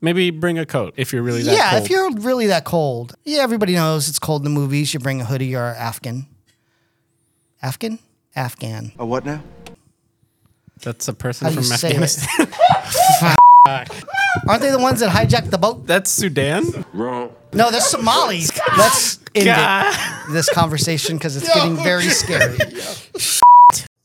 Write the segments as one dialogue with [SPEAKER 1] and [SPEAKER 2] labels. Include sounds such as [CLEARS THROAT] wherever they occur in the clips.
[SPEAKER 1] Maybe bring a coat if you're really that
[SPEAKER 2] yeah,
[SPEAKER 1] cold.
[SPEAKER 2] if you're really that cold. Yeah, everybody knows it's cold in the movies. You bring a hoodie or Afghan. Afghan? Afghan.
[SPEAKER 3] A what now?
[SPEAKER 1] That's a
[SPEAKER 2] How
[SPEAKER 1] person
[SPEAKER 2] do you
[SPEAKER 1] from
[SPEAKER 2] say
[SPEAKER 1] Afghanistan.
[SPEAKER 2] [LAUGHS] it? Aren't they the ones that hijacked the
[SPEAKER 1] [LAUGHS]
[SPEAKER 2] boat?
[SPEAKER 1] That's Sudan.
[SPEAKER 2] No, they're Somalis. Let's end [LAUGHS] it, this conversation because it's
[SPEAKER 1] [LAUGHS]
[SPEAKER 2] getting very scary.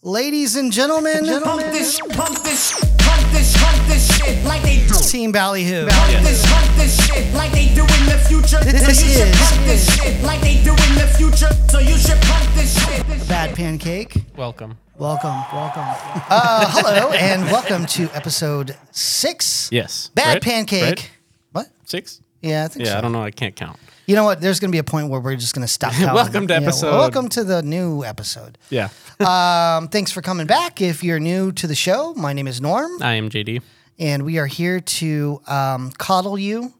[SPEAKER 2] Ladies and gentlemen,
[SPEAKER 4] Pump this, pump this, pump this, pump this shit like they do.
[SPEAKER 2] Team Ballyhoo.
[SPEAKER 4] Pump this, pump this shit like they do in the future. So
[SPEAKER 2] This
[SPEAKER 4] you should
[SPEAKER 2] is-
[SPEAKER 4] pump this shit like they do in the future. So you should pump this shit.
[SPEAKER 2] Bad Pancake.
[SPEAKER 1] Welcome.
[SPEAKER 2] Welcome, welcome. Uh, hello, and welcome to episode six.
[SPEAKER 1] Yes.
[SPEAKER 2] Bad
[SPEAKER 1] Right?
[SPEAKER 2] Pancake.
[SPEAKER 1] Right?
[SPEAKER 2] What?
[SPEAKER 1] Six?
[SPEAKER 2] Yeah, I think
[SPEAKER 1] Yeah,
[SPEAKER 2] so.
[SPEAKER 1] I don't know. I can't count.
[SPEAKER 2] You know what? There's going to be a point where we're just going to stop.
[SPEAKER 1] [LAUGHS]
[SPEAKER 2] counting.
[SPEAKER 1] Welcome to
[SPEAKER 2] Yeah,
[SPEAKER 1] episode-
[SPEAKER 2] welcome to the new episode.
[SPEAKER 1] Yeah.
[SPEAKER 2] Um, thanks for coming back. If you're new to the show, my name is Norm.
[SPEAKER 1] I am JD.
[SPEAKER 2] and we are here to um, coddle you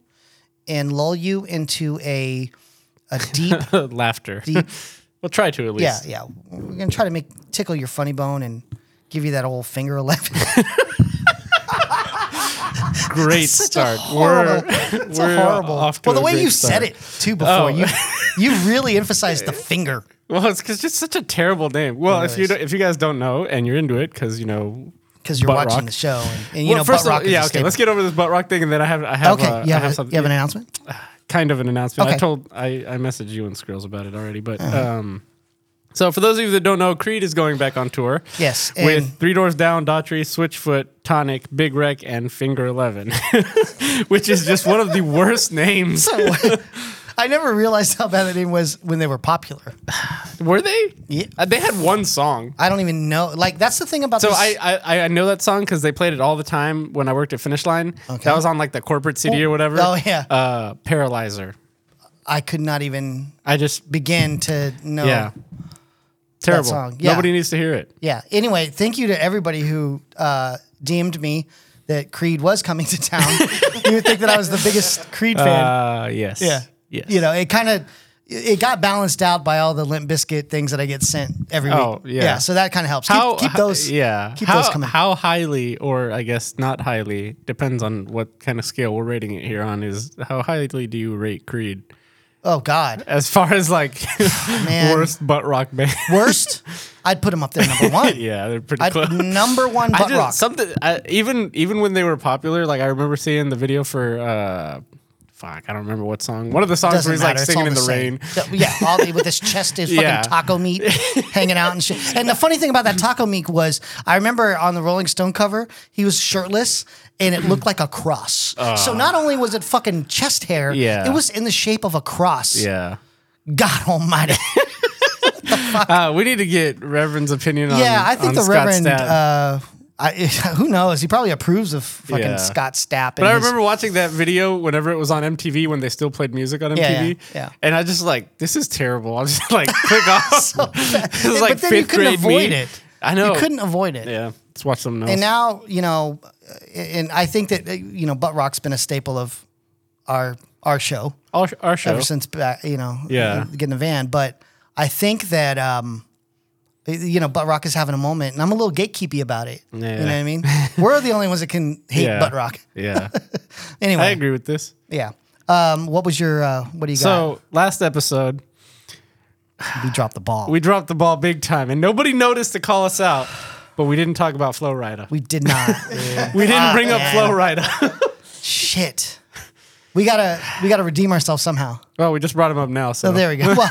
[SPEAKER 2] and lull you into a
[SPEAKER 1] [LAUGHS]
[SPEAKER 2] a deep,
[SPEAKER 1] [LAUGHS] Laughter.
[SPEAKER 2] deep.
[SPEAKER 1] [LAUGHS] We'll try to at
[SPEAKER 2] yeah,
[SPEAKER 1] least.
[SPEAKER 2] yeah. We're gonna try to make tickle your funny bone and give you that old finger [LAUGHS] eleven.
[SPEAKER 1] Great start. We're,
[SPEAKER 2] it's
[SPEAKER 1] we're
[SPEAKER 2] a horrible.
[SPEAKER 1] off to
[SPEAKER 2] well, the
[SPEAKER 1] a
[SPEAKER 2] way
[SPEAKER 1] great
[SPEAKER 2] you
[SPEAKER 1] start. Oh.
[SPEAKER 2] said it too before you you really
[SPEAKER 1] [LAUGHS]
[SPEAKER 2] emphasized the finger.
[SPEAKER 1] Well, it's because just such a terrible name. Well, if you don't, if you guys don't know and you're into it, because you know.
[SPEAKER 2] Because you're
[SPEAKER 1] Butt
[SPEAKER 2] watching
[SPEAKER 1] rock.
[SPEAKER 2] the show, and, and you
[SPEAKER 1] well,
[SPEAKER 2] know,
[SPEAKER 1] first of
[SPEAKER 2] butt
[SPEAKER 1] all,
[SPEAKER 2] rock is a
[SPEAKER 1] yeah, okay.
[SPEAKER 2] staple.
[SPEAKER 1] Let's get over this butt rock thing, and then I have I have
[SPEAKER 2] okay,
[SPEAKER 1] uh, I
[SPEAKER 2] you have,
[SPEAKER 1] have
[SPEAKER 2] a-
[SPEAKER 1] something.
[SPEAKER 2] you have an announcement.
[SPEAKER 1] kind of an announcement.
[SPEAKER 2] Okay. Uh-huh.
[SPEAKER 1] I told I, I messaged you and Skrills about it already, but um, so for those of you that don't know, Creed is going back on tour.
[SPEAKER 2] Yes,
[SPEAKER 1] with
[SPEAKER 2] and-
[SPEAKER 1] Three Doors Down, Daughtry, Switchfoot, Tonic, Big Wreck, and Finger Eleven, [LAUGHS] which is just one of the worst names.
[SPEAKER 2] I never realized how bad that name was when they were popular.
[SPEAKER 1] Were they?
[SPEAKER 2] Yeah.
[SPEAKER 1] Uh, they had one song.
[SPEAKER 2] I don't even know. Like that's the thing about
[SPEAKER 1] So
[SPEAKER 2] this.
[SPEAKER 1] I, I I know that song because they played it all the time when I worked at Finish Line.
[SPEAKER 2] Okay.
[SPEAKER 1] That was on like the corporate CD or whatever.
[SPEAKER 2] Oh, yeah.
[SPEAKER 1] Uh, Paralyzer.
[SPEAKER 2] I could not even
[SPEAKER 1] I just
[SPEAKER 2] begin to know.
[SPEAKER 1] yeah. Terrible.
[SPEAKER 2] Oh. song, yeah.
[SPEAKER 1] Nobody needs to hear it.
[SPEAKER 2] Yeah. Anyway, thank you to everybody who uh, DM'd me that Creed was coming to
[SPEAKER 1] [LAUGHS]
[SPEAKER 2] town. you would think that I was the biggest Creed fan.
[SPEAKER 1] Uh, yes.
[SPEAKER 2] yeah.
[SPEAKER 1] Yes.
[SPEAKER 2] You know, it kind of it got balanced out by all the Limp Biscuit things that I get sent every
[SPEAKER 1] Oh,
[SPEAKER 2] week.
[SPEAKER 1] yeah.
[SPEAKER 2] So that kind of helps. Keep, keep those.
[SPEAKER 1] yeah.
[SPEAKER 2] Keep
[SPEAKER 1] how,
[SPEAKER 2] those coming.
[SPEAKER 1] How highly, or I guess not highly, depends on what kind of scale we're rating it here on. Is how highly do you rate Creed
[SPEAKER 2] oh God.
[SPEAKER 1] as far as
[SPEAKER 2] [SIGHS]
[SPEAKER 1] like
[SPEAKER 2] Oh, Man.
[SPEAKER 1] worst butt rock band? [LAUGHS]
[SPEAKER 2] Worst. I'd put him up there number one.
[SPEAKER 1] yeah, they're pretty
[SPEAKER 2] I'd,
[SPEAKER 1] [LAUGHS] close.
[SPEAKER 2] number one
[SPEAKER 1] I
[SPEAKER 2] butt
[SPEAKER 1] just,
[SPEAKER 2] rock.
[SPEAKER 1] something I, even even when they were popular, like I remember seeing the video for uh, fuck, I don't remember what song. One of the songs
[SPEAKER 2] Doesn't
[SPEAKER 1] where he's
[SPEAKER 2] matter.
[SPEAKER 1] like
[SPEAKER 2] it's
[SPEAKER 1] singing
[SPEAKER 2] all
[SPEAKER 1] in the,
[SPEAKER 2] same.
[SPEAKER 1] rain.
[SPEAKER 2] The- yeah, all the, with his chest, his fucking
[SPEAKER 1] Yeah.
[SPEAKER 2] taco meat hanging out and shit. And the funny thing about that taco meat was, I remember on the Rolling Stone cover, he was shirtless and it looked like a cross. so not only was it fucking chest hair,
[SPEAKER 1] Uh. Yeah.
[SPEAKER 2] it was in the shape of a cross.
[SPEAKER 1] Yeah. [LAUGHS]
[SPEAKER 2] God Almighty.
[SPEAKER 1] Uh, we need to get Reverend's opinion on
[SPEAKER 2] yeah, I think
[SPEAKER 1] on
[SPEAKER 2] the
[SPEAKER 1] Scott
[SPEAKER 2] Reverend.
[SPEAKER 1] Stapp.
[SPEAKER 2] Uh, I, [LAUGHS] who knows? He probably approves of fucking
[SPEAKER 1] Yeah.
[SPEAKER 2] Scott Stapp.
[SPEAKER 1] But I remember watching that video whenever it was on MTV when they still played music on MTV.
[SPEAKER 2] Yeah, yeah, yeah.
[SPEAKER 1] And I just like, this is terrible. I just like click
[SPEAKER 2] [LAUGHS]
[SPEAKER 1] off. [LAUGHS] it was like
[SPEAKER 2] but then you
[SPEAKER 1] fifth
[SPEAKER 2] couldn't
[SPEAKER 1] grade
[SPEAKER 2] avoid
[SPEAKER 1] me.
[SPEAKER 2] it.
[SPEAKER 1] I know.
[SPEAKER 2] You couldn't avoid it.
[SPEAKER 1] Yeah. Let's watch something else.
[SPEAKER 2] and now you know, uh, and I think that uh, you know, butt rock's been a staple of our our show
[SPEAKER 1] our, our show.
[SPEAKER 2] ever since back, you know, uh,
[SPEAKER 1] Yeah.
[SPEAKER 2] getting the van. But I think that um, y- you know, butt rock is having a moment, and I'm a little gatekeepy about it. You know what I
[SPEAKER 1] Yeah.
[SPEAKER 2] mean? We're the only ones
[SPEAKER 1] [LAUGHS]
[SPEAKER 2] that can hate
[SPEAKER 1] Yeah.
[SPEAKER 2] butt rock. [LAUGHS]
[SPEAKER 1] yeah.
[SPEAKER 2] Anyway,
[SPEAKER 1] I agree with this.
[SPEAKER 2] yeah. Um, what was your uh, what do you
[SPEAKER 1] So last episode,
[SPEAKER 2] got? We dropped the ball.
[SPEAKER 1] we
[SPEAKER 2] We,
[SPEAKER 1] dropped the ball big time and nobody noticed to call us out, but we didn't talk about Flow Rider. We, [LAUGHS]
[SPEAKER 2] did not. dude.
[SPEAKER 1] didn't bring
[SPEAKER 2] [LAUGHS]
[SPEAKER 1] up
[SPEAKER 2] Ah, man.
[SPEAKER 1] Flow Rider.
[SPEAKER 2] Shit. We gotta we gotta redeem ourselves somehow.
[SPEAKER 1] [LAUGHS] well, we just brought him up now. So
[SPEAKER 2] Oh, there we go. Well,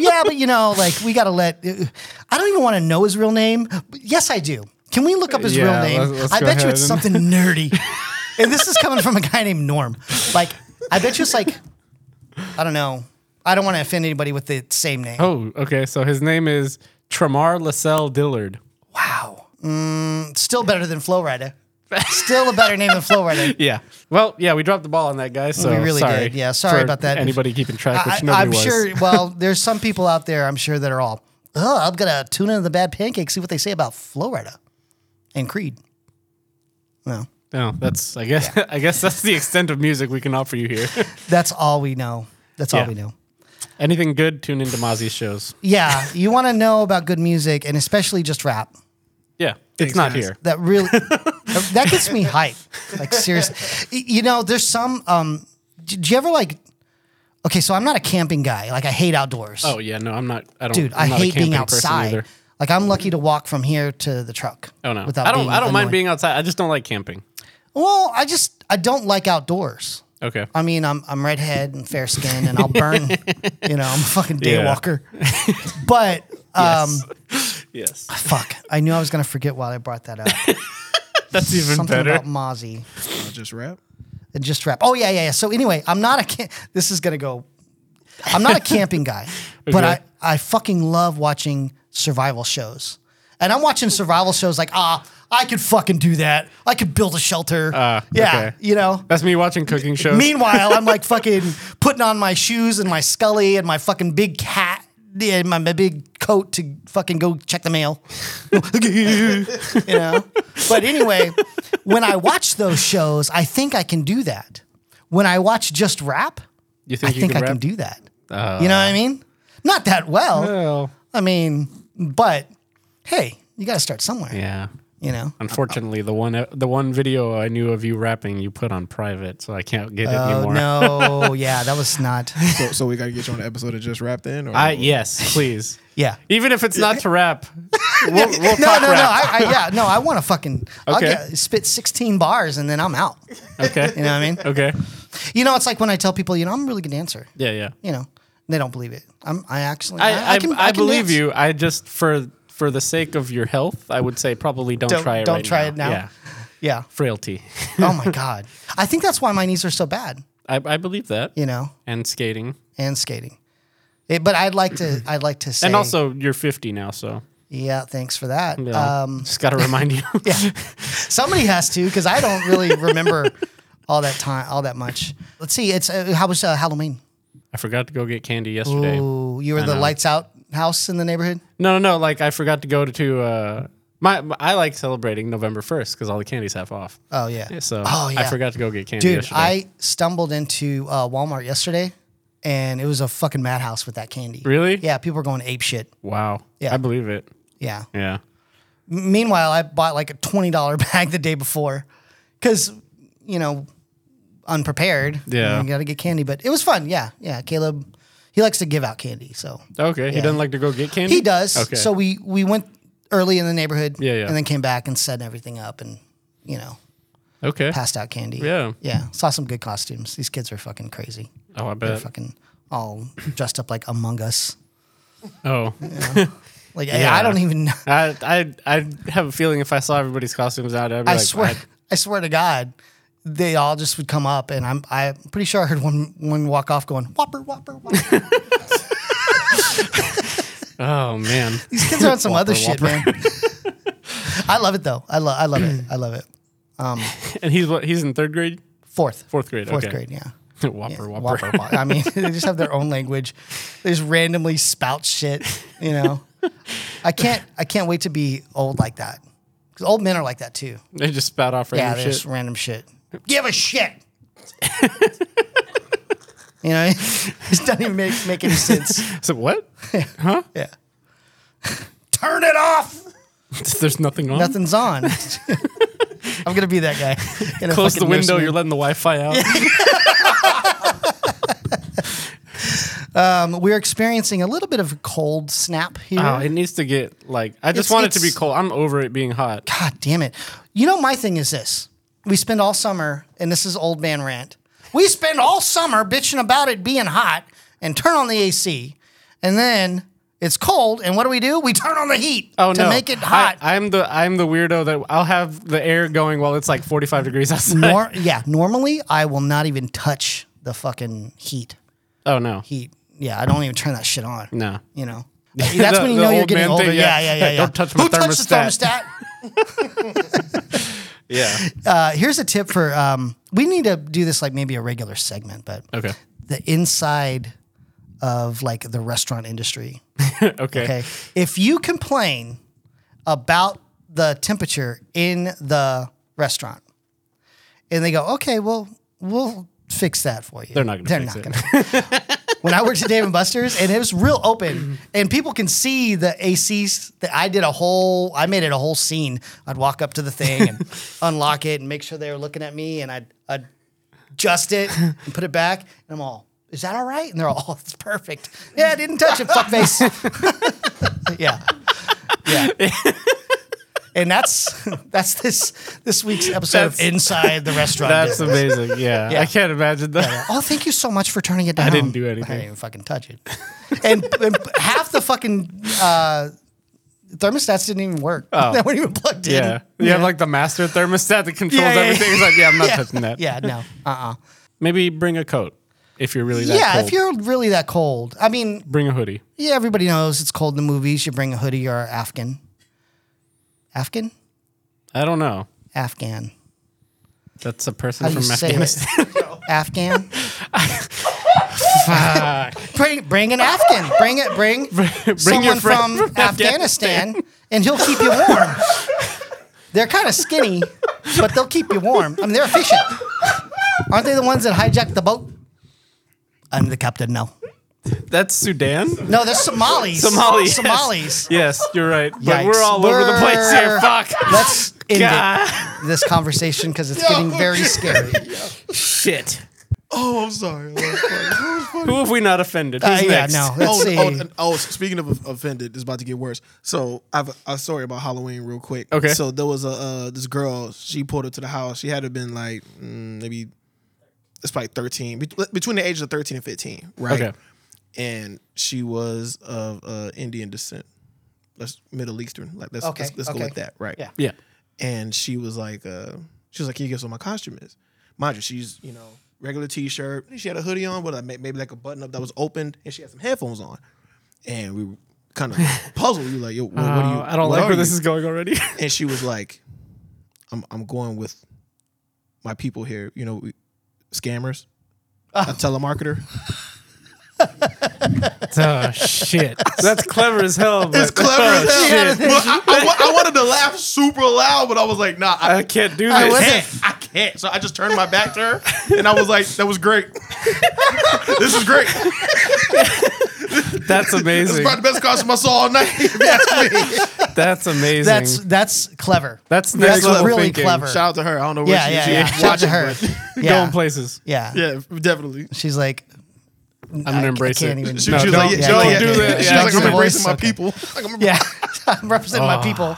[SPEAKER 2] yeah, but you know, like we gotta let. I don't even want to know his real name. But yes, I do. Can we look up his
[SPEAKER 1] Yeah,
[SPEAKER 2] real name?
[SPEAKER 1] let's- let's
[SPEAKER 2] I
[SPEAKER 1] go
[SPEAKER 2] bet you
[SPEAKER 1] ahead
[SPEAKER 2] it's
[SPEAKER 1] and-
[SPEAKER 2] something
[SPEAKER 1] [LAUGHS]
[SPEAKER 2] nerdy. and this is coming from a guy named Norm. Like, I bet you it's like, I don't know. I don't want to offend anybody with the same name.
[SPEAKER 1] Oh, okay. So his name is Tramar LaSalle Dillard.
[SPEAKER 2] Wow. Mm, still better than
[SPEAKER 1] [LAUGHS]
[SPEAKER 2] Flow Rider. Still a better name than Flow Rider.
[SPEAKER 1] Yeah. Well, yeah, we dropped the ball on that guy. So
[SPEAKER 2] We really
[SPEAKER 1] sorry
[SPEAKER 2] did. Yeah, sorry
[SPEAKER 1] for
[SPEAKER 2] about that.
[SPEAKER 1] Anybody keeping track, which
[SPEAKER 2] I,
[SPEAKER 1] nobody
[SPEAKER 2] I'm
[SPEAKER 1] was.
[SPEAKER 2] sure. Well, there's some people out there. I'm sure that are all. Oh, I'm gonna tune into the Bad Pancake, see what they say about Florida and Creed. No,
[SPEAKER 1] No, that's. I guess. [LAUGHS] I guess that's the extent of music we can offer you here. [LAUGHS]
[SPEAKER 2] that's all we know. That's all
[SPEAKER 1] Yeah.
[SPEAKER 2] we know.
[SPEAKER 1] Anything good? Tune into Mozzie's shows.
[SPEAKER 2] Yeah, you want to know about good music and especially just rap.
[SPEAKER 1] Yeah, it's not here.
[SPEAKER 2] that really
[SPEAKER 1] [LAUGHS]
[SPEAKER 2] that gets me hype. Like seriously, Y- you know, there's some. Um, d- do you ever like? Okay, so I'm not a camping guy. Like I hate outdoors.
[SPEAKER 1] Oh yeah, no, I'm not. I don't.
[SPEAKER 2] dude, i
[SPEAKER 1] I'm not a
[SPEAKER 2] hate being
[SPEAKER 1] camping person
[SPEAKER 2] outside.
[SPEAKER 1] either.
[SPEAKER 2] Like I'm lucky to walk from here to the truck.
[SPEAKER 1] Oh no, I don't.
[SPEAKER 2] being
[SPEAKER 1] I don't mind
[SPEAKER 2] annoyed.
[SPEAKER 1] being outside. I just don't like camping.
[SPEAKER 2] Well, I just I don't like outdoors.
[SPEAKER 1] Okay.
[SPEAKER 2] I mean, I'm I'm redhead and fair skinned and I'll burn.
[SPEAKER 1] [LAUGHS]
[SPEAKER 2] you know, I'm a fucking day
[SPEAKER 1] Yeah.
[SPEAKER 2] walker.
[SPEAKER 1] [LAUGHS]
[SPEAKER 2] but um, [LAUGHS]
[SPEAKER 1] yes.
[SPEAKER 2] fuck, I knew I was gonna forget while I brought that up.
[SPEAKER 1] [LAUGHS] That's even
[SPEAKER 2] Something
[SPEAKER 1] better.
[SPEAKER 2] about Mozzie.
[SPEAKER 3] I'll Uh, just rap.
[SPEAKER 2] and just wrap. Oh yeah, yeah, yeah. So anyway, I'm not a camp. This is gonna go. I'm not a
[SPEAKER 1] [LAUGHS]
[SPEAKER 2] camping guy, but I
[SPEAKER 1] Okay.
[SPEAKER 2] I fucking love watching survival shows, and I'm watching survival shows like ah. I could fucking do that. I could build a shelter. yeah,
[SPEAKER 1] Ah, okay.
[SPEAKER 2] you know.
[SPEAKER 1] That's me watching cooking shows.
[SPEAKER 2] [LAUGHS] Meanwhile, I'm like fucking putting on my shoes and my Scully and my fucking big cat and my, my big coat to fucking go check the mail. [LAUGHS] you know? But anyway, when I watch those shows, I think I can do that. When I watch just rap,
[SPEAKER 1] you
[SPEAKER 2] I
[SPEAKER 1] think you
[SPEAKER 2] think
[SPEAKER 1] can
[SPEAKER 2] I
[SPEAKER 1] rap? Uh.
[SPEAKER 2] can do that. you know what I mean? Not that well.
[SPEAKER 1] Well,
[SPEAKER 2] I mean, but hey, you got to start somewhere,
[SPEAKER 1] yeah.
[SPEAKER 2] you know?
[SPEAKER 1] Unfortunately, the one the one video I knew of you rapping, you put on private, so I can't get it
[SPEAKER 2] Oh,
[SPEAKER 1] anymore.
[SPEAKER 2] no. Yeah, that was not.
[SPEAKER 3] So, Oh, so we gotta get you on the episode of Just Rap then? Or?
[SPEAKER 1] I yes, [LAUGHS] please.
[SPEAKER 2] Yeah.
[SPEAKER 1] Even if it's not to rap, we'll, we'll talk
[SPEAKER 2] No, no, no.
[SPEAKER 1] rap.
[SPEAKER 2] I, I, yeah, no. I want to fucking. I'll
[SPEAKER 1] Okay.
[SPEAKER 2] get, spit sixteen bars and then I'm out.
[SPEAKER 1] okay. [LAUGHS]
[SPEAKER 2] You know what I mean?
[SPEAKER 1] Okay.
[SPEAKER 2] You know, it's like when I tell people, you know, I'm a really good dancer.
[SPEAKER 1] Yeah, yeah.
[SPEAKER 2] You know, they don't believe it. I'm. I actually.
[SPEAKER 1] I I,
[SPEAKER 2] can-
[SPEAKER 1] I,
[SPEAKER 2] can
[SPEAKER 1] believe
[SPEAKER 2] dance.
[SPEAKER 1] you. I just for for the sake of your health, I would say probably don't,
[SPEAKER 2] Don't-
[SPEAKER 1] try it.
[SPEAKER 2] don't
[SPEAKER 1] right
[SPEAKER 2] try
[SPEAKER 1] now.
[SPEAKER 2] it now.
[SPEAKER 1] Yeah.
[SPEAKER 2] Yeah.
[SPEAKER 1] Frailty. [LAUGHS]
[SPEAKER 2] Oh my god. I think that's why my knees are so bad.
[SPEAKER 1] I, I believe that.
[SPEAKER 2] You know,
[SPEAKER 1] And skating.
[SPEAKER 2] and skating. It, but I'd like to. I'd like to say.
[SPEAKER 1] And also, you're 50 now, so
[SPEAKER 2] Yeah. Thanks for that.
[SPEAKER 1] you know,
[SPEAKER 2] Um.
[SPEAKER 1] just got to remind you.
[SPEAKER 2] [LAUGHS] Yeah. Somebody has to because I don't really remember all that time, all that much. Let's see. It's uh, how was uh, Halloween?
[SPEAKER 1] [LAUGHS] I forgot to go get candy yesterday.
[SPEAKER 2] Ooh, you were
[SPEAKER 1] I
[SPEAKER 2] the
[SPEAKER 1] know.
[SPEAKER 2] lights out house in the neighborhood.
[SPEAKER 1] No, no, no. Like I forgot to go to- to uh, my, my- I like celebrating November first because all the candy's half off.
[SPEAKER 2] Oh yeah.
[SPEAKER 1] So
[SPEAKER 2] oh
[SPEAKER 1] I forgot to go get candy
[SPEAKER 2] Dude,
[SPEAKER 1] yesterday.
[SPEAKER 2] I stumbled into uh, Walmart yesterday, and it was a fucking madhouse with that candy.
[SPEAKER 1] Really?
[SPEAKER 2] Yeah, people were going ape shit.
[SPEAKER 1] wow.
[SPEAKER 2] Yeah.
[SPEAKER 1] I believe it.
[SPEAKER 2] Yeah.
[SPEAKER 1] Yeah.
[SPEAKER 2] M- Meanwhile, I bought like a twenty dollar [LAUGHS] bag the day before, because you know, unprepared.
[SPEAKER 1] Yeah.
[SPEAKER 2] You, know, you got to get candy, but it was fun. Yeah, yeah. Caleb, he likes to give out candy, so
[SPEAKER 1] Okay. He
[SPEAKER 2] Yeah.
[SPEAKER 1] doesn't like to go get candy.
[SPEAKER 2] he does.
[SPEAKER 1] Okay.
[SPEAKER 2] So we we went early in the neighborhood.
[SPEAKER 1] Yeah, yeah.
[SPEAKER 2] And then came back and set everything up, and you know.
[SPEAKER 1] okay.
[SPEAKER 2] passed out candy.
[SPEAKER 1] Yeah.
[SPEAKER 2] Yeah. Saw some good costumes. These kids are fucking crazy.
[SPEAKER 1] Oh, I
[SPEAKER 2] They're
[SPEAKER 1] bet.
[SPEAKER 2] fucking all dressed up like Among Us. [LAUGHS]
[SPEAKER 1] Oh,
[SPEAKER 2] Like,
[SPEAKER 1] Yeah.
[SPEAKER 2] I don't even know.
[SPEAKER 1] I, I, I have a feeling if I saw everybody's costumes out, I'd be
[SPEAKER 2] I
[SPEAKER 1] like,
[SPEAKER 2] swear,
[SPEAKER 1] I-
[SPEAKER 2] [LAUGHS] I swear to God, they all just would come up, and I'm I'm pretty sure I heard one one walk off going whopper
[SPEAKER 1] [LAUGHS]
[SPEAKER 2] whopper. whopper.
[SPEAKER 1] oh man,
[SPEAKER 2] [LAUGHS] These kids are on some other shit, man.
[SPEAKER 1] Whopper. [LAUGHS]
[SPEAKER 2] I love it though. I love I love it. I love it.
[SPEAKER 1] and he's what? He's in third grade,
[SPEAKER 2] Fourth.
[SPEAKER 1] fourth grade,
[SPEAKER 2] Fourth
[SPEAKER 1] okay.
[SPEAKER 2] grade. Yeah.
[SPEAKER 1] [LAUGHS] whopper, whopper.
[SPEAKER 2] Whopper. whopper. I mean, [LAUGHS] they just have their own language. They just randomly spout shit. You know, I can't. I can't wait to be old like that. Because old men are like that too.
[SPEAKER 1] They just spout off
[SPEAKER 2] Yeah,
[SPEAKER 1] random
[SPEAKER 2] they're
[SPEAKER 1] shit.
[SPEAKER 2] just random shit. Give a shit. [LAUGHS] you know, [LAUGHS] it doesn't even make, make
[SPEAKER 1] [LAUGHS]
[SPEAKER 2] any sense.
[SPEAKER 1] So what?
[SPEAKER 2] Yeah. [LAUGHS] Turn it off.
[SPEAKER 1] There's nothing on.
[SPEAKER 2] Nothing's on. [LAUGHS] I'm gonna be that guy. [LAUGHS] in a
[SPEAKER 1] Close the
[SPEAKER 2] fucking
[SPEAKER 1] window.
[SPEAKER 2] nursery.
[SPEAKER 1] You're letting the Wi-Fi
[SPEAKER 2] [LAUGHS]
[SPEAKER 1] out.
[SPEAKER 2] We're experiencing a little bit of a cold snap here.
[SPEAKER 1] Oh, it needs to get like I just
[SPEAKER 2] It's-
[SPEAKER 1] want it to be
[SPEAKER 2] it's-
[SPEAKER 1] cold. I'm over it being hot.
[SPEAKER 2] God damn it. You know, my thing is this we spend all summer, and this is old man rant. We spend all summer bitching about it being hot and turn on the AC, and then it's cold, and what do we do? We turn on the heat
[SPEAKER 1] Oh
[SPEAKER 2] to
[SPEAKER 1] no!
[SPEAKER 2] make it hot.
[SPEAKER 1] I, am the I'm the weirdo that I'll have the air going while it's like 45 degrees outside. [LAUGHS]
[SPEAKER 2] Nor- yeah, normally I will not even touch the fucking heat.
[SPEAKER 1] oh no!
[SPEAKER 2] Heat. Yeah, I don't even turn that shit on.
[SPEAKER 1] No.
[SPEAKER 2] You know? That's when
[SPEAKER 1] The- [LAUGHS]
[SPEAKER 2] you
[SPEAKER 1] the
[SPEAKER 2] know you're
[SPEAKER 1] old
[SPEAKER 2] getting
[SPEAKER 1] man
[SPEAKER 2] older.
[SPEAKER 1] thing, yeah.
[SPEAKER 2] yeah. yeah, yeah, yeah.
[SPEAKER 1] Hey, don't touch my
[SPEAKER 2] Who touched the
[SPEAKER 1] thermostat?
[SPEAKER 2] thermostat?
[SPEAKER 1] Yeah. [LAUGHS]
[SPEAKER 2] Uh, here's a tip for um, we need to do this like maybe a regular segment, but
[SPEAKER 1] Okay.
[SPEAKER 2] the inside of like the restaurant industry.
[SPEAKER 1] okay.
[SPEAKER 2] Okay. if you complain about the temperature in the restaurant and they go, okay, well, we'll fix that for you.
[SPEAKER 1] They're not gonna fix
[SPEAKER 2] not gonna. [LAUGHS] when I worked at Dave and Buster's, and it was real open, and people can see the ACs that I did a whole, I made it a whole scene. I'd walk up to the
[SPEAKER 1] [LAUGHS]
[SPEAKER 2] thing and unlock it and make sure they were looking at me, and I'd, I'd adjust it and put it back, and I'm all, is that all right? And they're all, oh, it's perfect. Yeah, I didn't touch it, fuckface. yeah, yeah. And that's that's this this week's episode of
[SPEAKER 1] That's-
[SPEAKER 2] Inside the Restaurant.
[SPEAKER 1] That's
[SPEAKER 2] Business.
[SPEAKER 1] amazing. Yeah.
[SPEAKER 2] [LAUGHS] Yeah.
[SPEAKER 1] I can't imagine that.
[SPEAKER 2] Oh, thank you so much for turning it down.
[SPEAKER 1] didn't do anything.
[SPEAKER 2] I didn't even fucking touch it. And, and half the fucking uh, thermostats didn't even work. [LAUGHS] they weren't even plugged in.
[SPEAKER 1] Oh. Yeah. You have like the master thermostat that controls
[SPEAKER 2] Yeah, yeah,
[SPEAKER 1] everything. It's like, yeah, I'm not touching that.
[SPEAKER 2] Yeah, no. Uh-uh.
[SPEAKER 1] Maybe bring a coat if you're really that
[SPEAKER 2] Yeah,
[SPEAKER 1] cold.
[SPEAKER 2] if you're really that cold. I mean,
[SPEAKER 1] bring a hoodie.
[SPEAKER 2] yeah, everybody knows it's cold in the movies. You bring a hoodie or Afghan. Afghan?
[SPEAKER 1] I don't know.
[SPEAKER 2] Afghan.
[SPEAKER 1] That's a person
[SPEAKER 2] How do you
[SPEAKER 1] from
[SPEAKER 2] say
[SPEAKER 1] Afghanistan. [LAUGHS]
[SPEAKER 2] it? Afghan? bring, bring an Afghan. Bring
[SPEAKER 1] [LAUGHS]
[SPEAKER 2] it. Bring, someone
[SPEAKER 1] your
[SPEAKER 2] from,
[SPEAKER 1] friend from
[SPEAKER 2] Afghanistan, and he'll keep you warm. they're kind of skinny, but they'll keep you warm. I mean, they're efficient. Aren't they the ones that hijacked the boat? I'm the captain now.
[SPEAKER 1] That's
[SPEAKER 2] [LAUGHS]
[SPEAKER 1] Sudan?
[SPEAKER 2] No, they're Somalis.
[SPEAKER 1] Somali, yes.
[SPEAKER 2] Somalis.
[SPEAKER 1] Yes, you're right. But
[SPEAKER 2] Yikes.
[SPEAKER 1] we're all over the place here.
[SPEAKER 2] We're-
[SPEAKER 1] Fuck.
[SPEAKER 2] Let's end
[SPEAKER 1] God.
[SPEAKER 2] it, this conversation because it's getting
[SPEAKER 1] [LAUGHS]
[SPEAKER 2] very scary.
[SPEAKER 1] Shit.
[SPEAKER 3] Oh, I'm [LAUGHS] sorry.
[SPEAKER 1] Who have we not offended? Who's
[SPEAKER 2] Uh, yeah,
[SPEAKER 1] next?
[SPEAKER 2] no. Let's
[SPEAKER 3] oh,
[SPEAKER 2] see.
[SPEAKER 3] oh, and- oh, speaking of offended, it's about to get worse. So I have a, a story about Halloween real quick.
[SPEAKER 1] Okay.
[SPEAKER 3] So there was a uh, this girl. She pulled up to the house. She had to been like mm, maybe it's probably thirteen bet- between the ages of thirteen and fifteen, right?
[SPEAKER 1] Okay.
[SPEAKER 3] And she was of uh, Indian descent. That's Middle Eastern. Like let's
[SPEAKER 2] Okay,
[SPEAKER 3] let's, let's
[SPEAKER 2] okay.
[SPEAKER 3] go with that, right?
[SPEAKER 2] Yeah.
[SPEAKER 1] Yeah.
[SPEAKER 3] and she was like, uh, she was like, "Can you guess what my costume is?" Mind you, she's you know regular T-shirt. She had a hoodie on, with a, may- maybe like a button up that was opened, and she had some headphones on. And we were kind of
[SPEAKER 1] [LAUGHS]
[SPEAKER 3] puzzled. We were like, "Yo, what, what do you?"
[SPEAKER 1] Uh, I don't
[SPEAKER 3] what
[SPEAKER 1] like
[SPEAKER 3] are
[SPEAKER 1] where this
[SPEAKER 3] you?
[SPEAKER 1] is going already. [LAUGHS]
[SPEAKER 3] And she was like, "I'm I'm going with my people here. You know, we, scammers,
[SPEAKER 1] [LAUGHS]
[SPEAKER 3] a telemarketer."
[SPEAKER 2] uh,
[SPEAKER 1] oh, shit. That's clever as hell. But
[SPEAKER 3] It's clever as
[SPEAKER 1] Oh,
[SPEAKER 3] hell.
[SPEAKER 1] shit.
[SPEAKER 3] But I, I wa- I wanted to laugh super loud, but I was like, "Nah,
[SPEAKER 1] I can't do
[SPEAKER 2] I
[SPEAKER 1] this.
[SPEAKER 2] wasn't-
[SPEAKER 3] can't. I can't. So I just turned my back to her, and I was like, "That was great. [LAUGHS] this is great. This
[SPEAKER 1] That's
[SPEAKER 3] is
[SPEAKER 1] amazing.
[SPEAKER 3] probably the best costume I saw all night." If you ask me.
[SPEAKER 1] That's amazing.
[SPEAKER 2] That's that's clever.
[SPEAKER 1] That's
[SPEAKER 2] that's
[SPEAKER 1] next level
[SPEAKER 2] really
[SPEAKER 1] thinking.
[SPEAKER 2] clever.
[SPEAKER 3] [LAUGHS] Shout out to her. I don't know where
[SPEAKER 2] yeah, yeah,
[SPEAKER 3] she, she
[SPEAKER 2] yeah.
[SPEAKER 3] is.
[SPEAKER 2] Shout out to her. Yeah.
[SPEAKER 1] going places.
[SPEAKER 2] Yeah.
[SPEAKER 3] Yeah,
[SPEAKER 1] [LAUGHS]
[SPEAKER 3] definitely.
[SPEAKER 2] She's like,
[SPEAKER 1] I'm gonna embrace
[SPEAKER 2] can't
[SPEAKER 1] it.
[SPEAKER 2] even-
[SPEAKER 3] She,
[SPEAKER 1] no,
[SPEAKER 3] she was
[SPEAKER 1] don't,
[SPEAKER 3] like, yeah,
[SPEAKER 1] don't
[SPEAKER 3] she was like,
[SPEAKER 1] do
[SPEAKER 3] yeah.
[SPEAKER 1] that.
[SPEAKER 3] She
[SPEAKER 1] Yeah.
[SPEAKER 3] was like,
[SPEAKER 2] Your
[SPEAKER 3] "I'm embracing
[SPEAKER 2] voice,
[SPEAKER 3] my
[SPEAKER 2] okay.
[SPEAKER 3] people. Like, I'm
[SPEAKER 2] [LAUGHS] yeah, I'm representing
[SPEAKER 1] Oh.
[SPEAKER 2] my people.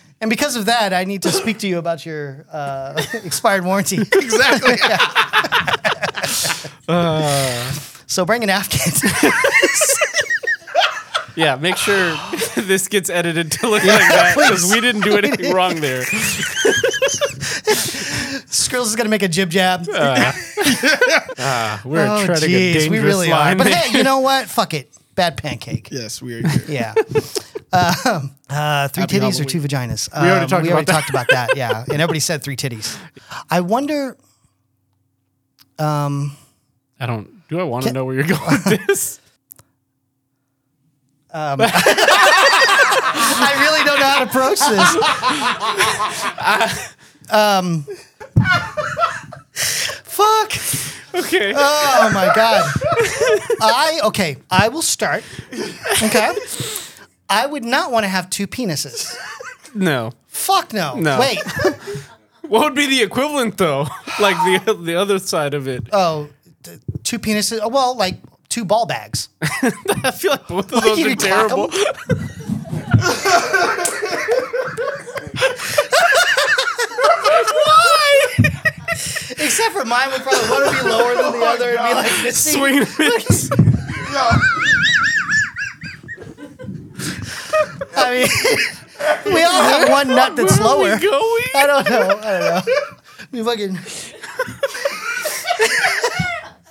[SPEAKER 2] [LAUGHS] and because of that, I need to speak to you about your uh, [LAUGHS]
[SPEAKER 1] [LAUGHS]
[SPEAKER 2] expired warranty.
[SPEAKER 3] exactly.
[SPEAKER 2] [LAUGHS]
[SPEAKER 1] Uh.
[SPEAKER 2] So bring an Afghan. [LAUGHS]
[SPEAKER 1] Yeah, make sure [LAUGHS] this gets edited to look like that because we didn't
[SPEAKER 2] [LAUGHS]
[SPEAKER 1] do anything wrong there.
[SPEAKER 2] Skrills is gonna make a jib jab.
[SPEAKER 1] Uh, ah, We're
[SPEAKER 2] oh,
[SPEAKER 1] treading a
[SPEAKER 2] jeez,
[SPEAKER 1] dangerous
[SPEAKER 2] we really are.
[SPEAKER 1] line.
[SPEAKER 2] But hey, you know what? Fuck it. Bad pancake.
[SPEAKER 3] Yes, we [LAUGHS] are here.
[SPEAKER 1] [LAUGHS]
[SPEAKER 2] Yeah. Uh, uh, three
[SPEAKER 3] Happy
[SPEAKER 2] titties or
[SPEAKER 3] Halloween.
[SPEAKER 2] two vaginas? Um,
[SPEAKER 1] We already talked
[SPEAKER 2] we
[SPEAKER 1] about
[SPEAKER 2] already
[SPEAKER 1] that.
[SPEAKER 2] talked about that.
[SPEAKER 1] [LAUGHS]
[SPEAKER 2] Yeah, and everybody said three titties. I wonder.
[SPEAKER 1] [LAUGHS] I don't. Do I want to know where you're going
[SPEAKER 2] [LAUGHS]
[SPEAKER 1] with this? [LAUGHS]
[SPEAKER 2] I really don't know how to approach Uh, this. um, fuck.
[SPEAKER 1] Okay.
[SPEAKER 2] Oh my god. I okay. I will start. Okay. I would not want to have two penises.
[SPEAKER 1] no.
[SPEAKER 2] Fuck no.
[SPEAKER 1] No.
[SPEAKER 2] Wait.
[SPEAKER 1] What would be the equivalent though? [LAUGHS] Like the the other side of it.
[SPEAKER 2] Oh, t- two penises. oh, Well, like two ball bags.
[SPEAKER 1] I feel like both of
[SPEAKER 2] you
[SPEAKER 1] those are
[SPEAKER 2] can clap
[SPEAKER 1] terrible.
[SPEAKER 2] 'em. [LAUGHS] Except for mine would probably one would be lower than the other and be like missing.
[SPEAKER 1] [LAUGHS] Swing and miss.
[SPEAKER 2] I mean, we all have one nut that's
[SPEAKER 1] Where
[SPEAKER 2] lower.
[SPEAKER 1] are we going?
[SPEAKER 2] [LAUGHS] I don't know. I don't know. We fucking.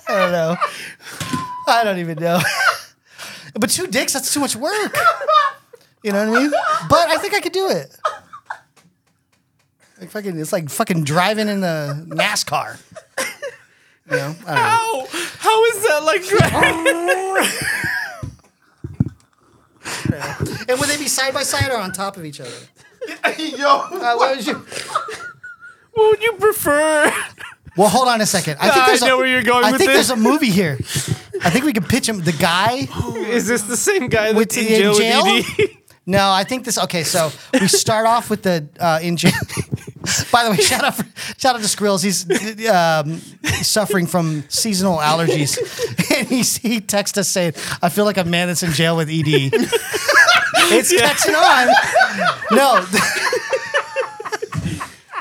[SPEAKER 2] [LAUGHS] I don't know. I don't even know. [LAUGHS] But two dicks, that's too much work. You know what I mean? But I think I could do it. Like fucking, it's like fucking driving in the NASCAR. You know? I don't know.
[SPEAKER 1] How? How is that like?
[SPEAKER 2] [LAUGHS] And would they be side by side or on top of each other?
[SPEAKER 3] Yo,
[SPEAKER 2] Uh, what was your,
[SPEAKER 1] what would you prefer?
[SPEAKER 2] Well, hold on a second. I
[SPEAKER 1] Nah,
[SPEAKER 2] think there's
[SPEAKER 1] I
[SPEAKER 2] a-
[SPEAKER 1] know where you're going
[SPEAKER 2] I
[SPEAKER 1] with
[SPEAKER 2] think
[SPEAKER 1] this.
[SPEAKER 2] there's a movie here. I think we could pitch him. The guy
[SPEAKER 1] Is this the same guy
[SPEAKER 2] with
[SPEAKER 1] that's in,
[SPEAKER 2] in
[SPEAKER 1] jail, with E
[SPEAKER 2] jail?
[SPEAKER 1] ED?
[SPEAKER 2] No, I think this. Okay, so we start off with the uh, in jail. [LAUGHS] By the way, shout out, for, shout out to Skrills. He's um, suffering from seasonal allergies, [LAUGHS] and he's, he texted us saying, "I feel like a man that's in jail with ED." it's catching on.
[SPEAKER 1] [LAUGHS]
[SPEAKER 2] No, [LAUGHS]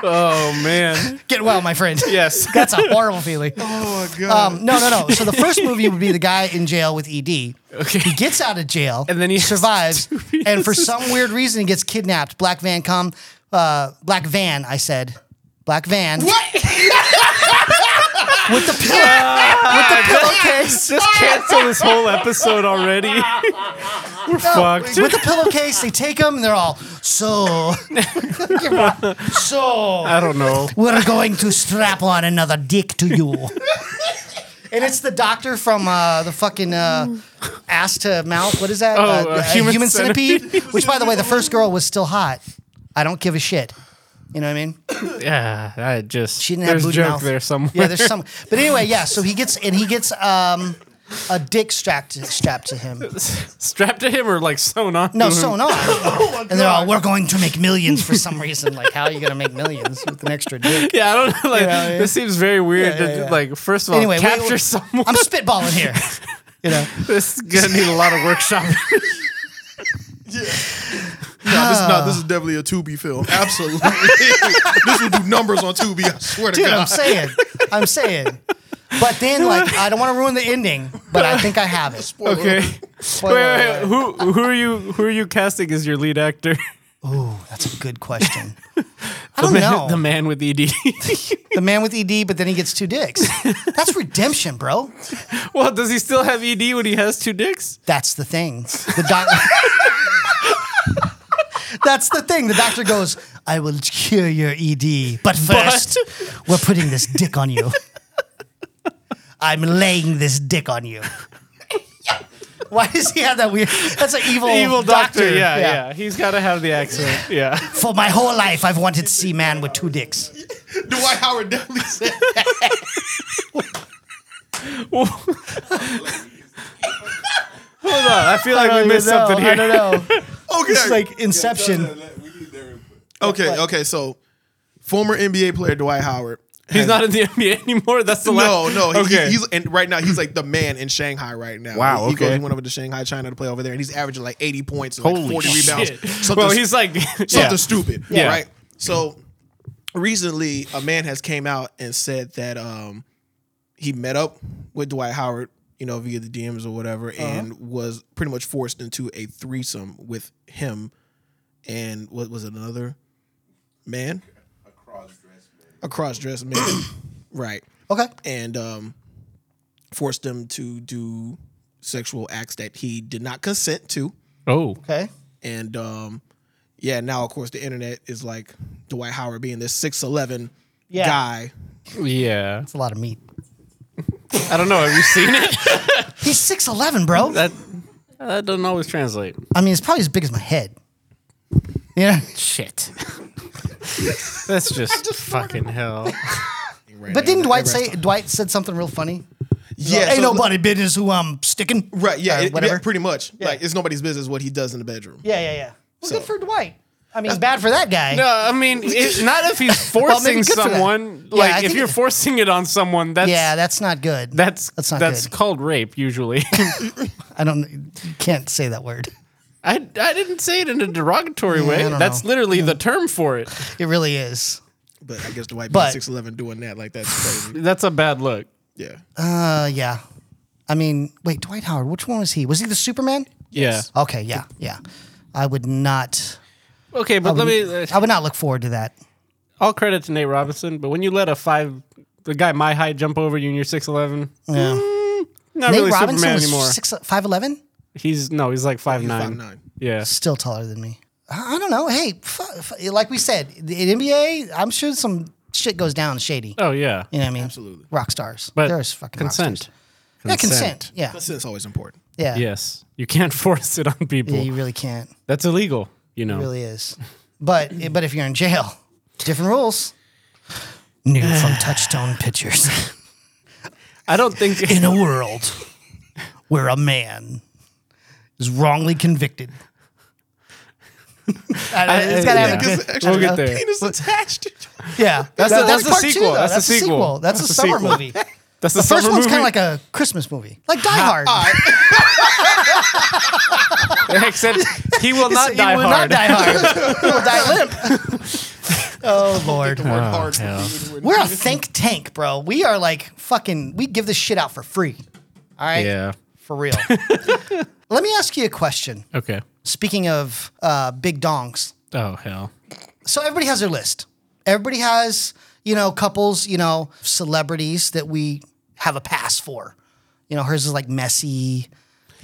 [SPEAKER 1] Oh man.
[SPEAKER 2] get well, my friend.
[SPEAKER 1] Yes.
[SPEAKER 2] that's a horrible feeling.
[SPEAKER 3] Oh god.
[SPEAKER 2] Um, no, no, no. So the first movie would be the guy in jail with E ED. [LAUGHS]
[SPEAKER 1] Okay.
[SPEAKER 2] He gets out of jail
[SPEAKER 1] And then he has [LAUGHS]
[SPEAKER 2] survives,
[SPEAKER 1] to be-
[SPEAKER 2] and for some weird reason he gets kidnapped. Black van come, uh, black van. I said, black van. What? with the pillow, with the
[SPEAKER 1] [LAUGHS]
[SPEAKER 2] pillowcase,
[SPEAKER 1] Just cancel this whole episode already. We're fucked.
[SPEAKER 2] with the pillowcase. They take him, and they're all
[SPEAKER 1] [LAUGHS]
[SPEAKER 2] so. so
[SPEAKER 1] [LAUGHS] I don't know.
[SPEAKER 2] we're going to strap on another dick to you. And it's the doctor from uh, the fucking uh, ass to mouth. What is that?
[SPEAKER 1] Oh, uh, Human
[SPEAKER 2] Which, by the way, the first girl was still hot. I don't give a shit. You know what I mean?
[SPEAKER 1] Yeah, I just
[SPEAKER 2] She didn't
[SPEAKER 1] there's
[SPEAKER 2] have booty
[SPEAKER 1] joke
[SPEAKER 2] mouth.
[SPEAKER 1] there somewhere.
[SPEAKER 2] Yeah, there's some. But anyway, yeah. So he gets and he gets um, a dick strapped to, strapped
[SPEAKER 1] [LAUGHS]
[SPEAKER 2] to him.
[SPEAKER 1] strapped to him or like sewn on.
[SPEAKER 2] No,
[SPEAKER 1] to him.
[SPEAKER 2] sewn on.
[SPEAKER 1] Oh
[SPEAKER 2] and they're all, we're going to make millions for some reason. Like, how are you going to make millions with an extra
[SPEAKER 1] [LAUGHS]
[SPEAKER 2] dick?
[SPEAKER 1] [LAUGHS] Yeah, I don't know. Like this seems very weird.
[SPEAKER 2] Yeah,
[SPEAKER 1] to,
[SPEAKER 2] yeah, yeah.
[SPEAKER 1] Like first of all,
[SPEAKER 2] Anyway, we-
[SPEAKER 1] capture someone.
[SPEAKER 2] I'm spitballing
[SPEAKER 1] [LAUGHS]
[SPEAKER 2] here. You know.
[SPEAKER 1] this is gonna need a lot of workshop.
[SPEAKER 2] [LAUGHS]
[SPEAKER 1] [LAUGHS]
[SPEAKER 3] no, this is not. This is definitely a Tubi film. Absolutely. [LAUGHS] this will do numbers on Tubi. I swear to
[SPEAKER 2] Dude, I'm
[SPEAKER 3] God.
[SPEAKER 2] saying. I'm saying. But then, like, I don't want to ruin the ending, but I think I have it.
[SPEAKER 1] okay. Wait, wait,
[SPEAKER 2] Spoiler
[SPEAKER 1] wait.
[SPEAKER 2] alert.
[SPEAKER 1] Who who are you who are you casting as your lead actor?
[SPEAKER 2] That's a
[SPEAKER 1] [LAUGHS]
[SPEAKER 2] good question. I don't
[SPEAKER 1] the, man,
[SPEAKER 2] know.
[SPEAKER 1] the man with E [LAUGHS] ED.
[SPEAKER 2] The man with ED, but then he gets
[SPEAKER 1] [LAUGHS]
[SPEAKER 2] two dicks. That's redemption, bro.
[SPEAKER 1] well, does he still have ED when he has two dicks?
[SPEAKER 2] That's the thing. The doctor. [LAUGHS] That's the thing. The doctor goes, I will cure your ED, but first, we're putting this dick on you. I'm laying this dick on you. [LAUGHS] Why does he have that weird? That's an evil,
[SPEAKER 1] Evil Oh, doctor. Yeah, yeah, He's got to have the [LAUGHS] accent. Yeah.
[SPEAKER 2] For my whole life, I've wanted to see man with two dicks.
[SPEAKER 3] Dwight Howard definitely said.
[SPEAKER 1] Hold on. I feel like we missed something here.
[SPEAKER 2] Oh, I don't know.
[SPEAKER 3] Okay.
[SPEAKER 2] It's like Inception.
[SPEAKER 3] okay. Okay. So, former NBA player Dwight Howard.
[SPEAKER 1] [LAUGHS] He's not in the NBA anymore. That's the
[SPEAKER 3] No,
[SPEAKER 1] last.
[SPEAKER 3] no.
[SPEAKER 1] okay.
[SPEAKER 3] He, okay. he's and right now he's like the man in Shanghai right now.
[SPEAKER 1] Wow,
[SPEAKER 3] He, he goes-
[SPEAKER 1] okay.
[SPEAKER 3] he went over to Shanghai, China to play over there, and he's averaging like 80 points, and like 40
[SPEAKER 1] Shit.
[SPEAKER 3] rebounds. Something
[SPEAKER 1] Well, he's like
[SPEAKER 3] something
[SPEAKER 1] yeah.
[SPEAKER 3] stupid,
[SPEAKER 1] Yeah.
[SPEAKER 3] right? So recently, a man has came out and said that um, he met up with Dwight Howard, you know, via the DMs or whatever,
[SPEAKER 1] Uh-huh.
[SPEAKER 3] and was pretty much forced into a threesome with him and what was it another man, a cross dressed man, [COUGHS] right?
[SPEAKER 2] Okay.
[SPEAKER 3] and um, forced him to do sexual acts that he did not consent to.
[SPEAKER 1] Oh.
[SPEAKER 2] Okay.
[SPEAKER 3] And um, yeah, now of course the internet is like Dwight Howard being this six eleven
[SPEAKER 2] Yeah.
[SPEAKER 3] guy.
[SPEAKER 1] Yeah.
[SPEAKER 2] It's a lot of meat.
[SPEAKER 1] I don't know. Have you seen it? [LAUGHS]
[SPEAKER 2] He's 6'11, bro.
[SPEAKER 1] That that doesn't always translate.
[SPEAKER 2] I mean, it's probably as big as my head. You know?
[SPEAKER 1] Shit. That's just, fucking
[SPEAKER 2] [LAUGHS]
[SPEAKER 1] hell.
[SPEAKER 2] But didn't Dwight say Dwight said something real funny?
[SPEAKER 3] Yeah,
[SPEAKER 2] Ain't
[SPEAKER 3] so-
[SPEAKER 2] nobody business who I'm sticking.
[SPEAKER 3] Right? Yeah,
[SPEAKER 2] Or
[SPEAKER 3] it- yeah,
[SPEAKER 2] whatever.
[SPEAKER 3] pretty much. Like it's nobody's business what he does in the bedroom.
[SPEAKER 2] yeah, yeah, yeah. Well, good for Dwight. I mean, bad for that guy.
[SPEAKER 1] No, I mean, it, not if he's
[SPEAKER 2] [LAUGHS] Well, maybe
[SPEAKER 1] forcing
[SPEAKER 2] good for that.
[SPEAKER 1] someone.
[SPEAKER 2] Yeah, I
[SPEAKER 1] like, if
[SPEAKER 2] think
[SPEAKER 1] you're
[SPEAKER 2] it-
[SPEAKER 1] forcing it on someone, that's
[SPEAKER 2] Yeah, that's not good.
[SPEAKER 1] that's
[SPEAKER 2] That's
[SPEAKER 1] that's,
[SPEAKER 2] not good.
[SPEAKER 1] called rape usually. [LAUGHS]
[SPEAKER 2] I don't. You can't say that word.
[SPEAKER 1] I, I didn't say it in a derogatory
[SPEAKER 2] I
[SPEAKER 1] way.
[SPEAKER 2] don't
[SPEAKER 1] That's
[SPEAKER 2] know.
[SPEAKER 1] literally the term for it.
[SPEAKER 2] It really is.
[SPEAKER 3] But I guess Dwight being
[SPEAKER 2] But-
[SPEAKER 3] six eleven doing that like
[SPEAKER 2] [SIGHS]
[SPEAKER 3] that's crazy.
[SPEAKER 1] That's a bad look.
[SPEAKER 3] Yeah.
[SPEAKER 2] Uh, yeah. I mean, wait, Dwight Howard. Which one was he? Was he the Superman? Okay, yeah, yeah. I would not.
[SPEAKER 1] Yeah. Okay, but let me. uh,
[SPEAKER 2] I would not look forward to that.
[SPEAKER 1] all credit to Nate Robinson, but when you let a five, the guy my height jump over you and you're six eleven, mm,
[SPEAKER 2] Yeah.
[SPEAKER 1] not
[SPEAKER 2] Nate
[SPEAKER 1] really
[SPEAKER 2] Robinson
[SPEAKER 1] Superman
[SPEAKER 2] was
[SPEAKER 1] anymore.
[SPEAKER 2] six, five eleven.
[SPEAKER 1] he's no, he's like five nine.
[SPEAKER 3] 5'9".
[SPEAKER 1] Yeah,
[SPEAKER 2] still taller than me. I I don't know. Hey, f- f- like we said, the in NBA, I'm sure some shit goes down shady.
[SPEAKER 1] Oh yeah.
[SPEAKER 2] You know what I mean?
[SPEAKER 3] Absolutely.
[SPEAKER 2] Rock stars.
[SPEAKER 1] But
[SPEAKER 2] There's fucking rock
[SPEAKER 1] consent.
[SPEAKER 2] stars. Yeah, consent. Yeah.
[SPEAKER 3] Consent's always important.
[SPEAKER 2] Yeah. yeah.
[SPEAKER 1] Yes, you can't [LAUGHS] force it on people.
[SPEAKER 2] you really can't. It
[SPEAKER 1] That's illegal. You know.
[SPEAKER 2] really is. But but if you're in jail, different rules. New from Touchstone Pictures.
[SPEAKER 1] I don't
[SPEAKER 2] [LAUGHS]
[SPEAKER 1] think
[SPEAKER 2] In a world where a man is wrongly convicted. I don't- it's gotta have a
[SPEAKER 1] yeah.
[SPEAKER 2] good.
[SPEAKER 3] Actually,
[SPEAKER 1] We'll get
[SPEAKER 3] the
[SPEAKER 1] there.
[SPEAKER 3] penis attached. [LAUGHS]
[SPEAKER 2] Yeah,
[SPEAKER 1] That-
[SPEAKER 2] that's, the,
[SPEAKER 1] that's
[SPEAKER 2] that's,
[SPEAKER 1] the
[SPEAKER 2] part two,
[SPEAKER 1] sequel.
[SPEAKER 2] though.
[SPEAKER 1] That's the sequel.
[SPEAKER 2] That's,
[SPEAKER 1] That's the
[SPEAKER 2] a summer
[SPEAKER 1] sequel. [LAUGHS]
[SPEAKER 2] movie.
[SPEAKER 1] [LAUGHS] That's the,
[SPEAKER 2] The first
[SPEAKER 1] summer
[SPEAKER 2] one's
[SPEAKER 1] movie.
[SPEAKER 2] kind of like a Christmas movie, like Die Hard.
[SPEAKER 1] [LAUGHS]
[SPEAKER 2] [LAUGHS]
[SPEAKER 1] except he will not
[SPEAKER 2] You
[SPEAKER 1] die
[SPEAKER 2] will
[SPEAKER 1] hard.
[SPEAKER 2] Not die [LAUGHS] hard. you will die limp.
[SPEAKER 1] [LAUGHS]
[SPEAKER 2] oh lord,
[SPEAKER 3] Word hard.
[SPEAKER 1] hell.
[SPEAKER 2] we're a think tank, bro. We are like fucking. We give this shit out for free. All
[SPEAKER 1] [LAUGHS]
[SPEAKER 2] right,
[SPEAKER 1] yeah.
[SPEAKER 2] for
[SPEAKER 1] [LAUGHS]
[SPEAKER 2] real. Let me ask you a question.
[SPEAKER 1] Okay.
[SPEAKER 2] Speaking of uh, big dongs,
[SPEAKER 1] Oh hell.
[SPEAKER 2] so everybody has their list. Everybody has, you know, couples, you know, celebrities that we have a pass for. You know, hers is like Messi.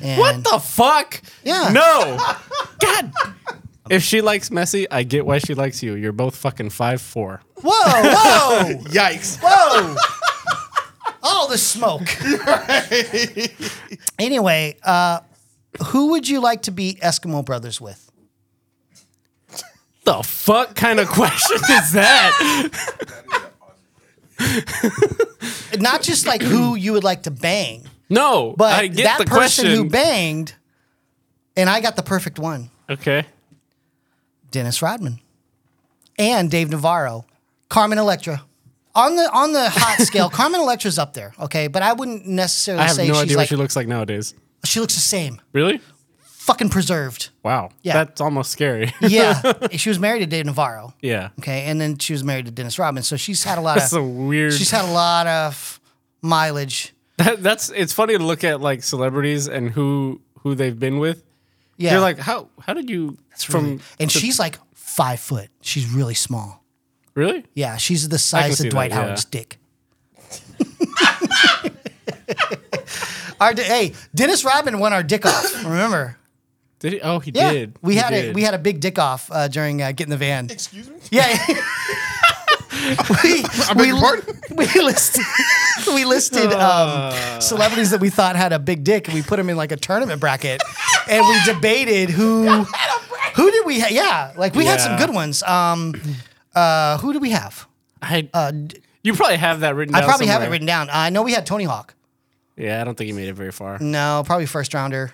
[SPEAKER 2] And
[SPEAKER 1] What the fuck?
[SPEAKER 2] Yeah. [LAUGHS]
[SPEAKER 1] No. God. If she likes Messi, I get why she likes you. You're both fucking five four. [LAUGHS]
[SPEAKER 2] Whoa, whoa,
[SPEAKER 3] Yikes.
[SPEAKER 2] whoa! All the smoke. anyway, uh, who would you like to be Eskimo brothers with?
[SPEAKER 1] The fuck kind of question [LAUGHS] is that?
[SPEAKER 2] Not just like who you would like to bang,
[SPEAKER 1] No.
[SPEAKER 2] but
[SPEAKER 1] I get
[SPEAKER 2] that
[SPEAKER 1] the
[SPEAKER 2] person
[SPEAKER 1] question.
[SPEAKER 2] who banged. And I got the perfect one.
[SPEAKER 1] okay.
[SPEAKER 2] Dennis Rodman, and Dave Navarro, Carmen Electra. On the on the hot
[SPEAKER 1] [LAUGHS]
[SPEAKER 2] scale, Carmen Electra's up there, okay. But I wouldn't necessarily
[SPEAKER 1] I have
[SPEAKER 2] say
[SPEAKER 1] no
[SPEAKER 2] she's
[SPEAKER 1] idea
[SPEAKER 2] like
[SPEAKER 1] what she looks like nowadays.
[SPEAKER 2] she looks the same,
[SPEAKER 1] Really?
[SPEAKER 2] fucking preserved.
[SPEAKER 1] Wow.
[SPEAKER 2] Yeah.
[SPEAKER 1] That's almost scary. [LAUGHS]
[SPEAKER 2] Yeah, she was married to Dave Navarro,
[SPEAKER 1] yeah.
[SPEAKER 2] okay, and then she was married to Dennis Rodman. So she's had a lot
[SPEAKER 1] That's
[SPEAKER 2] of
[SPEAKER 1] a weird.
[SPEAKER 2] she's had a lot of mileage.
[SPEAKER 1] [LAUGHS] That, that's it's funny to look at like celebrities and who who they've been with.
[SPEAKER 2] Yeah,
[SPEAKER 1] You're like, how how did you from [LAUGHS]
[SPEAKER 2] and she's like five foot. She's really small.
[SPEAKER 1] really?
[SPEAKER 2] Yeah, she's the
[SPEAKER 1] can
[SPEAKER 2] size
[SPEAKER 1] see that,
[SPEAKER 2] of Dwight
[SPEAKER 1] yeah.
[SPEAKER 2] Howard's dick. [LAUGHS] our, di- hey, Dennis Rodman won our dick off. Remember?
[SPEAKER 1] Did he? Oh, he
[SPEAKER 2] Yeah,
[SPEAKER 1] did.
[SPEAKER 2] we
[SPEAKER 1] He
[SPEAKER 2] had
[SPEAKER 1] did.
[SPEAKER 2] a we had a big dick off uh, during uh, Get in the Van.
[SPEAKER 3] Excuse me.
[SPEAKER 2] Yeah. [LAUGHS] we,
[SPEAKER 3] beg your pardon?
[SPEAKER 2] we listed [LAUGHS] we listed
[SPEAKER 1] Uh.
[SPEAKER 2] um, celebrities that we thought had a big dick, and we put them in like a tournament bracket, and we debated who who did we ha- yeah like we had some
[SPEAKER 1] Yeah.
[SPEAKER 2] good ones. Um, uh, who did we have?
[SPEAKER 1] I, you probably have that written.
[SPEAKER 2] Uh, I
[SPEAKER 1] down
[SPEAKER 2] probably have it
[SPEAKER 1] somewhere.
[SPEAKER 2] written down. I know we had Tony Hawk.
[SPEAKER 1] Yeah, I don't think he made it very far.
[SPEAKER 2] No, probably first rounder.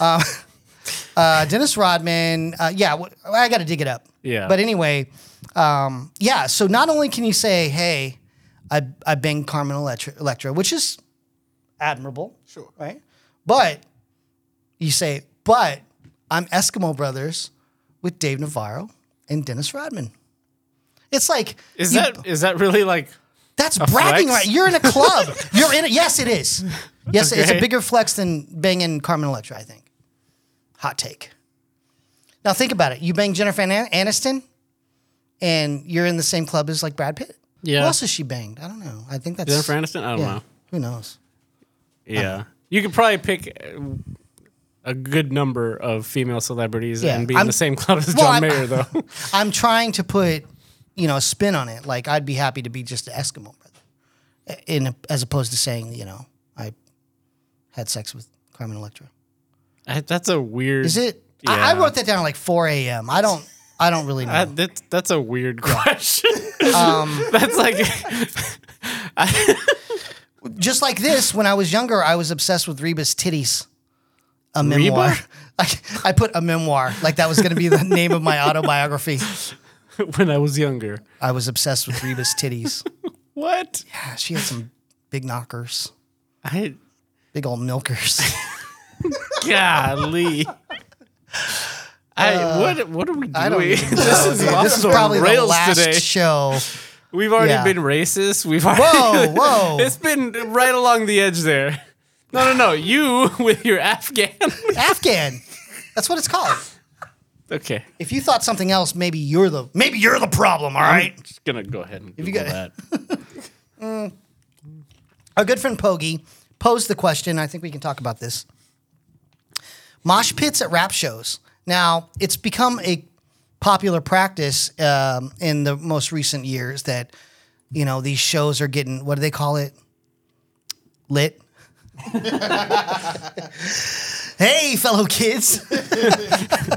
[SPEAKER 2] Um, [LAUGHS] uh, Dennis Rodman. Uh, yeah, wh- I got to dig it up.
[SPEAKER 1] Yeah.
[SPEAKER 2] But anyway, um, yeah. So not only can you say, "Hey, I I banged Carmen Electra, Electra," which is admirable,
[SPEAKER 3] Sure.
[SPEAKER 2] right? But you say, "But I'm Eskimo Brothers with Dave Navarro and Dennis Rodman." It's like
[SPEAKER 1] Is
[SPEAKER 2] you-
[SPEAKER 1] that is that really like?
[SPEAKER 2] that's bragging,
[SPEAKER 1] flex?
[SPEAKER 2] right? You're in
[SPEAKER 1] [LAUGHS]
[SPEAKER 2] a club. You're in. A, yes, it is. Yes, it's a
[SPEAKER 1] Okay.
[SPEAKER 2] bigger flex than banging Carmen Electra. I think. Hot take. Now think about it. You bang Jennifer An- Aniston, and you're in the same club as like Brad Pitt.
[SPEAKER 1] Yeah.
[SPEAKER 2] Who else has she banged? I don't know. I think that's
[SPEAKER 1] Jennifer Aniston? I don't know.
[SPEAKER 2] Who knows?
[SPEAKER 1] Yeah, Uh, you could probably pick uh, a good number of female celebrities
[SPEAKER 2] Yeah,
[SPEAKER 1] and be in
[SPEAKER 2] I'm-
[SPEAKER 1] the same club as
[SPEAKER 2] Well,
[SPEAKER 1] John
[SPEAKER 2] I'm-
[SPEAKER 1] Mayer,
[SPEAKER 2] [LAUGHS]
[SPEAKER 1] though.
[SPEAKER 2] I'm trying to put, you know, a spin on it. Like I'd be happy to be just an Eskimo brother, eh, in a, as opposed to saying, you know, I had sex with Carmen Electra.
[SPEAKER 1] I- That's a weird.
[SPEAKER 2] Is it? I, I
[SPEAKER 1] Yeah.
[SPEAKER 2] wrote that down at like 4 a.m. I don't. I don't really
[SPEAKER 1] [LAUGHS]
[SPEAKER 2] know.
[SPEAKER 1] I, that's that's a weird
[SPEAKER 2] [LAUGHS]
[SPEAKER 1] question.
[SPEAKER 2] Um,
[SPEAKER 1] [LAUGHS] that's like
[SPEAKER 2] Just like this, when I was younger, I was obsessed with Reba's titties. A memoir. [LAUGHS] I, I put a memoir like that was going to be the name of my autobiography.
[SPEAKER 1] when I was younger.
[SPEAKER 2] I was obsessed with Reba's titties. [LAUGHS]
[SPEAKER 1] What?
[SPEAKER 2] Ah, She had some big knockers,
[SPEAKER 1] I
[SPEAKER 2] big old milkers. [LAUGHS]
[SPEAKER 1] golly. I what what are we doing?
[SPEAKER 2] Uh, I don't
[SPEAKER 1] [LAUGHS]
[SPEAKER 2] even
[SPEAKER 1] [LAUGHS]
[SPEAKER 2] know.
[SPEAKER 1] this is
[SPEAKER 2] dude.
[SPEAKER 1] off
[SPEAKER 2] [LAUGHS] this is
[SPEAKER 1] the
[SPEAKER 2] probably the
[SPEAKER 1] rails
[SPEAKER 2] last
[SPEAKER 1] today.
[SPEAKER 2] show.
[SPEAKER 1] We've already
[SPEAKER 2] Yeah.
[SPEAKER 1] been racist. We've already
[SPEAKER 2] Whoa,
[SPEAKER 1] [LAUGHS]
[SPEAKER 2] whoa.
[SPEAKER 1] It's been right along the edge there. No, no, no. You [LAUGHS] with your Afghan.
[SPEAKER 2] Afghan. That's what it's called.
[SPEAKER 1] okay.
[SPEAKER 2] If you thought something else, maybe you're the maybe you're the problem. All right.
[SPEAKER 1] I'm just gonna go ahead and Google
[SPEAKER 2] you [LAUGHS]
[SPEAKER 1] that.
[SPEAKER 2] Our good friend Pogi posed the question. I think we can talk about this. Mosh pits at rap shows. Now, it's become a popular practice um, in the most recent years that, you know, these shows are getting, what do they call it? Lit. [LAUGHS] hey, fellow kids.
[SPEAKER 3] You want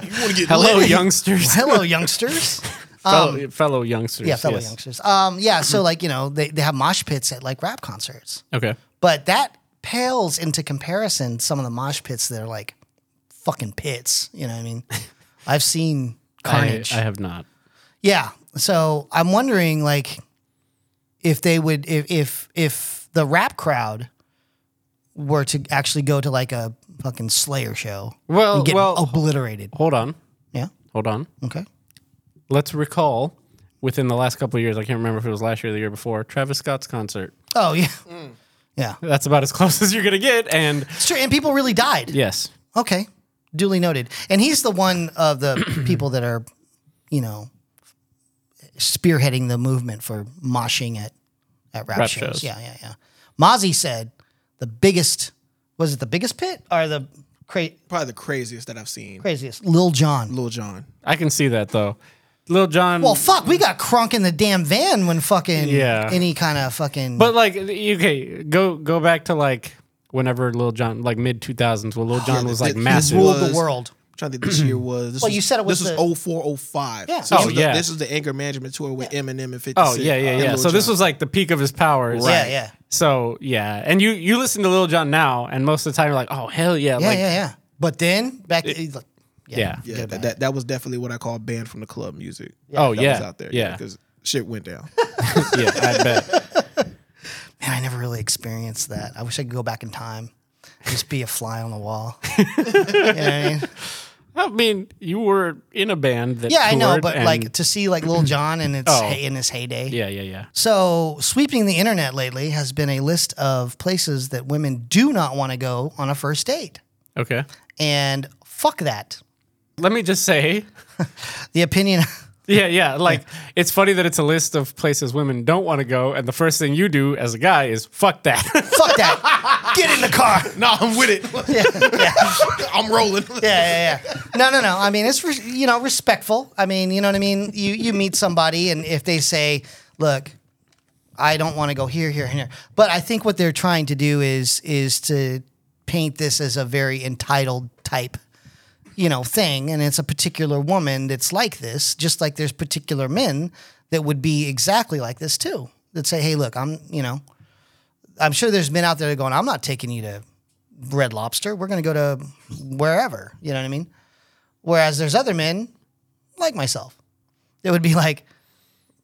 [SPEAKER 3] to get
[SPEAKER 1] Hello,
[SPEAKER 3] lit?
[SPEAKER 1] youngsters.
[SPEAKER 2] [LAUGHS] Hello, youngsters.
[SPEAKER 1] fellow, fellow youngsters.
[SPEAKER 2] Um, Yeah, fellow
[SPEAKER 1] yes.
[SPEAKER 2] youngsters. Um, yeah, so like you know they, they have mosh pits at like rap concerts,
[SPEAKER 1] Okay.
[SPEAKER 2] but that pales into comparison to some of the mosh pits that are like fucking pits. You know what I
[SPEAKER 1] [LAUGHS]
[SPEAKER 2] mean? I've seen
[SPEAKER 1] I,
[SPEAKER 2] carnage.
[SPEAKER 1] I have not.
[SPEAKER 2] Yeah. So I'm wondering like if they would if if if the rap crowd were to actually go to like a fucking Slayer show
[SPEAKER 1] Well,
[SPEAKER 2] and get
[SPEAKER 1] well,
[SPEAKER 2] obliterated.
[SPEAKER 1] hold on,
[SPEAKER 2] Yeah.
[SPEAKER 1] hold on.
[SPEAKER 2] Okay.
[SPEAKER 1] Let's recall within the last couple of years. I can't remember if it was last year or the year before. Travis Scott's concert.
[SPEAKER 2] Oh yeah. Yeah.
[SPEAKER 1] That's about as [LAUGHS] close as you're gonna get. And
[SPEAKER 2] It's true. And people really died.
[SPEAKER 1] yes,
[SPEAKER 2] Okay. Duly noted. And he's the one of
[SPEAKER 1] [CLEARS THROAT]
[SPEAKER 2] the people that are, you know, spearheading the movement for moshing at at rap,
[SPEAKER 1] Rap
[SPEAKER 2] shows.
[SPEAKER 1] shows.
[SPEAKER 2] Yeah, yeah, yeah. Mozzie said the biggest was it the biggest pit or the cra-
[SPEAKER 3] Probably the craziest that I've seen.
[SPEAKER 2] craziest Lil John.
[SPEAKER 3] Lil John.
[SPEAKER 1] I can see that though. Lil John.
[SPEAKER 2] Well, fuck, we got crunk in the damn van when fucking
[SPEAKER 1] Yeah.
[SPEAKER 2] any kind of fucking
[SPEAKER 1] But like, okay, go go back to like whenever Lil John, like mid two thousands, when Lil John
[SPEAKER 3] Yeah,
[SPEAKER 1] was
[SPEAKER 3] thi-
[SPEAKER 1] like
[SPEAKER 3] this
[SPEAKER 1] massive.
[SPEAKER 2] ruled Oh, the
[SPEAKER 3] was-
[SPEAKER 2] world.
[SPEAKER 3] I'm trying to think this
[SPEAKER 2] [CLEARS THROAT]
[SPEAKER 3] year was. This
[SPEAKER 2] Well,
[SPEAKER 3] was,
[SPEAKER 2] you said it was
[SPEAKER 3] This
[SPEAKER 2] the-
[SPEAKER 3] was 04, 05.
[SPEAKER 2] Yeah.
[SPEAKER 3] So this
[SPEAKER 1] Oh,
[SPEAKER 3] was
[SPEAKER 1] yeah.
[SPEAKER 3] The, this is the anger management tour with Eminem and 50
[SPEAKER 1] oh yeah, yeah, yeah. So this was like the peak of his powers.
[SPEAKER 2] Yeah, yeah.
[SPEAKER 1] So yeah, and you you listen to Lil John now, and most of the time you're like, oh hell yeah,
[SPEAKER 2] Yeah,
[SPEAKER 1] like,
[SPEAKER 2] yeah, yeah. But then back he's like,
[SPEAKER 1] yeah.
[SPEAKER 3] Yeah, that, that, that was definitely what I call banned from the club music.
[SPEAKER 1] Oh,
[SPEAKER 3] that
[SPEAKER 1] yeah.
[SPEAKER 3] was out there.
[SPEAKER 1] Yeah.
[SPEAKER 3] because shit went
[SPEAKER 1] [LAUGHS]
[SPEAKER 3] down.
[SPEAKER 1] [LAUGHS] yeah, I bet.
[SPEAKER 2] Man, I never really experienced that. I wish I could go back in time, just be a fly on
[SPEAKER 1] [LAUGHS]
[SPEAKER 2] the wall. you know what I mean?
[SPEAKER 1] I mean, you were in a band that
[SPEAKER 2] Yeah, I know,
[SPEAKER 1] toured
[SPEAKER 2] but
[SPEAKER 1] and-
[SPEAKER 2] like to see like Lil John in its
[SPEAKER 1] Oh.
[SPEAKER 2] hey, in his heyday.
[SPEAKER 1] yeah, yeah, yeah.
[SPEAKER 2] So sweeping the internet lately has been a list of places that women do not want to go on a first date,
[SPEAKER 1] Okay,
[SPEAKER 2] and fuck that.
[SPEAKER 1] let me just say, [LAUGHS]
[SPEAKER 2] The opinion. [LAUGHS]
[SPEAKER 1] yeah, yeah. Like it's funny that it's a list of places women don't want to go, and the first thing you do as a guy is fuck that. [LAUGHS]
[SPEAKER 2] fuck that. Get in the car.
[SPEAKER 3] no, I'm with it. I'm rolling.
[SPEAKER 2] Yeah, yeah, yeah. No, no, no. I mean, it's res- you know respectful. I mean, you know what I mean. You you meet somebody, and if they say, "Look, I don't want to go here, here, and here," but I think what they're trying to do is is to paint this as a very entitled type, you know, thing, and it's a particular woman that's like this, just like there's particular men that would be exactly like this too. That say, "Hey, look, I'm you know." I'm sure there's men out there going, I'm not taking you to Red Lobster. We're going to go to wherever. You know what I mean? Whereas there's other men like myself that would be like,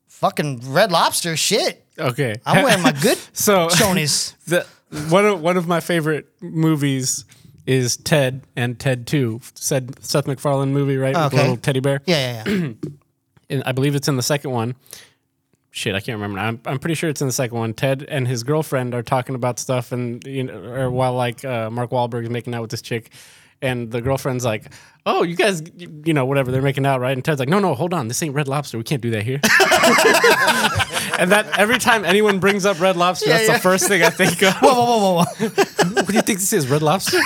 [SPEAKER 2] fucking Red Lobster, shit.
[SPEAKER 1] okay, [LAUGHS]
[SPEAKER 2] I'm wearing my good
[SPEAKER 1] so
[SPEAKER 2] chonies.
[SPEAKER 1] the one of one of my favorite movies is Ted and Ted Two, said Seth MacFarlane movie, right? With the
[SPEAKER 2] Okay.
[SPEAKER 1] little teddy bear.
[SPEAKER 2] Yeah, yeah, yeah.
[SPEAKER 1] And I believe it's in the second one. Shit, I can't remember. now. I'm I'm pretty sure it's in the second one. Ted and his girlfriend are talking about stuff, and you know, or while like uh, Mark Wahlberg's making out with this chick. And the girlfriend's like, "Oh, you guys, you know, whatever they're making out, right?" And Ted's like, "No, no, hold on, this ain't Red Lobster. We can't do that here." [LAUGHS] and that every time anyone brings up Red Lobster, that's
[SPEAKER 2] yeah.
[SPEAKER 1] the first thing I think of.
[SPEAKER 2] Whoa, whoa, whoa, whoa, whoa.
[SPEAKER 1] what do you think this is, Red [LAUGHS] Lobster?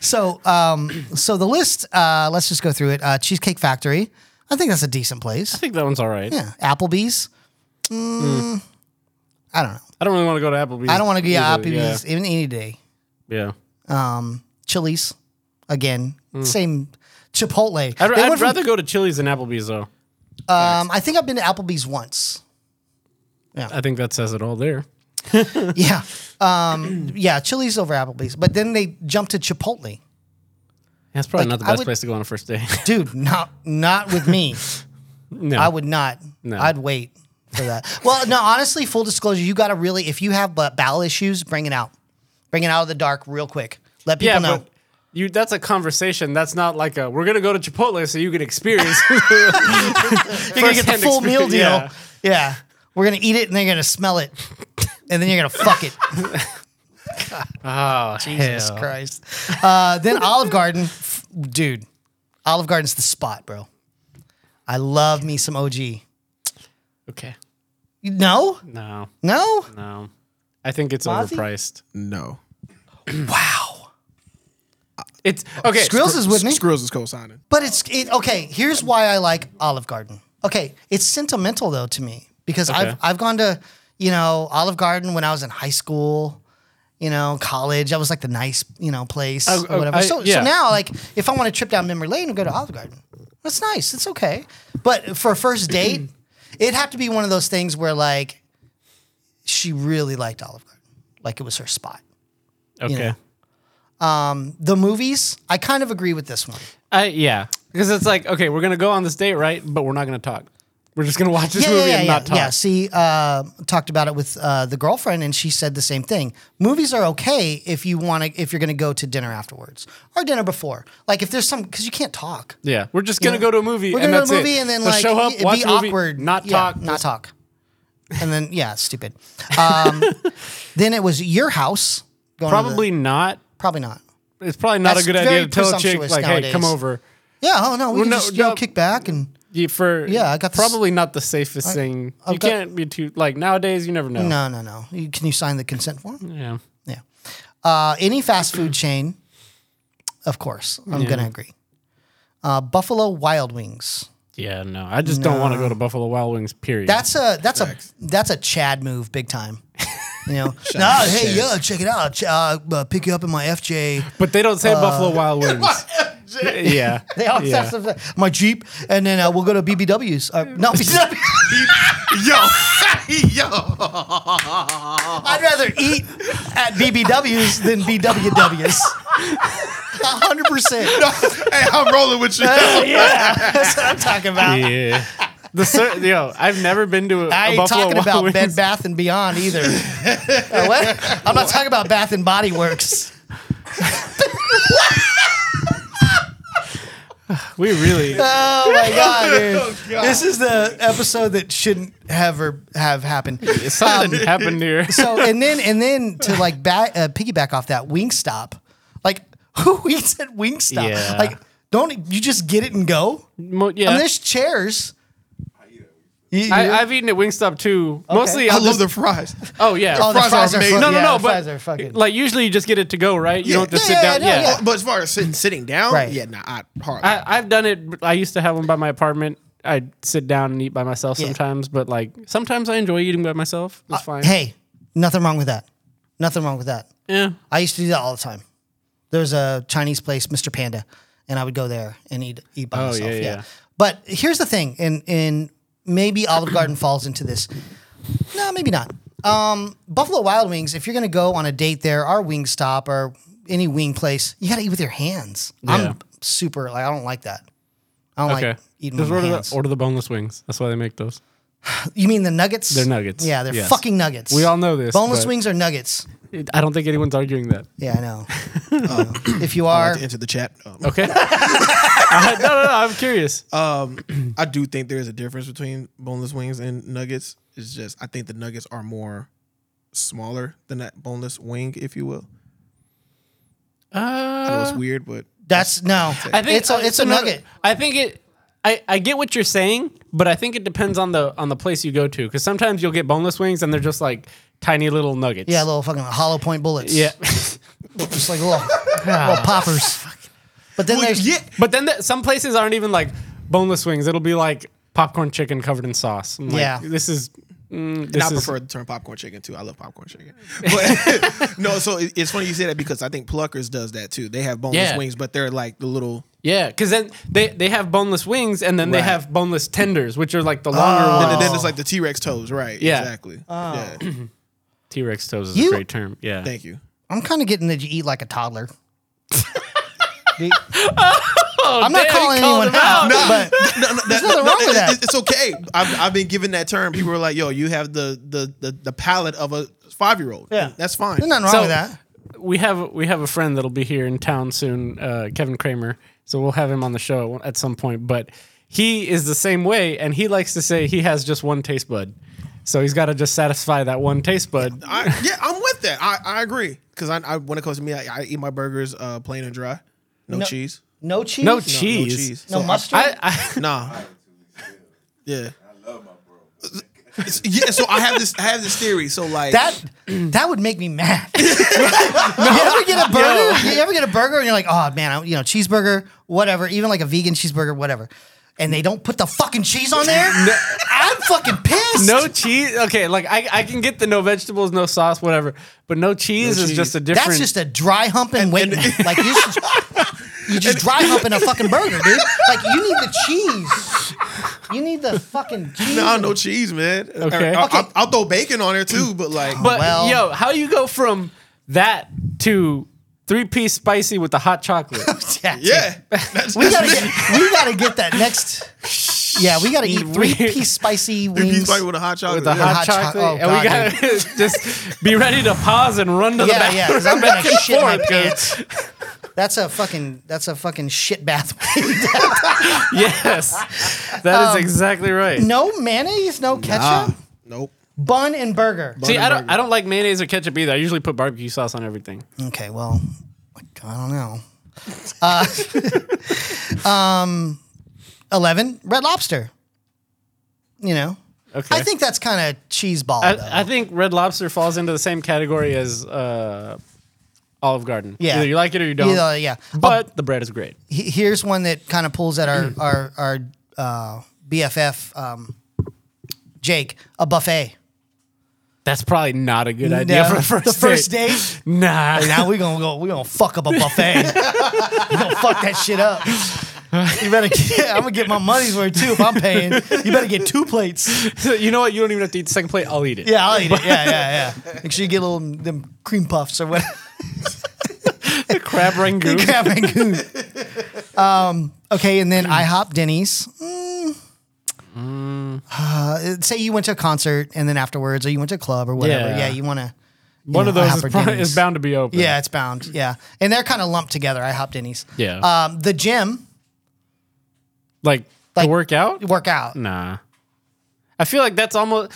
[SPEAKER 2] So, um, so the list, uh, let's just go through it. Uh, Cheesecake Factory. I think that's a decent place.
[SPEAKER 1] I think that one's all right.
[SPEAKER 2] Yeah. Applebee's. Mm, I don't know.
[SPEAKER 1] I don't really want to go to Applebee's.
[SPEAKER 2] I don't want to get
[SPEAKER 1] either.
[SPEAKER 2] Applebee's even any day. Um,
[SPEAKER 1] Yeah. yeah.
[SPEAKER 2] Chili's again. Same Chipotle.
[SPEAKER 1] Mm. I'd,
[SPEAKER 2] They
[SPEAKER 1] I'd
[SPEAKER 2] went from-
[SPEAKER 1] rather go to Chili's than Applebee's, though.
[SPEAKER 2] um, I think I've been to Applebee's once.
[SPEAKER 1] I think that says it all there.
[SPEAKER 2] Yeah. Um, [CLEARS THROAT] yeah, Chili's over Applebee's. But then they jumped to Chipotle.
[SPEAKER 1] That's probably not the
[SPEAKER 2] I
[SPEAKER 1] best
[SPEAKER 2] would-
[SPEAKER 1] place to go on a first day. [LAUGHS]
[SPEAKER 2] Dude, not not with me.
[SPEAKER 1] no.
[SPEAKER 2] I would not. I'd wait for that. Well, no, honestly, full disclosure, you got to really, if you have uh, bowel issues, bring it out. Bring it out of the dark real quick. Let people
[SPEAKER 1] Yeah,
[SPEAKER 2] know.
[SPEAKER 1] but you, that's a conversation. That's not like a, we're going to go to Chipotle so you can [LAUGHS] experience.
[SPEAKER 2] you're gonna get the
[SPEAKER 1] firsthand
[SPEAKER 2] full meal deal.
[SPEAKER 1] experience.
[SPEAKER 2] Yeah. We're gonna eat it and they're gonna smell it. [LAUGHS] And then you're gonna fuck it.
[SPEAKER 1] [LAUGHS] oh,
[SPEAKER 2] [LAUGHS] Jesus Christ. Uh, then Olive Garden, f- dude. Olive Garden's the spot, bro. I love me some OG.
[SPEAKER 1] Okay.
[SPEAKER 2] No,
[SPEAKER 1] No,
[SPEAKER 2] no.
[SPEAKER 1] no. I think it's
[SPEAKER 2] Mozzie?
[SPEAKER 1] overpriced.
[SPEAKER 3] [LAUGHS] No.
[SPEAKER 2] Wow.
[SPEAKER 1] It's okay.
[SPEAKER 2] Grills is with me,
[SPEAKER 3] Skrills is co-signing.
[SPEAKER 2] but it's it, okay. Here's why I like Olive Garden. Okay, it's sentimental though to me because I've
[SPEAKER 1] Okay.
[SPEAKER 2] I've gone to you know Olive Garden when I was in high school. You know, college. That was like the nice, you know, place
[SPEAKER 1] Oh,
[SPEAKER 2] or
[SPEAKER 1] oh,
[SPEAKER 2] whatever.
[SPEAKER 1] I-
[SPEAKER 2] so,
[SPEAKER 1] yeah.
[SPEAKER 2] so now, like, if I want to trip down memory lane and go to Olive Garden, That's nice. It's okay. But for
[SPEAKER 1] [CLEARS THROAT]
[SPEAKER 2] a first date, it'd have to be one of those things where like she really liked Olive Garden, like it was her spot.
[SPEAKER 1] Okay.
[SPEAKER 2] know. The movies, I kind of agree with this one.
[SPEAKER 1] I yeah, because it's like okay, we're gonna go on this date, right? But we're not gonna talk. We're just gonna watch this movie and not talk.
[SPEAKER 2] yeah. See, uh, talked about it with uh, the girlfriend, and she said the same thing. Movies are okay if you want to, if you're going to go to dinner afterwards or dinner before. Like if there's some, because you can't talk.
[SPEAKER 1] Yeah, we're just gonna go to a movie.
[SPEAKER 2] We're
[SPEAKER 1] and
[SPEAKER 2] going
[SPEAKER 1] that's
[SPEAKER 2] to a movie
[SPEAKER 1] it.
[SPEAKER 2] and then
[SPEAKER 1] They'll
[SPEAKER 2] like
[SPEAKER 1] show up,
[SPEAKER 2] it'd
[SPEAKER 1] watch
[SPEAKER 2] be
[SPEAKER 1] a movie,
[SPEAKER 2] awkward,
[SPEAKER 1] not
[SPEAKER 2] Yeah,
[SPEAKER 1] talk,
[SPEAKER 2] not talk. And then yeah, stupid.
[SPEAKER 1] [LAUGHS]
[SPEAKER 2] Um, then it was your house. Going to the-
[SPEAKER 1] Probably not.
[SPEAKER 2] probably not.
[SPEAKER 1] It's probably not
[SPEAKER 2] That's
[SPEAKER 1] a good
[SPEAKER 2] very
[SPEAKER 1] idea to tell a chick
[SPEAKER 2] presumptuous
[SPEAKER 1] like, "Hey,
[SPEAKER 2] nowadays.
[SPEAKER 1] come over."
[SPEAKER 2] Yeah. Oh no, we
[SPEAKER 1] Well,
[SPEAKER 2] can
[SPEAKER 1] no,
[SPEAKER 2] just you know,
[SPEAKER 1] no.
[SPEAKER 2] kick back and
[SPEAKER 1] You, for
[SPEAKER 2] Yeah, I got this-
[SPEAKER 1] probably not the safest thing. you
[SPEAKER 2] I've got-
[SPEAKER 1] can't be too like nowadays. You never know.
[SPEAKER 2] no, no, no. You, can you sign the consent form?
[SPEAKER 1] Yeah.
[SPEAKER 2] Yeah. Uh, any fast food chain, of course, I'm going to agree. Uh, Buffalo Wild Wings.
[SPEAKER 1] Yeah, no. I just don't want to go to Buffalo Wild Wings. Period.
[SPEAKER 2] That's a that's a that's a Chad move, big time. You
[SPEAKER 3] [LAUGHS]
[SPEAKER 2] know, nah,
[SPEAKER 3] out to
[SPEAKER 2] hey,
[SPEAKER 3] Chad.
[SPEAKER 2] yeah, check it out. Ch- Uh, uh, pick you up in my FJ.
[SPEAKER 1] but they don't say
[SPEAKER 2] Uh, [LAUGHS]
[SPEAKER 1] Buffalo Wild Wings. [LAUGHS] yeah.
[SPEAKER 2] They always
[SPEAKER 1] yeah.
[SPEAKER 2] have something. My Jeep, and then uh, we'll go to BBW's. Uh,
[SPEAKER 3] [LAUGHS]
[SPEAKER 2] no, BBW.
[SPEAKER 3] Yo, [LAUGHS] yo.
[SPEAKER 2] I'd rather eat at BBW's than BWW's. hundred percent.
[SPEAKER 3] Hey, I'm rolling
[SPEAKER 2] [LAUGHS]
[SPEAKER 3] with you. [LAUGHS]
[SPEAKER 2] That's what I'm talking about.
[SPEAKER 1] Yeah. The cer- yo, I've never been to a,
[SPEAKER 2] I
[SPEAKER 1] a
[SPEAKER 2] ain't
[SPEAKER 1] Buffalo
[SPEAKER 2] talking
[SPEAKER 1] Wild
[SPEAKER 2] about
[SPEAKER 1] Wings.
[SPEAKER 2] Bed Bath and Beyond either. Uh, what? I'm not talking about Bath and Body Works.
[SPEAKER 1] We
[SPEAKER 2] [LAUGHS]
[SPEAKER 1] really.
[SPEAKER 2] Oh my god, dude. This is the episode that shouldn't ever have happened. Um,
[SPEAKER 1] Something happened here.
[SPEAKER 2] So and then and then to like ba- uh, piggyback off that Wingstop, like [LAUGHS] who eats at Wingstop?
[SPEAKER 1] Yeah.
[SPEAKER 2] Like don't you just get it and go?
[SPEAKER 1] [LAUGHS] Mo- yeah.
[SPEAKER 2] I mean, there's chairs. You-
[SPEAKER 1] I,
[SPEAKER 2] you-
[SPEAKER 1] I've eaten at Wingstop too. Mostly,
[SPEAKER 3] I
[SPEAKER 1] I'll
[SPEAKER 3] love
[SPEAKER 1] just,
[SPEAKER 3] the [LAUGHS] fries.
[SPEAKER 1] oh yeah,
[SPEAKER 2] oh, the
[SPEAKER 3] fries are
[SPEAKER 2] fries are,
[SPEAKER 3] amazing.
[SPEAKER 2] fu-
[SPEAKER 1] no, no,
[SPEAKER 2] yeah,
[SPEAKER 1] no.
[SPEAKER 2] the
[SPEAKER 1] But
[SPEAKER 2] fries are fucking.
[SPEAKER 1] like usually, you just get it to go, right? You
[SPEAKER 3] Yeah.
[SPEAKER 1] don't have to
[SPEAKER 2] Yeah,
[SPEAKER 1] sit
[SPEAKER 2] yeah,
[SPEAKER 1] down.
[SPEAKER 2] yeah,
[SPEAKER 1] Yeah,
[SPEAKER 2] yeah.
[SPEAKER 3] But as far as sitting sitting down,
[SPEAKER 2] Right.
[SPEAKER 3] yeah, nah, I hardly.
[SPEAKER 1] I, I've done it. I used to have them by my apartment. I'd sit down and eat by myself
[SPEAKER 2] Yeah. Uh,
[SPEAKER 1] sometimes, but like sometimes I enjoy eating by myself. It's fine.
[SPEAKER 2] hey, nothing wrong with that. Nothing wrong with that.
[SPEAKER 1] Yeah.
[SPEAKER 2] I used to do that all the time. There was a Chinese place, Mr. Panda, and I would go there and eat eat by myself.
[SPEAKER 1] Oh, yeah,
[SPEAKER 2] Yeah,
[SPEAKER 1] yeah.
[SPEAKER 2] But here's the thing, and and maybe Olive Garden falls into this. No, maybe not. Um, Buffalo Wild Wings. If you're gonna go on a date there, or Wingstop, or any wing place, you gotta eat with your hands.
[SPEAKER 1] Yeah.
[SPEAKER 2] I'm super like I don't like that. I don't
[SPEAKER 1] Okay.
[SPEAKER 2] like eating
[SPEAKER 1] Just
[SPEAKER 2] with
[SPEAKER 1] order
[SPEAKER 2] my
[SPEAKER 1] the,
[SPEAKER 2] hands.
[SPEAKER 1] order the boneless wings. That's why they make those.
[SPEAKER 2] you mean the nuggets? They're
[SPEAKER 1] nuggets,
[SPEAKER 2] Yeah, they're
[SPEAKER 1] yes.
[SPEAKER 2] fucking nuggets.
[SPEAKER 1] We all know this,
[SPEAKER 2] Boneless
[SPEAKER 1] but-
[SPEAKER 2] wings are nuggets.
[SPEAKER 1] It- I don't think anyone's arguing
[SPEAKER 2] [LAUGHS]
[SPEAKER 1] that.
[SPEAKER 2] Yeah,
[SPEAKER 1] [LAUGHS]
[SPEAKER 2] I know. Uh, if you are,
[SPEAKER 3] to enter the chat. Um,
[SPEAKER 1] Okay. [LAUGHS] I- no, no, no. I'm curious.
[SPEAKER 2] Uh,
[SPEAKER 3] I do think there is a difference between boneless wings and nuggets. It's just I think the nuggets are more smaller than that boneless wing, if you will. I know
[SPEAKER 1] Uh,
[SPEAKER 3] it's weird, but
[SPEAKER 2] That's no.
[SPEAKER 1] I think
[SPEAKER 2] it's a it's a
[SPEAKER 1] no, no,
[SPEAKER 2] nugget.
[SPEAKER 1] I think it. I, I get what you're saying, but I think it depends on the on the place you go to. Because sometimes you'll get boneless wings and they're just like tiny little nuggets.
[SPEAKER 2] Yeah, little fucking hollow point bullets.
[SPEAKER 1] yeah. [LAUGHS]
[SPEAKER 2] just like little, little poppers. But then there's
[SPEAKER 3] yeah,
[SPEAKER 1] but then the, some places aren't even like boneless wings. It'll be like popcorn chicken covered in sauce. I'm like,
[SPEAKER 2] Yeah.
[SPEAKER 1] This is. Mm,
[SPEAKER 3] and
[SPEAKER 1] this
[SPEAKER 3] I
[SPEAKER 1] is
[SPEAKER 3] prefer the term popcorn chicken too. I love popcorn chicken,
[SPEAKER 1] [LAUGHS]
[SPEAKER 3] but [LAUGHS] no. So it- it's funny you say that because I think Pluckers does that too. They have boneless
[SPEAKER 1] Yeah.
[SPEAKER 3] wings, but they're like the little
[SPEAKER 1] yeah, because then they, they have boneless wings and then they
[SPEAKER 3] Right. Oh.
[SPEAKER 1] have boneless tenders, which are like the longer
[SPEAKER 2] Oh.
[SPEAKER 1] ones.
[SPEAKER 3] and then it's like the T Rex toes, right?
[SPEAKER 1] Yeah.
[SPEAKER 3] exactly. Yeah.
[SPEAKER 1] T Rex toes is
[SPEAKER 2] You-
[SPEAKER 1] a great term. Yeah,
[SPEAKER 3] Thank you.
[SPEAKER 2] I'm kind of getting that you eat like
[SPEAKER 1] [LAUGHS]
[SPEAKER 2] a toddler. The- I'm not
[SPEAKER 1] damn,
[SPEAKER 2] calling
[SPEAKER 1] he called
[SPEAKER 2] anyone
[SPEAKER 1] him
[SPEAKER 2] out, but
[SPEAKER 3] No, no, that-
[SPEAKER 2] There's nothing wrong with
[SPEAKER 3] it-
[SPEAKER 2] that.
[SPEAKER 3] it- It's okay. I've, I've been given that term. People are like, "Yo, you have the the the, the palate of a five year old."
[SPEAKER 2] Yeah.
[SPEAKER 3] that's fine.
[SPEAKER 2] there's nothing wrong
[SPEAKER 1] So-
[SPEAKER 2] with that.
[SPEAKER 1] we have we have a friend that'll be here in town soon, uh, Kevin Kramer. So we'll have him on the show at some point. But he is the same way, and he likes to say he has just one taste bud, so he's got to just satisfy that one taste bud.
[SPEAKER 3] I, yeah, I'm with that. I, I agree because I, I when it comes to me, I, I eat my burgers uh, plain and dry, no,
[SPEAKER 2] No-
[SPEAKER 3] cheese,
[SPEAKER 2] No cheese.
[SPEAKER 1] No
[SPEAKER 3] no,
[SPEAKER 1] cheese.
[SPEAKER 3] no cheese,
[SPEAKER 2] No
[SPEAKER 3] So
[SPEAKER 2] mustard.
[SPEAKER 1] I, I
[SPEAKER 3] I- nah. Yeah. It's- [LAUGHS] Yeah, so I have this I have this theory. So like
[SPEAKER 2] that that would make me
[SPEAKER 3] [LAUGHS]
[SPEAKER 2] mad. you ever get a burger? You ever get a burger and you're like, oh man, I, you know, cheeseburger, whatever, even like a vegan cheeseburger, whatever. and they don't put the fucking cheese on there, I'm fucking pissed.
[SPEAKER 1] [LAUGHS] No cheese. Okay, like I, I can get the no vegetables, no sauce, whatever, but no cheese is
[SPEAKER 3] cheese.
[SPEAKER 1] just a different.
[SPEAKER 2] That's just a dry humping waiting. like you just, you just dry humping a fucking burger, dude. Like you need the cheese. You need the fucking cheese.
[SPEAKER 3] Nah, no cheese, man.
[SPEAKER 1] Okay.
[SPEAKER 3] I,
[SPEAKER 2] Okay.
[SPEAKER 3] will I'll throw bacon on there too, but like,
[SPEAKER 1] But
[SPEAKER 2] Well-
[SPEAKER 1] yo, how you go from that to three piece spicy with the hot chocolate?
[SPEAKER 2] [LAUGHS] Yeah, dude.
[SPEAKER 3] yeah, [LAUGHS] that's,
[SPEAKER 2] We
[SPEAKER 3] that's
[SPEAKER 2] gotta
[SPEAKER 3] me.
[SPEAKER 2] get we gotta get that next. Yeah, we gotta eat three piece spicy
[SPEAKER 3] Three piece
[SPEAKER 2] wings.
[SPEAKER 3] bacon with a hot chocolate.
[SPEAKER 1] the
[SPEAKER 3] yeah.
[SPEAKER 1] hot,
[SPEAKER 2] hot choc-
[SPEAKER 1] chocolate,
[SPEAKER 2] oh,
[SPEAKER 1] and we
[SPEAKER 2] God,
[SPEAKER 1] gotta [LAUGHS] just be ready to pause and run to the
[SPEAKER 2] Yeah, yeah,
[SPEAKER 1] bathroom.
[SPEAKER 2] 'cause I'm gonna
[SPEAKER 1] back and
[SPEAKER 2] shit my
[SPEAKER 1] forth, 'cause-
[SPEAKER 2] That's a fucking that's a fucking shit bath.
[SPEAKER 1] [LAUGHS]
[SPEAKER 2] [LAUGHS]
[SPEAKER 1] Yes, that is exactly right.
[SPEAKER 2] Um, no mayonnaise, no ketchup,
[SPEAKER 3] Ah, nope.
[SPEAKER 2] bun and burger.
[SPEAKER 1] See, I don't, I don't like mayonnaise or ketchup either. I usually put barbecue sauce on everything.
[SPEAKER 2] Okay, well, I don't know. Uh, [LAUGHS] um, eleven red lobster. You know,
[SPEAKER 1] Okay.
[SPEAKER 2] I think that's kind of cheese ball. though.
[SPEAKER 1] I, I think Red Lobster falls into the same category as uh, Olive Garden.
[SPEAKER 2] Yeah.
[SPEAKER 1] Either you like it or you don't.
[SPEAKER 2] You know, yeah, Oh,
[SPEAKER 1] But Mm. the bread is great.
[SPEAKER 2] he- here's one that kind of pulls at our our our uh, BFF um, Jake a buffet.
[SPEAKER 1] That's probably not a good idea
[SPEAKER 2] Now,
[SPEAKER 1] for the first
[SPEAKER 2] the first
[SPEAKER 1] date.
[SPEAKER 2] date.
[SPEAKER 1] [LAUGHS] Nah.
[SPEAKER 2] [LAUGHS] Now we're gonna go. We're gonna fuck up a buffet. [LAUGHS] we're gonna fuck that shit up. You better. Get, I'm gonna get my money's worth too if I'm paying. You better get two
[SPEAKER 1] [LAUGHS]
[SPEAKER 2] plates.
[SPEAKER 1] you know what? You don't even have to eat the second plate. I'll eat it.
[SPEAKER 2] Yeah, I'll eat it. Yeah, yeah, yeah. Make sure you get a little them cream puffs or whatever. [LAUGHS]
[SPEAKER 1] Crab rangoon.
[SPEAKER 2] Crab Rangoon. Um, okay, and then IHOP Denny's. Mm. Uh, say you went to a concert and then afterwards, or you went to a club or whatever.
[SPEAKER 1] Yeah.
[SPEAKER 2] Yeah, you want to.
[SPEAKER 1] One of those is,
[SPEAKER 2] IHOP or
[SPEAKER 1] probably-
[SPEAKER 2] Denny's.
[SPEAKER 1] is bound to be open.
[SPEAKER 2] Yeah, it's bound. Yeah, and they're kind of lumped together. IHOP Denny's.
[SPEAKER 1] Yeah.
[SPEAKER 2] Um, the gym
[SPEAKER 1] Like,
[SPEAKER 2] Like-
[SPEAKER 1] to work out?
[SPEAKER 2] work out.
[SPEAKER 1] Nah. I feel like that's almost.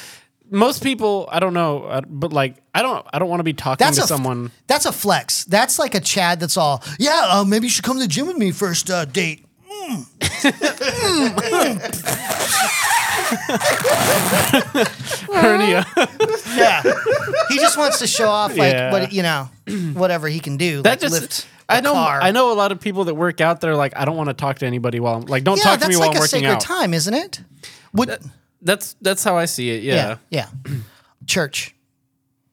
[SPEAKER 1] Most people, I don't know, uh, but like, I don't, I don't want to be talking
[SPEAKER 2] That's
[SPEAKER 1] to
[SPEAKER 2] a [LAUGHS]
[SPEAKER 1] someone. [LAUGHS]
[SPEAKER 2] that's a flex. That's like a Chad. That's all. Yeah, uh, maybe you should come to the gym with me first uh, date. Mm.
[SPEAKER 1] hernia. [LAUGHS]
[SPEAKER 2] Yeah, he just wants to show off, like
[SPEAKER 1] Yeah.
[SPEAKER 2] what
[SPEAKER 1] [CLEARS THROAT]
[SPEAKER 2] you know, whatever he can do.
[SPEAKER 1] that
[SPEAKER 2] like
[SPEAKER 1] just
[SPEAKER 2] lift
[SPEAKER 1] I
[SPEAKER 2] a
[SPEAKER 1] know
[SPEAKER 2] car.
[SPEAKER 1] I know a lot of people that work out that are like I don't want to talk to anybody while I'm like don't
[SPEAKER 2] Yeah,
[SPEAKER 1] talk to
[SPEAKER 2] that's
[SPEAKER 1] me while
[SPEAKER 2] like
[SPEAKER 1] I'm
[SPEAKER 2] a
[SPEAKER 1] working
[SPEAKER 2] sacred
[SPEAKER 1] out.
[SPEAKER 2] time, isn't it? Would
[SPEAKER 1] That's that's how I see it. Yeah.
[SPEAKER 2] yeah, yeah, church.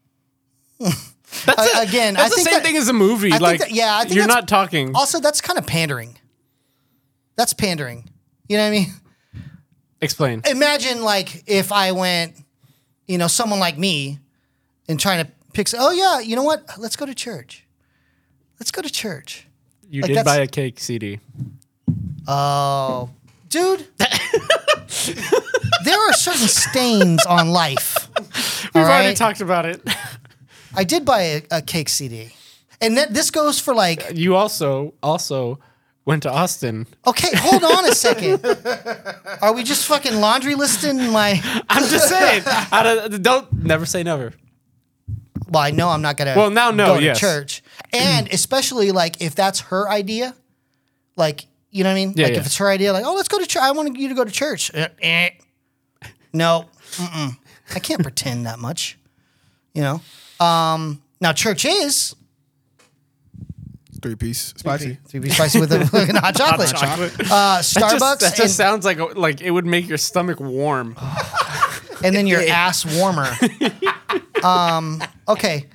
[SPEAKER 1] [LAUGHS] That's
[SPEAKER 2] A- again,
[SPEAKER 1] that's
[SPEAKER 2] I
[SPEAKER 1] the
[SPEAKER 2] think
[SPEAKER 1] same
[SPEAKER 2] that-
[SPEAKER 1] thing as a movie.
[SPEAKER 2] think
[SPEAKER 1] like
[SPEAKER 2] that- yeah, I think
[SPEAKER 1] you're
[SPEAKER 2] that's-
[SPEAKER 1] not talking.
[SPEAKER 2] Also, that's kind of pandering. That's pandering. You know what I mean?
[SPEAKER 1] Explain.
[SPEAKER 2] imagine like if I went, you know, someone like me and trying to pick, oh yeah, you know what? Let's go to church. Let's go to church.
[SPEAKER 1] You
[SPEAKER 2] like
[SPEAKER 1] did
[SPEAKER 2] that's-
[SPEAKER 1] buy a cake CD.
[SPEAKER 2] Oh, dude. there are certain stains on life.
[SPEAKER 1] [LAUGHS] We've
[SPEAKER 2] all
[SPEAKER 1] already
[SPEAKER 2] right?
[SPEAKER 1] talked about it.
[SPEAKER 2] I did buy a, a cake CD. And that, this goes for like,
[SPEAKER 1] [LAUGHS] You also also went to
[SPEAKER 2] [LAUGHS]
[SPEAKER 1] Austin.
[SPEAKER 2] okay, hold on a
[SPEAKER 1] [LAUGHS]
[SPEAKER 2] second. Are we just fucking laundry listing my.
[SPEAKER 1] I'm just saying. I don't, don't never say never.
[SPEAKER 2] well, I know I'm not gonna.
[SPEAKER 1] Well, now no,
[SPEAKER 2] go to
[SPEAKER 1] yes.
[SPEAKER 2] church,
[SPEAKER 1] [CLEARS THROAT]
[SPEAKER 2] and especially like if that's her idea, like you know what I mean.
[SPEAKER 1] Yeah,
[SPEAKER 2] like
[SPEAKER 1] yeah.
[SPEAKER 2] if it's her idea, like oh, let's go to church. I want you to go to church. Eh, eh. No, mm-mm. I can't pretend that much. You know. Um. Now church is
[SPEAKER 3] Three piece spicy.
[SPEAKER 2] three piece spicy with a [LAUGHS] fucking hot
[SPEAKER 1] [LAUGHS]
[SPEAKER 2] chocolate. Uh,
[SPEAKER 1] That just- that
[SPEAKER 2] Starbucks
[SPEAKER 1] just
[SPEAKER 2] and,
[SPEAKER 1] sounds like like it would make your stomach warm.
[SPEAKER 2] and then your ass warmer.
[SPEAKER 1] [LAUGHS]
[SPEAKER 2] um. Okay.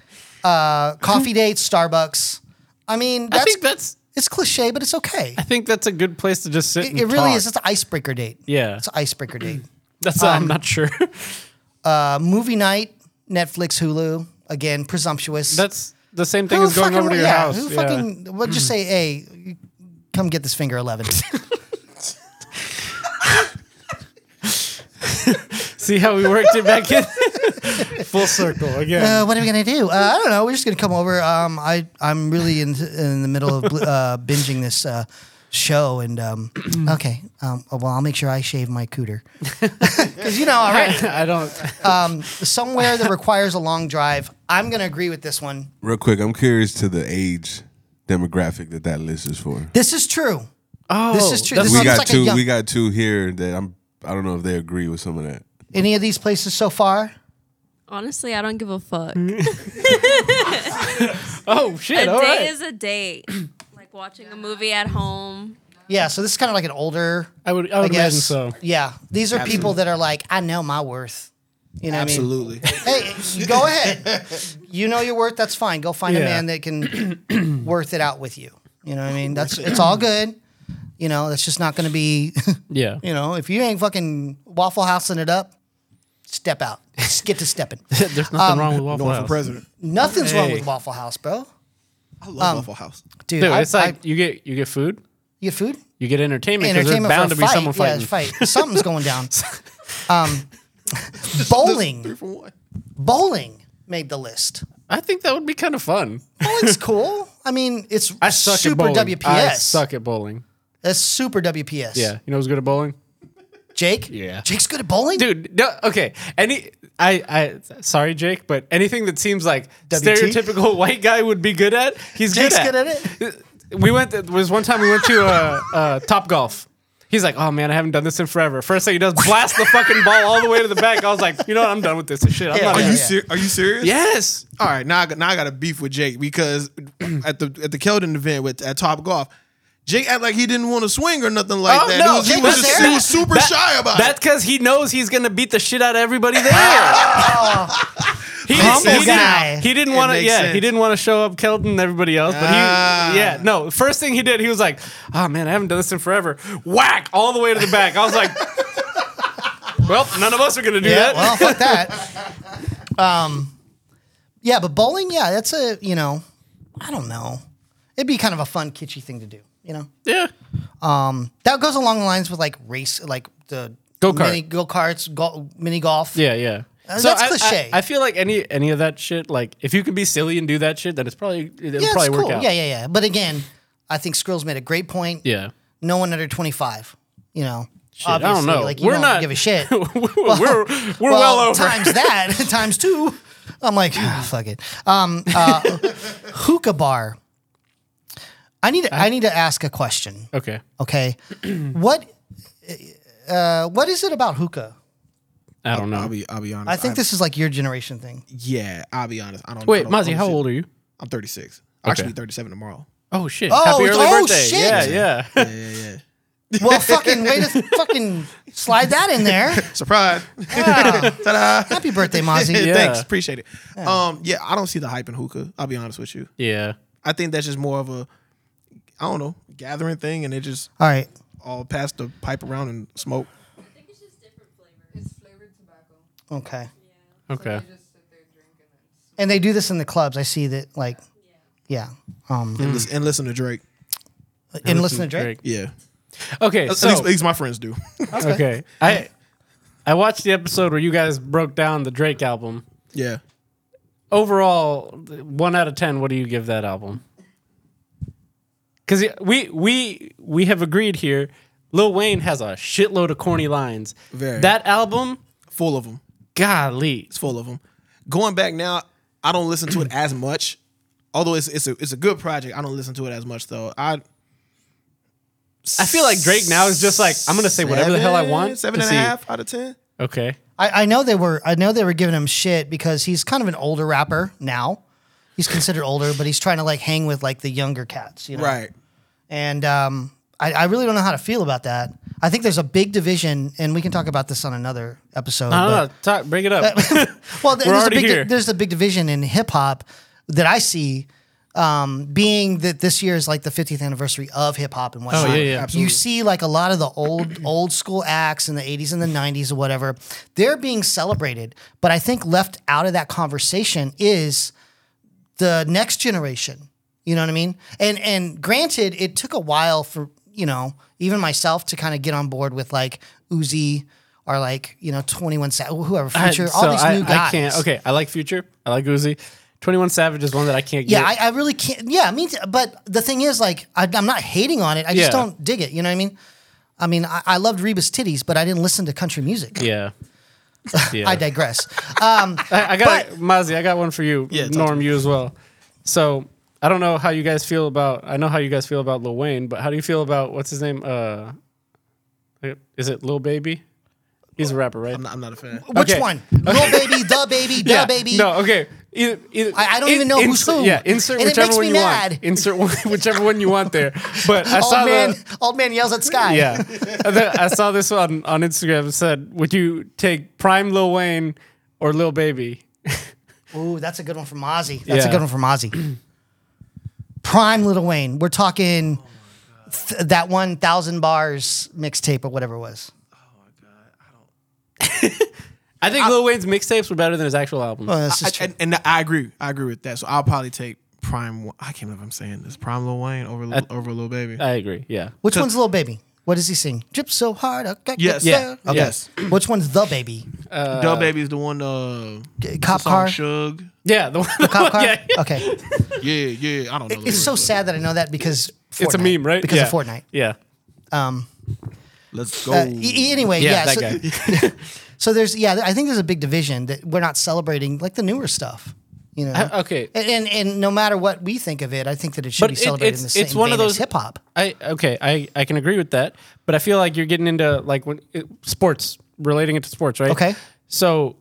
[SPEAKER 2] Uh, coffee dates, Starbucks. I mean, that's
[SPEAKER 1] I think that's
[SPEAKER 2] it's cliche, but it's okay.
[SPEAKER 1] I think that's a good place to just sit.
[SPEAKER 2] It,
[SPEAKER 1] and
[SPEAKER 2] it really
[SPEAKER 1] talk.
[SPEAKER 2] is. It's an icebreaker date.
[SPEAKER 1] Yeah.
[SPEAKER 2] It's an icebreaker date.
[SPEAKER 1] That's uh,
[SPEAKER 2] um,
[SPEAKER 1] I'm not sure. [LAUGHS]
[SPEAKER 2] A movie night, Netflix, Hulu. Again, presumptuous.
[SPEAKER 1] That's the same thing as going
[SPEAKER 2] fucking-
[SPEAKER 1] over to your
[SPEAKER 2] yeah,
[SPEAKER 1] house.
[SPEAKER 2] Who
[SPEAKER 1] yeah.
[SPEAKER 2] fucking, well, just say, hey, you- come get this
[SPEAKER 1] [LAUGHS]
[SPEAKER 2] finger 11.
[SPEAKER 1] See how we worked it back
[SPEAKER 2] [LAUGHS]
[SPEAKER 1] in? Full circle again.
[SPEAKER 2] uh, what are we going to do? Uh, I don't know. We're just going to come over. Um, I, I'm really in, in the middle of uh, binging this uh, show.
[SPEAKER 1] [CLEARS THROAT]
[SPEAKER 2] And um, okay. Um, well, I'll make sure I shave
[SPEAKER 1] [LAUGHS]
[SPEAKER 2] my cooter. [LAUGHS] Because you know already.
[SPEAKER 1] I don't.
[SPEAKER 2] Somewhere that requires a long drive. I'm going to agree with this one.
[SPEAKER 5] Real quick, I'm curious to the age demographic that that list is for.
[SPEAKER 2] This is true.
[SPEAKER 1] Oh,
[SPEAKER 2] This is true.
[SPEAKER 1] that's-
[SPEAKER 2] This
[SPEAKER 5] We got
[SPEAKER 2] sounds like a
[SPEAKER 5] two.
[SPEAKER 2] young-
[SPEAKER 5] We got two here that I'm. I don't know if they agree with some of that.
[SPEAKER 2] Any of these places so far?
[SPEAKER 6] Honestly, I don't give a fuck.
[SPEAKER 1] oh
[SPEAKER 6] a
[SPEAKER 1] shit!
[SPEAKER 6] day
[SPEAKER 1] All right.
[SPEAKER 2] Oh,
[SPEAKER 6] is a date. like watching a movie at home.
[SPEAKER 2] Yeah, so this is kind of like an older.
[SPEAKER 1] I would- I would imagine
[SPEAKER 2] guess.
[SPEAKER 1] so.
[SPEAKER 2] Yeah, these are people that are like, I know my worth. You know, what I mean?
[SPEAKER 3] Absolutely.
[SPEAKER 2] hey, you go ahead. You know your worth. That's fine. Go find a
[SPEAKER 1] Yeah.
[SPEAKER 2] man that can [CLEARS THROAT] worth it out with you. You know what I mean? That's it's all good. You know, that's just not going to be. [LAUGHS]
[SPEAKER 1] Yeah.
[SPEAKER 2] You know, if you ain't fucking waffle housing it up, step out. Just get to stepping.
[SPEAKER 1] There's
[SPEAKER 2] Um,
[SPEAKER 1] nothing wrong with Waffle
[SPEAKER 3] Going for
[SPEAKER 1] House.
[SPEAKER 3] president.
[SPEAKER 2] Nothing's wrong
[SPEAKER 1] Hey.
[SPEAKER 2] with Waffle House, bro.
[SPEAKER 3] I
[SPEAKER 2] um,
[SPEAKER 3] love Waffle House.
[SPEAKER 2] Dude,
[SPEAKER 1] Dude,
[SPEAKER 2] I,
[SPEAKER 1] it's like
[SPEAKER 2] I,
[SPEAKER 1] you get you get food,
[SPEAKER 2] you get food,
[SPEAKER 1] you get entertainment because there's
[SPEAKER 2] entertainment,
[SPEAKER 1] bound
[SPEAKER 2] for
[SPEAKER 1] to
[SPEAKER 2] a
[SPEAKER 1] be
[SPEAKER 2] fight.
[SPEAKER 1] someone
[SPEAKER 2] yeah,
[SPEAKER 1] fighting.
[SPEAKER 2] it's fight. Something's going
[SPEAKER 1] [LAUGHS]
[SPEAKER 2] down. Um, bowling,
[SPEAKER 3] Three for one.
[SPEAKER 2] bowling made the list.
[SPEAKER 1] I think that would be kind of fun. [LAUGHS]
[SPEAKER 2] Bowling's cool. I mean, it's
[SPEAKER 1] I suck
[SPEAKER 2] [LAUGHS] super
[SPEAKER 1] at bowling.
[SPEAKER 2] WPS.
[SPEAKER 1] I suck at bowling.
[SPEAKER 2] That's super WPS.
[SPEAKER 1] Yeah, you know who's good at bowling?
[SPEAKER 2] Jake?
[SPEAKER 1] Yeah.
[SPEAKER 2] Jake's good at bowling?
[SPEAKER 1] dude. No, okay. Any, I, I, sorry, Jake, but anything that seems like
[SPEAKER 2] WT?
[SPEAKER 1] stereotypical [LAUGHS] white guy would be good at, he's
[SPEAKER 2] Jake's
[SPEAKER 1] good, at. it. We went. There was one time we went to uh, uh, Top Golf. He's like, oh man, I haven't done this in forever. First thing he does, blast the fucking ball all the way to the back. I was like, you know what? I'm done with this shit. I'm
[SPEAKER 2] Yeah,
[SPEAKER 1] not
[SPEAKER 2] oh,
[SPEAKER 3] Are
[SPEAKER 2] yeah,
[SPEAKER 1] gonna-"
[SPEAKER 3] you ser- are you serious?
[SPEAKER 1] Yes.
[SPEAKER 3] All right, now I got, now I got a beef with Jake because [CLEARS THROAT] at the at the Keldon event with at Top Golf, Jake act like he didn't want to swing or nothing like
[SPEAKER 1] Oh,
[SPEAKER 3] that.
[SPEAKER 1] no,
[SPEAKER 3] he was, he
[SPEAKER 2] Jake
[SPEAKER 3] was
[SPEAKER 2] was
[SPEAKER 3] just,
[SPEAKER 2] there.
[SPEAKER 3] he was super
[SPEAKER 1] That-
[SPEAKER 3] shy about
[SPEAKER 1] That's
[SPEAKER 3] it.
[SPEAKER 1] because he knows he's gonna beat the shit out of everybody
[SPEAKER 2] [LAUGHS]
[SPEAKER 1] there. he,
[SPEAKER 2] Humble
[SPEAKER 1] he
[SPEAKER 2] guy.
[SPEAKER 1] Didn't, he didn't
[SPEAKER 3] It
[SPEAKER 1] want to.
[SPEAKER 3] makes
[SPEAKER 1] Yeah,
[SPEAKER 3] sense.
[SPEAKER 1] he didn't want to show up Keldon and everybody else. But he,
[SPEAKER 3] Ah.
[SPEAKER 1] yeah, no. First thing he did, he was like, "Oh man, I haven't done this in forever." Whack all the way to the back. I was like, [LAUGHS] "Well, none of us are gonna do
[SPEAKER 2] Yeah,
[SPEAKER 1] that."
[SPEAKER 2] well, fuck that.
[SPEAKER 1] [LAUGHS]
[SPEAKER 2] Um, yeah, but bowling, yeah, that's a, you know, I don't know. It'd be kind of a fun, kitschy thing to do, you know? Um,
[SPEAKER 1] yeah,
[SPEAKER 2] That goes along the lines with like race, like the
[SPEAKER 1] Go-kart.
[SPEAKER 2] mini go karts, go- mini golf.
[SPEAKER 1] yeah, yeah.
[SPEAKER 2] Uh, that's
[SPEAKER 1] I,
[SPEAKER 2] cliche.
[SPEAKER 1] I, I feel like any any of that shit, like if you can be silly and do that shit, then it's probably it'll
[SPEAKER 2] Yeah, it's
[SPEAKER 1] probably work
[SPEAKER 2] cool.
[SPEAKER 1] out.
[SPEAKER 2] Yeah, yeah, yeah. But again, I think Skrills made a great point.
[SPEAKER 1] yeah. [LAUGHS]
[SPEAKER 2] No one under 25, you know?
[SPEAKER 1] Shit, I don't know.
[SPEAKER 2] Like, you
[SPEAKER 1] We're
[SPEAKER 2] don't
[SPEAKER 1] not-
[SPEAKER 2] give a
[SPEAKER 1] [LAUGHS]
[SPEAKER 2] shit.
[SPEAKER 1] we're we're, we're well, over.
[SPEAKER 2] times that [LAUGHS] times two. I'm like, "Ah, fuck it. Um,
[SPEAKER 1] [LAUGHS]
[SPEAKER 2] uh, hookah bar. I need to, I need to ask a question.
[SPEAKER 1] Okay.
[SPEAKER 2] Okay, [CLEARS THROAT] what uh, what is it about hookah?
[SPEAKER 1] I don't know.
[SPEAKER 3] I'll be I'll be honest.
[SPEAKER 2] I think this is like your generation thing.
[SPEAKER 1] [LAUGHS]
[SPEAKER 3] yeah, I'll be honest. I don't. I
[SPEAKER 1] Wait,
[SPEAKER 3] don't-
[SPEAKER 1] Mozzie,
[SPEAKER 3] I'm
[SPEAKER 1] how
[SPEAKER 3] shit.
[SPEAKER 1] old are you?
[SPEAKER 3] I'm 36. Actually, 37 tomorrow.
[SPEAKER 1] Oh shit!
[SPEAKER 2] Oh,
[SPEAKER 1] Happy
[SPEAKER 2] it's-
[SPEAKER 1] early
[SPEAKER 2] oh,
[SPEAKER 1] birthday!
[SPEAKER 2] shit.
[SPEAKER 1] Yeah, yeah. [LAUGHS]
[SPEAKER 2] Well, fucking way to fucking slide that in
[SPEAKER 1] [LAUGHS]
[SPEAKER 2] there.
[SPEAKER 3] Surprise! Ta-da!
[SPEAKER 2] Happy birthday, Mozzie.
[SPEAKER 1] Yeah.
[SPEAKER 3] [LAUGHS] Thanks, appreciate it. Um, yeah, I don't see the hype in hookah. I'll be honest with you.
[SPEAKER 1] yeah.
[SPEAKER 3] I think that's just more of a, I don't know, gathering thing, and they just
[SPEAKER 2] All right.
[SPEAKER 3] all pass the pipe around and smoke.
[SPEAKER 7] I think it's just different flavor. It's flavored tobacco.
[SPEAKER 2] Okay.
[SPEAKER 1] Okay.
[SPEAKER 7] You just sit there drinking it.
[SPEAKER 2] And they do this in the clubs. I see that. Like, yeah. Um,
[SPEAKER 3] And, listen, and listen to Drake.
[SPEAKER 2] and listen to Drake.
[SPEAKER 3] Yeah,
[SPEAKER 1] Okay,
[SPEAKER 3] At
[SPEAKER 1] so
[SPEAKER 3] least- at least my friends do. [LAUGHS]
[SPEAKER 1] okay, I I watched the episode where you guys broke down the Drake album.
[SPEAKER 3] yeah.
[SPEAKER 1] Overall, one out of ten. What do you give that album? Because we we we have agreed here. Lil Wayne has a shitload of corny lines.
[SPEAKER 3] Very.
[SPEAKER 1] That album,
[SPEAKER 3] Full of them.
[SPEAKER 1] golly,
[SPEAKER 3] It's full of them. Going back now, I don't listen to it as much. Although it's it's a it's a good project, I don't listen to it as much though. I
[SPEAKER 1] I feel like Drake now is just like I'm gonna say whatever the hell I want.
[SPEAKER 3] Seven
[SPEAKER 1] to
[SPEAKER 3] and a
[SPEAKER 1] see-
[SPEAKER 3] half out of ten.
[SPEAKER 1] Okay.
[SPEAKER 2] I, I know they were I know they were giving him shit because he's kind of an older rapper now. He's considered older, but he's trying to like hang with like the younger cats, you know.
[SPEAKER 3] Right.
[SPEAKER 2] And um, I, I really don't know how to feel about that. I think there's a big division, and we can talk about this on another episode.
[SPEAKER 1] I don't
[SPEAKER 2] but-
[SPEAKER 1] know. Uh, Talk, bring it up.
[SPEAKER 3] [LAUGHS]
[SPEAKER 2] well, th-
[SPEAKER 1] We're
[SPEAKER 2] there's a
[SPEAKER 1] already
[SPEAKER 2] big
[SPEAKER 1] here.
[SPEAKER 2] there's a big division in hip hop that I see. Um, being that this year is like the 50th anniversary of hip hop and whatnot,
[SPEAKER 1] Oh, yeah, yeah.
[SPEAKER 2] you
[SPEAKER 3] Absolutely.
[SPEAKER 2] see like a lot of the old old school acts in the 80s and the 90s or whatever. They're being celebrated, but I think left out of that conversation is the next generation. You know what I mean? And and granted, it took a while for you know even myself to kind of get on board with like Uzi or like you know Twenty One Savage, whoever Future,
[SPEAKER 1] so
[SPEAKER 2] all these
[SPEAKER 1] I,
[SPEAKER 2] new guys.
[SPEAKER 1] I can't. Okay, I like Future. I like Uzi. Twenty One Savage is one that I can't
[SPEAKER 2] Yeah,
[SPEAKER 1] get.
[SPEAKER 2] I, I really can't. Yeah, me too. But the thing is, like, I, I'm not hating on it. I just
[SPEAKER 1] Yeah.
[SPEAKER 2] don't dig it. You know what I mean? I mean, I, I loved Reba's titties, but I didn't listen to country music.
[SPEAKER 1] yeah. yeah.
[SPEAKER 2] I digress. Um,
[SPEAKER 1] I, I got Mozzie. I got one for you.
[SPEAKER 3] Yeah, talk to
[SPEAKER 1] Norm, you as well. So I don't know how you guys feel about. I know how you guys feel about Lil Wayne, but how do you feel about what's his name? Uh, is it Lil Baby? He's a rapper, right?
[SPEAKER 3] I'm not, I'm not a fan.
[SPEAKER 2] which
[SPEAKER 1] Okay.
[SPEAKER 2] one? Little baby, the baby, the baby.
[SPEAKER 1] No, okay. Either, either,
[SPEAKER 2] I- I don't even know who's
[SPEAKER 1] insert-
[SPEAKER 2] who.
[SPEAKER 1] Yeah, insert
[SPEAKER 2] And it
[SPEAKER 1] whichever
[SPEAKER 2] makes
[SPEAKER 1] one
[SPEAKER 2] me
[SPEAKER 1] you
[SPEAKER 2] mad.
[SPEAKER 1] want. Insert one, [LAUGHS] whichever one you want there. But
[SPEAKER 2] [LAUGHS]
[SPEAKER 1] I
[SPEAKER 2] old
[SPEAKER 1] saw
[SPEAKER 2] man,
[SPEAKER 1] the
[SPEAKER 2] old man yells at Sky.
[SPEAKER 1] yeah. And then I saw this on on Instagram. It said, "Would you take Prime Lil Wayne or Lil Baby?"
[SPEAKER 2] Ooh, that's a good one from Ozzy. That's a
[SPEAKER 1] Yeah.
[SPEAKER 2] good one from Ozzy. Prime Little Wayne. We're talking th- that one thousand bars mixtape or whatever it was.
[SPEAKER 1] I think Lil Wayne's mixtapes were better than his actual albums.
[SPEAKER 2] Oh, this is
[SPEAKER 3] I,
[SPEAKER 2] true.
[SPEAKER 3] and, and I agree. I agree with that. So I'll probably take Prime. Wa- I can't believe I'm saying this. Prime Lil Wayne over Lil- over Lil Baby.
[SPEAKER 1] I agree. Yeah.
[SPEAKER 2] Which one's Little Baby? What does he sing? Drip so hard. Okay.
[SPEAKER 3] Yes.
[SPEAKER 1] Yeah.
[SPEAKER 2] Okay.
[SPEAKER 3] Yes.
[SPEAKER 2] Which one's the baby?
[SPEAKER 3] Dub Baby is the one. Uh,
[SPEAKER 2] G- Cop
[SPEAKER 3] song
[SPEAKER 2] car.
[SPEAKER 3] Shug.
[SPEAKER 1] Yeah. The one. The [LAUGHS]
[SPEAKER 2] Cop car.
[SPEAKER 1] Yeah.
[SPEAKER 2] Okay.
[SPEAKER 3] Yeah, yeah. I don't know. the
[SPEAKER 2] It's so
[SPEAKER 3] lyrics,
[SPEAKER 2] sad that I know that because
[SPEAKER 1] It's a
[SPEAKER 2] Fortnite.
[SPEAKER 1] meme, right?
[SPEAKER 2] Because
[SPEAKER 1] yeah.
[SPEAKER 2] of Fortnite.
[SPEAKER 1] Yeah.
[SPEAKER 2] Um,
[SPEAKER 3] but Let's go.
[SPEAKER 2] uh, e- e- anyway,
[SPEAKER 1] Yeah,
[SPEAKER 2] yeah.
[SPEAKER 1] that
[SPEAKER 2] so, so there's yeah, I think there's a big division that we're not celebrating like the newer stuff. You know. [LAUGHS]
[SPEAKER 1] I- Uh, okay.
[SPEAKER 2] And, and and no matter what we think of it, I think that it should
[SPEAKER 1] But
[SPEAKER 2] be
[SPEAKER 1] it-
[SPEAKER 2] celebrated
[SPEAKER 1] it's-
[SPEAKER 2] in the same
[SPEAKER 1] it's one
[SPEAKER 2] vein
[SPEAKER 1] of
[SPEAKER 2] as
[SPEAKER 1] those-
[SPEAKER 2] hip hop.
[SPEAKER 1] I okay, I I can agree with that, but I feel like you're getting into like when it, sports, relating it to sports, right?
[SPEAKER 2] Okay.
[SPEAKER 1] So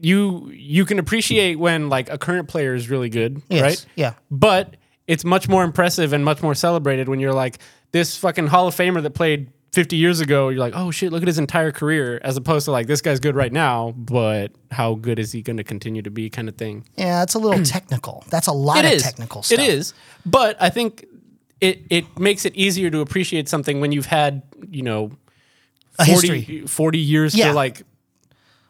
[SPEAKER 1] you you can appreciate when like a current player is really good,
[SPEAKER 2] Yes,
[SPEAKER 1] right?
[SPEAKER 2] yeah.
[SPEAKER 1] But it's much more impressive and much more celebrated when you're like this fucking Hall of Famer that played 50 years ago, you're like, "Oh shit, look at his entire career," as opposed to like this guy's good right now, but how good is he going to continue to be kind of thing.
[SPEAKER 2] Yeah, it's
[SPEAKER 1] [CLEARS THROAT]
[SPEAKER 2] a little technical. That's a lot
[SPEAKER 1] It
[SPEAKER 2] of
[SPEAKER 1] is
[SPEAKER 2] technical stuff.
[SPEAKER 1] It is, but I think it it makes it easier to appreciate something when you've had you know
[SPEAKER 2] A
[SPEAKER 1] 40,
[SPEAKER 2] history.
[SPEAKER 1] 40 years
[SPEAKER 2] Yeah.
[SPEAKER 1] to like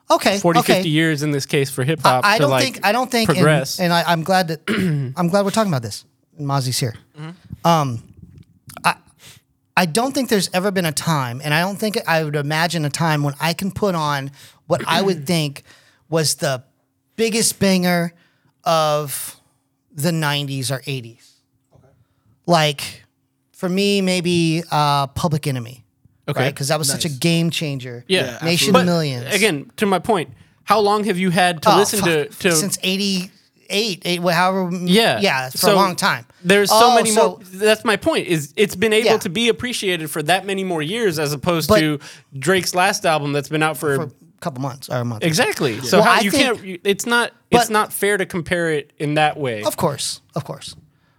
[SPEAKER 2] Okay.
[SPEAKER 1] 40,
[SPEAKER 2] okay.
[SPEAKER 1] 50 years in this case for hip hop.
[SPEAKER 2] I
[SPEAKER 1] to
[SPEAKER 2] don't
[SPEAKER 1] like
[SPEAKER 2] think I don't think and-
[SPEAKER 1] progress.
[SPEAKER 2] And, I, I'm glad that [CLEARS THROAT] I'm glad we're talking about this. And Mozzie's here. Um,
[SPEAKER 1] Mm-hmm.
[SPEAKER 2] I I don't think there's ever been a time, and I don't think I would imagine a time when I can put on what
[SPEAKER 1] [CLEARS THROAT]
[SPEAKER 2] I would think was the biggest banger of the '90s or '80s. Like for me, maybe uh, Public Enemy.
[SPEAKER 1] Okay.
[SPEAKER 2] Because that was such a game changer.
[SPEAKER 1] Yeah,
[SPEAKER 2] Nation
[SPEAKER 3] absolutely.
[SPEAKER 1] But
[SPEAKER 2] of Millions.
[SPEAKER 1] again, to my point, how long have you had to
[SPEAKER 2] Oh,
[SPEAKER 1] listen to
[SPEAKER 2] fuck.
[SPEAKER 1] to
[SPEAKER 2] since 88 eight, wh- however m-
[SPEAKER 1] yeah
[SPEAKER 2] yeah for
[SPEAKER 1] So
[SPEAKER 2] a long time
[SPEAKER 1] There's so
[SPEAKER 2] Oh,
[SPEAKER 1] many more. That's my point. Is it's been able
[SPEAKER 2] Yeah.
[SPEAKER 1] to be appreciated for that many more years as opposed
[SPEAKER 2] But-
[SPEAKER 1] to Drake's last album that's been out
[SPEAKER 2] for a couple months or a month
[SPEAKER 1] Exactly. So
[SPEAKER 2] Well,
[SPEAKER 1] how,
[SPEAKER 2] I
[SPEAKER 1] you
[SPEAKER 2] think-
[SPEAKER 1] can't. You, it's not. it's
[SPEAKER 2] But-
[SPEAKER 1] not fair to compare it in that way.
[SPEAKER 2] of course of course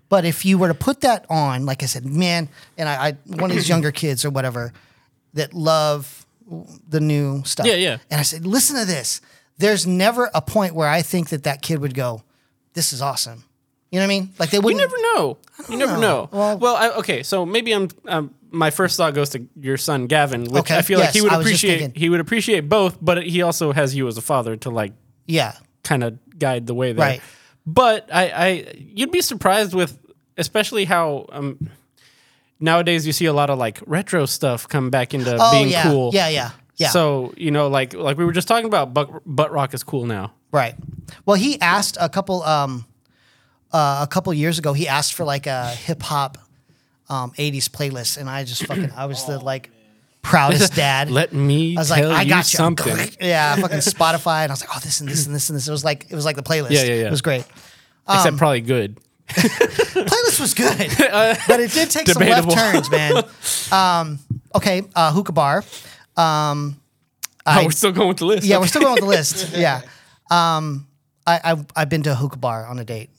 [SPEAKER 2] but if you were to put that on like i said man and i, I one of these younger kids or whatever that love the new stuff
[SPEAKER 1] Yeah, yeah.
[SPEAKER 2] and i said listen to this there's never a point where i think that that kid would go this is awesome you know what i mean like they
[SPEAKER 1] you
[SPEAKER 2] wouldn't
[SPEAKER 1] never know. You never know.
[SPEAKER 2] know.
[SPEAKER 1] Well,
[SPEAKER 2] Well-
[SPEAKER 1] I, okay. So maybe I'm. Um, my first thought goes to your son Gavin, which
[SPEAKER 2] Okay,
[SPEAKER 1] I feel like he
[SPEAKER 2] yes,
[SPEAKER 1] would
[SPEAKER 2] I was just
[SPEAKER 1] appreciate.
[SPEAKER 2] thinking.
[SPEAKER 1] He would appreciate both, but he also has you as a father to like
[SPEAKER 2] yeah
[SPEAKER 1] kind of guide the way there.
[SPEAKER 2] Right.
[SPEAKER 1] But I, I, you'd be surprised with, especially how um, nowadays you see a lot of like retro stuff come back into
[SPEAKER 2] oh
[SPEAKER 1] being
[SPEAKER 2] yeah
[SPEAKER 1] cool.
[SPEAKER 2] yeah yeah yeah
[SPEAKER 1] So you know, like like we were just talking about, butt, butt rock is cool now.
[SPEAKER 2] Right. Well, he asked a couple um, uh, a couple years ago. He asked for like a hip hop um, '80s playlist, and I just fucking I was the like proudest dad.
[SPEAKER 1] Let me
[SPEAKER 2] I was like,
[SPEAKER 1] tell
[SPEAKER 2] I
[SPEAKER 1] you
[SPEAKER 2] got you.
[SPEAKER 1] something.
[SPEAKER 2] [LAUGHS] yeah, fucking Spotify, and I was like, oh, this and this and this and this. It was like it was like the playlist.
[SPEAKER 1] Yeah, yeah, yeah.
[SPEAKER 2] It was great. Um,
[SPEAKER 1] Except probably good.
[SPEAKER 2] playlist
[SPEAKER 1] [LAUGHS]
[SPEAKER 2] was good, but it did take
[SPEAKER 1] Uh, Debatable.
[SPEAKER 2] some left turns, man.
[SPEAKER 1] [LAUGHS]
[SPEAKER 2] Um, okay, uh, hookah bar. Um,
[SPEAKER 1] oh,
[SPEAKER 2] I-
[SPEAKER 1] we're still going with the list.
[SPEAKER 2] yeah,
[SPEAKER 1] Okay.
[SPEAKER 2] we're still going with the list. Yeah. Um, I, I I've been to a hookah bar on a date.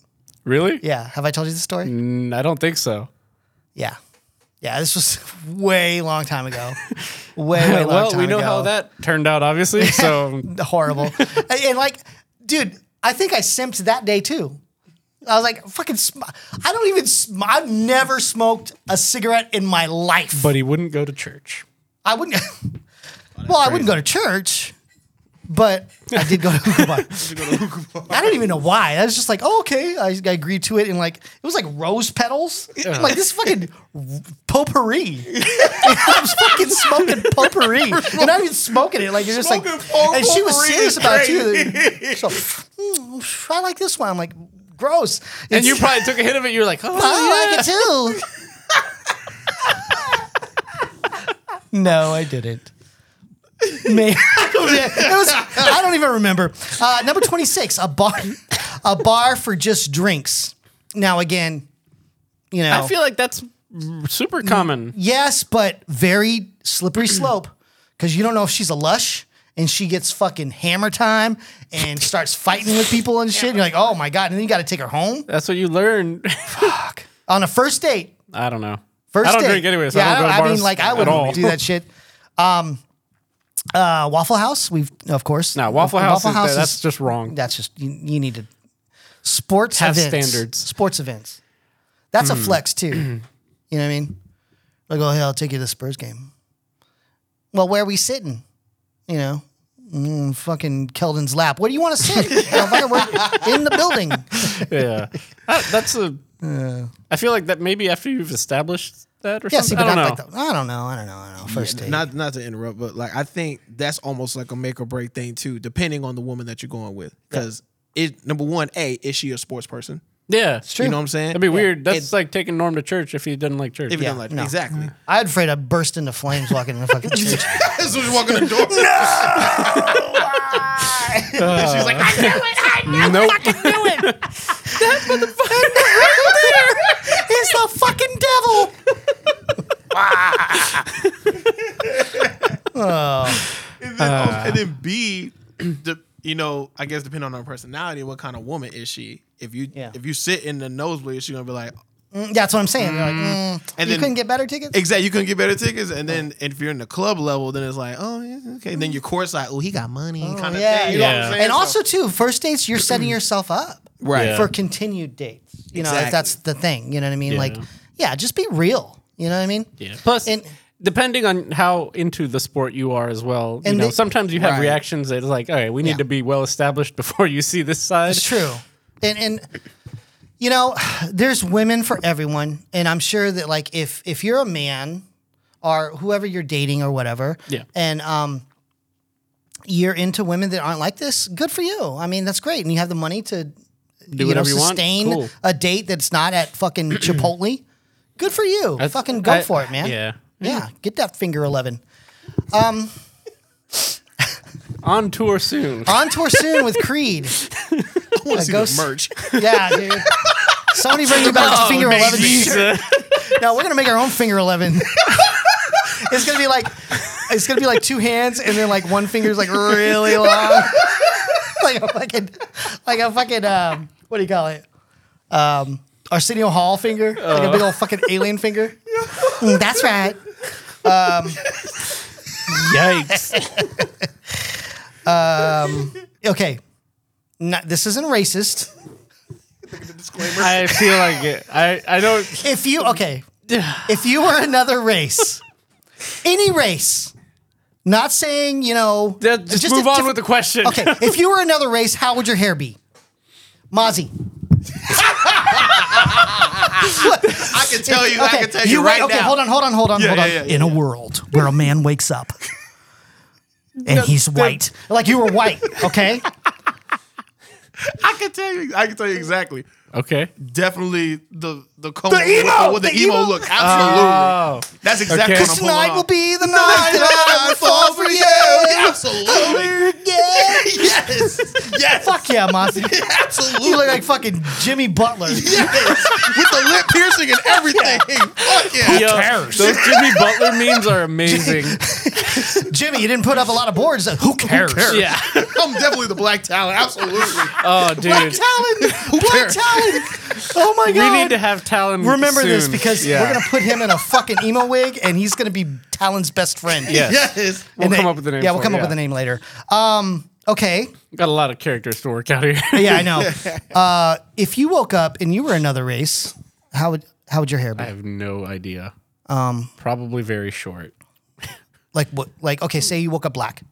[SPEAKER 1] really?
[SPEAKER 2] Yeah. Have I told you this story?
[SPEAKER 1] Mm, I don't think so.
[SPEAKER 2] Yeah. Yeah, this was [LAUGHS] way long
[SPEAKER 1] [LAUGHS]
[SPEAKER 2] time ago. Way, way long
[SPEAKER 1] well,
[SPEAKER 2] time
[SPEAKER 1] we know
[SPEAKER 2] ago.
[SPEAKER 1] how that turned out, obviously. So
[SPEAKER 2] [LAUGHS]
[SPEAKER 1] [LAUGHS]
[SPEAKER 2] horrible. and, and, like, dude, I think I simped that day too. I was like, fucking, sm- I don't even, sm- I've never smoked a cigarette in my life.
[SPEAKER 1] but he wouldn't go to church.
[SPEAKER 2] I wouldn't, well, I wouldn't go to church, but I did go to hookah bar. I don't even know why. I was just like, oh, okay. I, I agreed to it. And like, it was like rose petals. I'm like, this is fucking potpourri. [LAUGHS] I was fucking smoking potpourri. And I was even smoking it. Like, it's just like,
[SPEAKER 3] Smoking
[SPEAKER 2] and she was
[SPEAKER 3] potpourri
[SPEAKER 2] serious
[SPEAKER 3] is
[SPEAKER 2] about it too. So, mm, I like this one. I'm like, gross.
[SPEAKER 1] And you
[SPEAKER 2] It's-
[SPEAKER 1] probably took a hit of it. You're like, oh,
[SPEAKER 2] I like it too. no, I didn't. May- [LAUGHS] it was, I don't even remember. Uh, number twenty six, a bar, a bar for just drinks. Now again, you know,
[SPEAKER 1] I feel like that's r- super
[SPEAKER 2] Mm.
[SPEAKER 1] common.
[SPEAKER 2] yes, but very slippery slope because you don't know if she's a lush and she gets fucking hammer time and starts fighting with people and shit. And you're like, oh my god! And then you got to take her home
[SPEAKER 1] That's what you learn.
[SPEAKER 2] on a first date.
[SPEAKER 1] [LAUGHS] I don't know.
[SPEAKER 2] First
[SPEAKER 1] I don't
[SPEAKER 2] date.
[SPEAKER 1] drink anyway, so I don't go to
[SPEAKER 2] I
[SPEAKER 1] bars
[SPEAKER 2] mean, like, I
[SPEAKER 1] at all.
[SPEAKER 2] wouldn't do that shit. Um, uh, Waffle House, we've of
[SPEAKER 1] [LAUGHS]
[SPEAKER 2] course.
[SPEAKER 1] No, Waffle House. is,
[SPEAKER 2] is-
[SPEAKER 1] that's just
[SPEAKER 2] [LAUGHS]
[SPEAKER 1] wrong.
[SPEAKER 2] that's just you, you need to sports
[SPEAKER 1] Have
[SPEAKER 2] events.
[SPEAKER 1] standards. Hmm.
[SPEAKER 2] Sports events. That's a
[SPEAKER 1] [CLEARS THROAT]
[SPEAKER 2] flex too. you know what I mean? Like, oh hey, I'll take you to the Spurs game. Well, where are we sitting? You know, mm, fucking Keldon's lap. Where do you want to sit?
[SPEAKER 1] [LAUGHS]
[SPEAKER 2] You know, fucking, we're in the building.
[SPEAKER 1] yeah, I- that's
[SPEAKER 2] [LAUGHS]
[SPEAKER 1] a. I feel like that maybe after you've established that or
[SPEAKER 2] Yeah, see,
[SPEAKER 1] something.
[SPEAKER 2] but
[SPEAKER 1] I
[SPEAKER 2] not
[SPEAKER 1] don't know.
[SPEAKER 2] like the, I don't know. I don't know. I don't know. First date.
[SPEAKER 3] Not not to interrupt, but like I think that's almost like a make or break thing too, depending on the woman that you're going with. Because it number one, a is she a sports person?
[SPEAKER 1] yeah,
[SPEAKER 3] You know what I'm saying?
[SPEAKER 1] That'd be weird. That's
[SPEAKER 3] It-
[SPEAKER 1] like taking Norm to church if he doesn't like church.
[SPEAKER 3] If you
[SPEAKER 2] Yeah,
[SPEAKER 3] don't like
[SPEAKER 2] no.
[SPEAKER 3] exactly. [LAUGHS]
[SPEAKER 2] I'd afraid I'd burst into flames walking in the fucking church.
[SPEAKER 3] so she's walking the door. she's like, I knew it.
[SPEAKER 1] nope.
[SPEAKER 2] it's the fucking devil.
[SPEAKER 3] And then, [LAUGHS] and then B, the, you know, I guess depending on her personality, what kind of woman is she? If you
[SPEAKER 2] Yeah.
[SPEAKER 3] if you sit in the nosebleed, she's gonna be like,
[SPEAKER 2] Mm, That's what I'm saying. They're like, mm,
[SPEAKER 3] And
[SPEAKER 2] you
[SPEAKER 3] then-
[SPEAKER 2] couldn't get better tickets.
[SPEAKER 3] exactly, you couldn't get better tickets. And then if you're in the club level, then it's like, oh, yeah, okay. then your court side, oh, he got money, kind of
[SPEAKER 2] yeah,
[SPEAKER 3] thing. You know what
[SPEAKER 1] yeah.
[SPEAKER 3] I'm saying?
[SPEAKER 2] and
[SPEAKER 3] So-
[SPEAKER 2] also too, first dates, you're setting yourself up
[SPEAKER 3] Right. Yeah.
[SPEAKER 2] for continued dates. You know, if
[SPEAKER 3] Exactly.
[SPEAKER 2] that's the thing. You know what I mean? Like, yeah, just be real. You know what I mean?
[SPEAKER 1] Yeah. Plus,
[SPEAKER 2] And-
[SPEAKER 1] depending on how into the sport you are as well, you
[SPEAKER 2] And
[SPEAKER 1] know,
[SPEAKER 2] the-
[SPEAKER 1] sometimes you have
[SPEAKER 3] Right.
[SPEAKER 1] reactions that is like, all right, we need
[SPEAKER 2] Yeah.
[SPEAKER 1] to be well established [LAUGHS] before you see this side.
[SPEAKER 2] It's true. And and you know, there's women for everyone, and I'm sure that like if if you're a man or whoever you're dating or whatever,
[SPEAKER 1] Yeah.
[SPEAKER 2] and um you're into women that aren't like this, good for you. I mean, that's great. And you have the money to
[SPEAKER 1] Do
[SPEAKER 2] you know,
[SPEAKER 1] whatever you want.
[SPEAKER 2] sustain
[SPEAKER 1] Cool.
[SPEAKER 2] a date that's not at
[SPEAKER 1] [CLEARS THROAT]
[SPEAKER 2] fucking Chipotle. Good for you.
[SPEAKER 1] I-
[SPEAKER 2] fucking go
[SPEAKER 1] I-
[SPEAKER 2] for it, man.
[SPEAKER 1] Yeah.
[SPEAKER 2] Yeah, get that finger 11.
[SPEAKER 1] On tour soon.
[SPEAKER 2] On tour soon with
[SPEAKER 1] [LAUGHS]
[SPEAKER 2] Creed.
[SPEAKER 3] I want to see
[SPEAKER 2] go
[SPEAKER 3] the merch.
[SPEAKER 2] Yeah, dude. Somebody bring me back to finger 11 shirt. No, we're gonna make our own finger eleven. [LAUGHS] it's gonna be like it's gonna be like two hands and then like one finger's like really long. [LAUGHS] like a fucking like a fucking um what do you call it? Um Arsenio Hall finger. Like a big old fucking alien finger. Mm, that's right. Um, [LAUGHS]
[SPEAKER 1] Yikes.
[SPEAKER 2] Um, Okay. Not, this isn't racist.
[SPEAKER 1] I feel like it. I, I
[SPEAKER 2] [LAUGHS]
[SPEAKER 1] don't.
[SPEAKER 2] If you okay, if you were another race, any race, not saying you know,
[SPEAKER 1] Yeah, Just,
[SPEAKER 2] a
[SPEAKER 1] move on
[SPEAKER 2] different-
[SPEAKER 1] with the question.
[SPEAKER 2] Okay, if you were another race, how would your hair be? Mozzie.
[SPEAKER 3] I can tell Oh, you, I can tell you,
[SPEAKER 2] wa-
[SPEAKER 3] right
[SPEAKER 2] okay,
[SPEAKER 3] now.
[SPEAKER 2] hold on, hold on, hold on,
[SPEAKER 3] Yeah,
[SPEAKER 2] hold
[SPEAKER 3] yeah,
[SPEAKER 2] on.
[SPEAKER 3] yeah,
[SPEAKER 2] In a world where a man wakes up and he's white, like you were white,
[SPEAKER 1] [LAUGHS]
[SPEAKER 2] okay?
[SPEAKER 3] I can tell you, I can tell you exactly.
[SPEAKER 1] [LAUGHS] Okay.
[SPEAKER 3] Definitely the the cone
[SPEAKER 2] The emo!
[SPEAKER 3] with, with the,
[SPEAKER 2] The
[SPEAKER 3] emo,
[SPEAKER 2] emo!
[SPEAKER 3] look. Absolutely,
[SPEAKER 1] Oh.
[SPEAKER 3] that's exactly
[SPEAKER 1] Okay.
[SPEAKER 3] what I'm pulling
[SPEAKER 2] Tonight
[SPEAKER 3] off.
[SPEAKER 2] will
[SPEAKER 3] [LAUGHS]
[SPEAKER 2] be the night that I would fall for you.
[SPEAKER 3] Absolutely.
[SPEAKER 2] Yeah.
[SPEAKER 3] yes. [LAUGHS] Yes.
[SPEAKER 2] Fuck yeah, Mozzie.
[SPEAKER 3] [LAUGHS] Absolutely.
[SPEAKER 2] You look like fucking Jimmy Butler.
[SPEAKER 3] yes. With the lip piercing and everything. Fuck yeah.
[SPEAKER 1] Yo,
[SPEAKER 2] cares?
[SPEAKER 1] Those Jimmy Butler memes are
[SPEAKER 2] [LAUGHS]
[SPEAKER 1] amazing.
[SPEAKER 2] Jimmy, you didn't put up a lot of boards. so Who cares?
[SPEAKER 1] yeah.
[SPEAKER 3] [LAUGHS] I'm definitely the black talent. Absolutely.
[SPEAKER 1] Oh, dude.
[SPEAKER 2] Talon. What Talon? Oh my
[SPEAKER 1] We
[SPEAKER 2] god.
[SPEAKER 1] need to have Talon.
[SPEAKER 2] Remember this
[SPEAKER 1] soon.
[SPEAKER 2] because
[SPEAKER 1] Yeah.
[SPEAKER 2] we're gonna put him in a fucking emo wig, and he's gonna be Talon's best friend.
[SPEAKER 1] Yes.
[SPEAKER 3] [LAUGHS] Yes.
[SPEAKER 1] We'll
[SPEAKER 2] And
[SPEAKER 1] come
[SPEAKER 2] they-
[SPEAKER 1] up with the name.
[SPEAKER 2] Yeah, we'll
[SPEAKER 1] for it,
[SPEAKER 2] come up with a name later. Um, okay.
[SPEAKER 1] Got a lot of characters to work out here.
[SPEAKER 2] [LAUGHS] Yeah, I know.
[SPEAKER 1] [LAUGHS]
[SPEAKER 2] uh, if you woke up and you were another race, how would how would your hair be?
[SPEAKER 1] I have no idea. Um, probably very short.
[SPEAKER 2] Like what? Like okay, say you woke up black.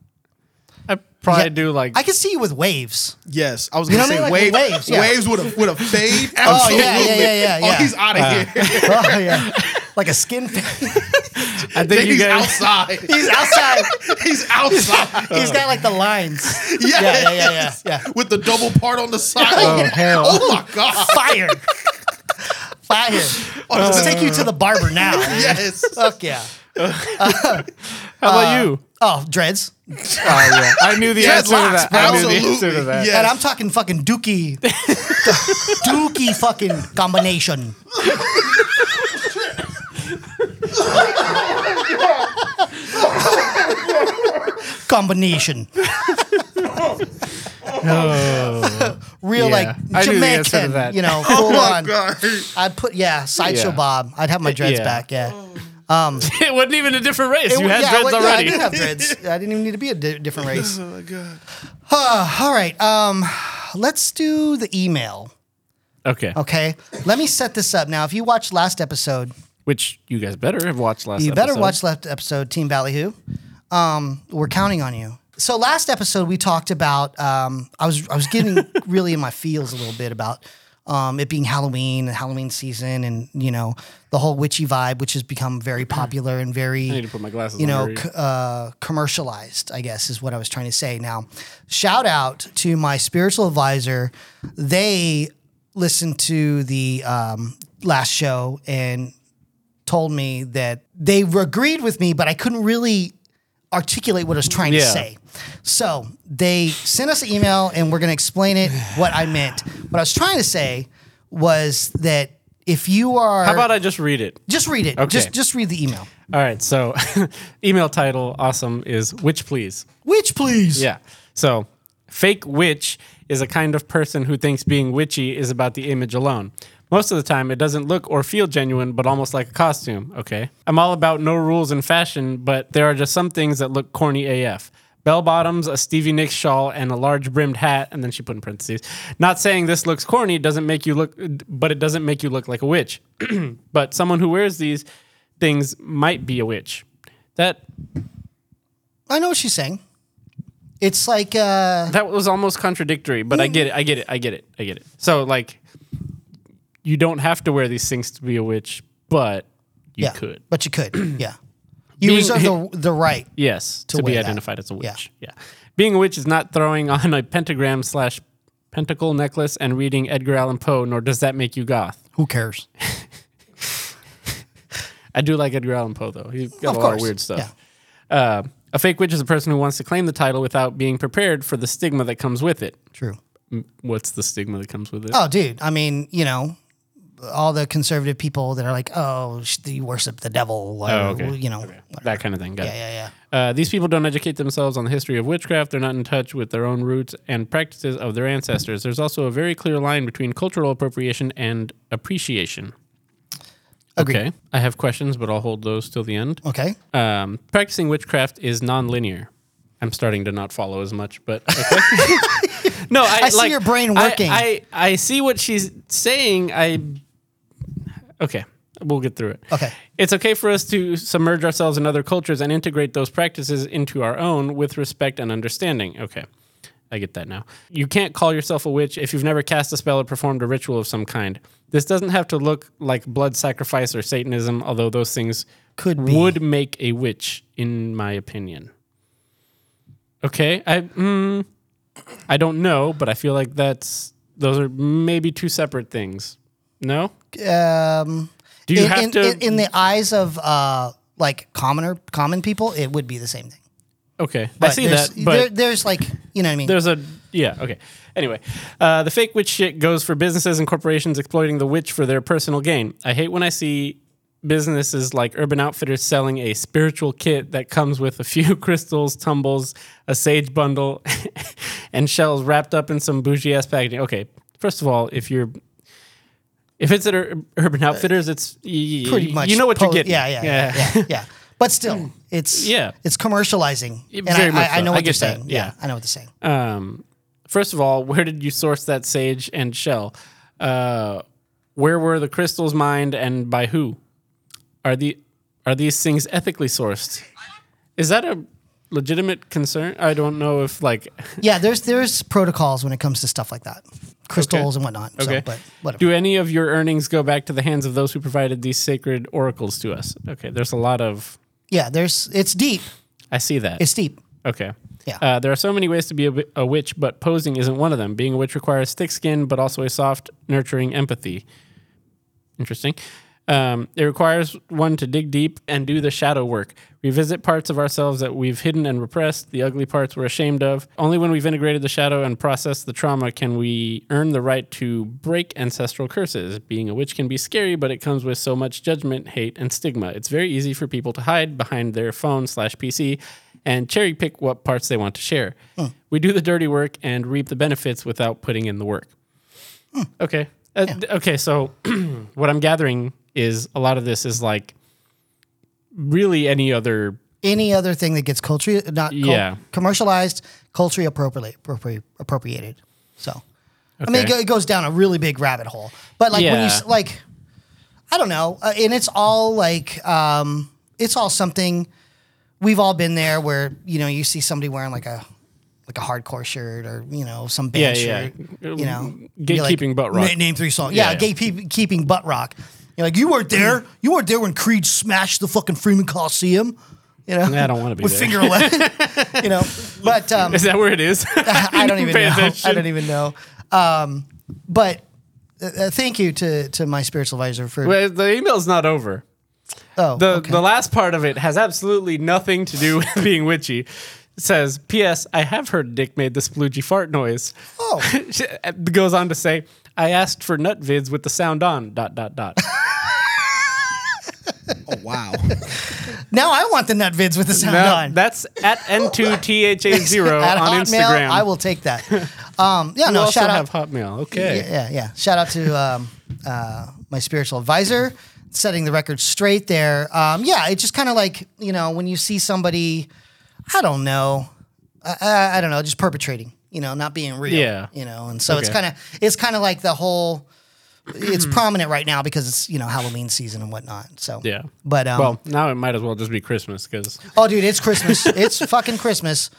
[SPEAKER 1] I probably
[SPEAKER 2] Yeah.
[SPEAKER 1] do like
[SPEAKER 2] I could see you with waves.
[SPEAKER 3] Yes. I was
[SPEAKER 2] You
[SPEAKER 3] going
[SPEAKER 2] know
[SPEAKER 3] to
[SPEAKER 2] what I
[SPEAKER 3] say
[SPEAKER 2] mean? Like
[SPEAKER 3] wave,
[SPEAKER 2] waves, yeah.
[SPEAKER 3] waves Oh, with a, with a [LAUGHS] fade. Absolutely.
[SPEAKER 1] Oh,
[SPEAKER 2] yeah, yeah, yeah, yeah, [LAUGHS] yeah.
[SPEAKER 3] Oh,
[SPEAKER 1] [LAUGHS]
[SPEAKER 3] he's out
[SPEAKER 1] Uh,
[SPEAKER 3] of here. [LAUGHS]
[SPEAKER 2] oh yeah, like a skin. [LAUGHS]
[SPEAKER 1] I think you
[SPEAKER 3] he's
[SPEAKER 1] guys.
[SPEAKER 3] outside. [LAUGHS]
[SPEAKER 2] he's outside.
[SPEAKER 3] He's outside.
[SPEAKER 2] He's got like the lines. Yeah, yeah, yeah, yeah, yeah.
[SPEAKER 3] With the double part on the side. [LAUGHS] Oh,
[SPEAKER 1] hell.
[SPEAKER 3] my God.
[SPEAKER 2] Fire. Fire.
[SPEAKER 1] Oh.
[SPEAKER 2] Let's take you to the barber now.
[SPEAKER 3] Yes.
[SPEAKER 2] Fuck yeah.
[SPEAKER 1] How about you?
[SPEAKER 2] [LAUGHS] Oh, dreads.
[SPEAKER 1] I knew the answer to that.
[SPEAKER 3] dreadlocks,
[SPEAKER 1] I knew the answer to
[SPEAKER 3] absolutely.
[SPEAKER 1] that.
[SPEAKER 3] Yeah.
[SPEAKER 2] And I'm talking fucking dookie. dookie fucking combination.
[SPEAKER 1] [LAUGHS]
[SPEAKER 2] combination. Real
[SPEAKER 1] Oh. Yeah.
[SPEAKER 2] like
[SPEAKER 1] I knew the answer to
[SPEAKER 2] Jamaican,
[SPEAKER 1] that.
[SPEAKER 2] you know, full on.
[SPEAKER 3] Oh God.
[SPEAKER 2] I'd put yeah, sideshow
[SPEAKER 1] Yeah. Uh,
[SPEAKER 2] Bob. I'd have my dreads
[SPEAKER 1] yeah.
[SPEAKER 2] back. Yeah,
[SPEAKER 3] Oh.
[SPEAKER 1] it wasn't even a different race. you
[SPEAKER 2] It-
[SPEAKER 1] had
[SPEAKER 2] yeah,
[SPEAKER 1] dreads
[SPEAKER 2] well, yeah,
[SPEAKER 1] already.
[SPEAKER 2] I did have
[SPEAKER 1] [LAUGHS]
[SPEAKER 2] dreads. I didn't even need to be a di- different race.
[SPEAKER 3] [LAUGHS] Oh my god.
[SPEAKER 2] [SIGHS] All right, um, let's do the email.
[SPEAKER 1] okay.
[SPEAKER 2] Okay, let me set this up now. If you watched last episode,
[SPEAKER 1] Which you guys better have watched last.
[SPEAKER 2] You better
[SPEAKER 1] episode.
[SPEAKER 2] watch last episode, Team Ballyhoo. Um, we're counting on you. So last episode we talked about um, I was I was
[SPEAKER 1] [LAUGHS]
[SPEAKER 2] getting really in my feels a little bit about um, it being Halloween and Halloween season and you know the whole witchy vibe which has become very popular and very
[SPEAKER 1] Mm. I need to put my glasses
[SPEAKER 2] you
[SPEAKER 1] on.
[SPEAKER 2] know
[SPEAKER 1] Marie.
[SPEAKER 2] c- uh, commercialized i guess is what i was trying to say now shout out to my spiritual advisor they listened to the um, last show and told me that they agreed with me but i couldn't really articulate what i was trying to
[SPEAKER 1] Yeah.
[SPEAKER 2] say so they sent us an email and we're going to explain it what i meant what i was trying to say was that if you are
[SPEAKER 1] How about I just read it?
[SPEAKER 2] just read it
[SPEAKER 1] Okay.
[SPEAKER 2] just just read the email
[SPEAKER 1] All right. So, [LAUGHS] email title awesome is which please.
[SPEAKER 2] which please
[SPEAKER 1] Yeah. So, fake witch is a kind of person who thinks being witchy is about the image alone. Most of the time, it doesn't look or feel genuine, but almost like a costume. Okay. I'm all about no rules in fashion, but there are just some things that look corny AF. Bell bottoms, a Stevie Nicks shawl, and a large brimmed hat. And then she put in parentheses. Not saying this looks corny doesn't make you look, but it doesn't make you look like a witch. [CLEARS THROAT] but someone who wears these things might be a witch. That
[SPEAKER 2] I know what she's saying. It's like uh,
[SPEAKER 1] that was almost contradictory, but I get it. I get it. I get it. I get it. So like, you don't have to wear these things to be a witch, but you
[SPEAKER 2] yeah,
[SPEAKER 1] could.
[SPEAKER 2] but you could,
[SPEAKER 1] [CLEARS THROAT]
[SPEAKER 2] yeah. You
[SPEAKER 1] Being-
[SPEAKER 2] reserve the, the right.
[SPEAKER 1] Yes, to,
[SPEAKER 2] wear
[SPEAKER 1] be
[SPEAKER 2] that.
[SPEAKER 1] identified as a
[SPEAKER 2] Yeah.
[SPEAKER 1] witch. Yeah. being a witch is not throwing [LAUGHS] on a pentagram slash pentacle necklace and reading Edgar Allan Poe, nor does that make you goth.
[SPEAKER 2] Who cares?
[SPEAKER 1] I do like Edgar Allan Poe though. He's got
[SPEAKER 2] Of
[SPEAKER 1] a lot of
[SPEAKER 2] course,
[SPEAKER 1] weird stuff. Uh, a fake witch is a person who wants to claim the title without being prepared for the stigma that comes with it.
[SPEAKER 2] True.
[SPEAKER 1] What's the stigma that comes with it?
[SPEAKER 2] Oh, dude. I mean, you know, all the conservative people that are like, oh, sh- you worship the devil, or,
[SPEAKER 1] Oh, okay.
[SPEAKER 2] you know,
[SPEAKER 1] that kind of thing. Got it.
[SPEAKER 2] yeah, yeah, yeah.
[SPEAKER 1] Uh, these people don't educate themselves on the history of witchcraft. They're not in touch with their own roots and practices of their ancestors. There's also a very clear line between cultural appropriation and appreciation.
[SPEAKER 2] Agreed.
[SPEAKER 1] Okay. I have questions, but I'll hold those till the end.
[SPEAKER 2] Okay.
[SPEAKER 1] Um, practicing witchcraft is nonlinear. I'm starting to not follow as much, but okay.
[SPEAKER 2] [LAUGHS]
[SPEAKER 1] no, I,
[SPEAKER 2] I see
[SPEAKER 1] like,
[SPEAKER 2] your brain
[SPEAKER 1] I-
[SPEAKER 2] working.
[SPEAKER 1] I, I, see what she's saying. I okay, we'll get through it.
[SPEAKER 2] Okay.
[SPEAKER 1] it's okay for us to submerge ourselves in other cultures and integrate those practices into our own with respect and understanding. Okay. I get that now. You can't call yourself a witch if you've never cast a spell or performed a ritual of some kind. This doesn't have to look like blood sacrifice or Satanism, although those things
[SPEAKER 2] Could be.
[SPEAKER 1] would make a witch, in my opinion. Okay, I mm, I don't know, but I feel like that's those are maybe two separate things. No,
[SPEAKER 2] Um,
[SPEAKER 1] do you
[SPEAKER 2] in,
[SPEAKER 1] have
[SPEAKER 2] in,
[SPEAKER 1] to?
[SPEAKER 2] in, in the eyes of uh, like commoner, common people, it would be the same thing.
[SPEAKER 1] okay, I
[SPEAKER 2] But
[SPEAKER 1] see
[SPEAKER 2] there's,
[SPEAKER 1] that, but
[SPEAKER 2] there, there's like, you know what I mean?
[SPEAKER 1] There's a yeah okay. Anyway, uh, the fake witch shit goes for businesses and corporations exploiting the witch for their personal gain. I hate when I see businesses like Urban Outfitters selling a spiritual kit that comes with a few [LAUGHS] crystals, tumbles, a sage bundle, [LAUGHS] and shells wrapped up in some bougie ass packaging. Okay, first of all, if you're if it's at Ur- Urban Outfitters, it's y- y-
[SPEAKER 2] pretty much
[SPEAKER 1] you know what
[SPEAKER 2] po-
[SPEAKER 1] you're getting. Hmm.
[SPEAKER 2] Yeah, yeah, yeah, yeah. yeah, But
[SPEAKER 1] [LAUGHS]
[SPEAKER 2] still, it's
[SPEAKER 1] Yeah.
[SPEAKER 2] it's commercializing. And
[SPEAKER 1] very
[SPEAKER 2] I,
[SPEAKER 1] much
[SPEAKER 2] I, I
[SPEAKER 1] so.
[SPEAKER 2] know
[SPEAKER 1] I
[SPEAKER 2] what
[SPEAKER 1] get
[SPEAKER 2] you're
[SPEAKER 1] that,
[SPEAKER 2] saying. Yeah.
[SPEAKER 1] yeah.
[SPEAKER 2] I know what they're saying.
[SPEAKER 1] Um, first of all, [LAUGHS] where did you source that sage and shell? Uh, where were the crystals mined and by who? Are the are these things ethically sourced? Is that a legitimate concern? I don't know if like
[SPEAKER 2] yeah, there's there's protocols when it comes to stuff like that, crystals and whatnot. So,
[SPEAKER 1] okay.
[SPEAKER 2] but whatever.
[SPEAKER 1] Do any of your earnings go back to the hands of those who provided these sacred oracles to us? Okay, there's a lot of
[SPEAKER 2] yeah, there's it's deep.
[SPEAKER 1] I see that.
[SPEAKER 2] It's deep.
[SPEAKER 1] Okay.
[SPEAKER 2] Yeah.
[SPEAKER 1] Uh, there are so many ways to be a, wi- a witch, but posing isn't one of them. Being a witch requires thick skin, but also a soft, nurturing empathy. Interesting. Um, it requires one to dig deep and do the shadow work. Revisit parts of ourselves that we've hidden and repressed, the ugly parts we're ashamed of. Only when we've integrated the shadow and processed the trauma can we earn the right to break ancestral curses. Being a witch can be scary, but it comes with so much judgment, hate, and stigma. It's very easy for people to hide behind their phone slash PC and cherry pick what parts they want to share. We do the dirty work and reap the benefits without putting in the work. Okay. Uh, d- Okay. So [CLEARS THROAT] what I'm gathering is a lot of this is like really any other [LAUGHS]
[SPEAKER 2] Any other thing that gets culture not cul-
[SPEAKER 1] Yeah.
[SPEAKER 2] commercialized, culturally appropriate, appropri- appropriated. So, I mean,
[SPEAKER 1] Okay.
[SPEAKER 2] it, go, it goes down a really big rabbit hole. But like when you s-
[SPEAKER 1] Yeah.
[SPEAKER 2] like, I don't know, uh, and it's all like, um, it's all something we've all been there where you know you see somebody wearing like a like a hardcore shirt or you know some band
[SPEAKER 1] Yeah, yeah.
[SPEAKER 2] shirt, you know,
[SPEAKER 1] Gatekeeping
[SPEAKER 2] You're
[SPEAKER 1] butt rock.
[SPEAKER 2] "Na- Name three songs.
[SPEAKER 1] Yeah,
[SPEAKER 2] Yeah,
[SPEAKER 1] yeah.
[SPEAKER 2] gatekeeping butt rock. You're like, you weren't there. You weren't there when Creed smashed the fucking Freeman Coliseum. You know,
[SPEAKER 1] I don't wanna be
[SPEAKER 2] with
[SPEAKER 1] there.
[SPEAKER 2] finger eleven. [LAUGHS] you know, but um,
[SPEAKER 1] Is that where it is?
[SPEAKER 2] [LAUGHS] I don't even
[SPEAKER 1] [LAUGHS] Pay
[SPEAKER 2] know. I
[SPEAKER 1] attention.
[SPEAKER 2] don't even know. Um, but uh, uh, thank you to to my spiritual advisor for
[SPEAKER 1] Well, the email's not over.
[SPEAKER 2] oh
[SPEAKER 1] The
[SPEAKER 2] okay.
[SPEAKER 1] the last part of it has absolutely nothing to do [LAUGHS] with being witchy. It says, P.S. I have heard Dick made the sploogey fart noise.
[SPEAKER 2] Oh.
[SPEAKER 1] [LAUGHS] She- it goes on to say, I asked for nut vids with the sound on. Dot dot
[SPEAKER 2] [LAUGHS]
[SPEAKER 1] dot.
[SPEAKER 3] Oh wow.
[SPEAKER 2] [LAUGHS] now I want the nut vids with the sound
[SPEAKER 1] Now,
[SPEAKER 2] on.
[SPEAKER 1] that's at N2THA0
[SPEAKER 2] [LAUGHS] At
[SPEAKER 1] on
[SPEAKER 2] Hotmail,
[SPEAKER 1] Instagram.
[SPEAKER 2] I will take
[SPEAKER 1] [LAUGHS]
[SPEAKER 2] that. Um, yeah,
[SPEAKER 1] You
[SPEAKER 2] no
[SPEAKER 1] also
[SPEAKER 2] shout out
[SPEAKER 1] have Hotmail. Okay.
[SPEAKER 2] Yeah, yeah, yeah. Shout out to um, uh, my spiritual advisor, setting the record straight there. Um, yeah, it's just kind of like you know when you see somebody, I don't know, I, I, I don't know, just perpetrating, you know, not being real,
[SPEAKER 1] Yeah.
[SPEAKER 2] you know, and so it's
[SPEAKER 1] Okay.
[SPEAKER 2] kind of it's kind of like the whole. It's prominent right now because it's you know Halloween season and whatnot. So
[SPEAKER 1] Yeah.
[SPEAKER 2] but um,
[SPEAKER 1] Well, now it might as well just be Christmas because,
[SPEAKER 2] oh dude, it's Christmas. it's fucking Christmas.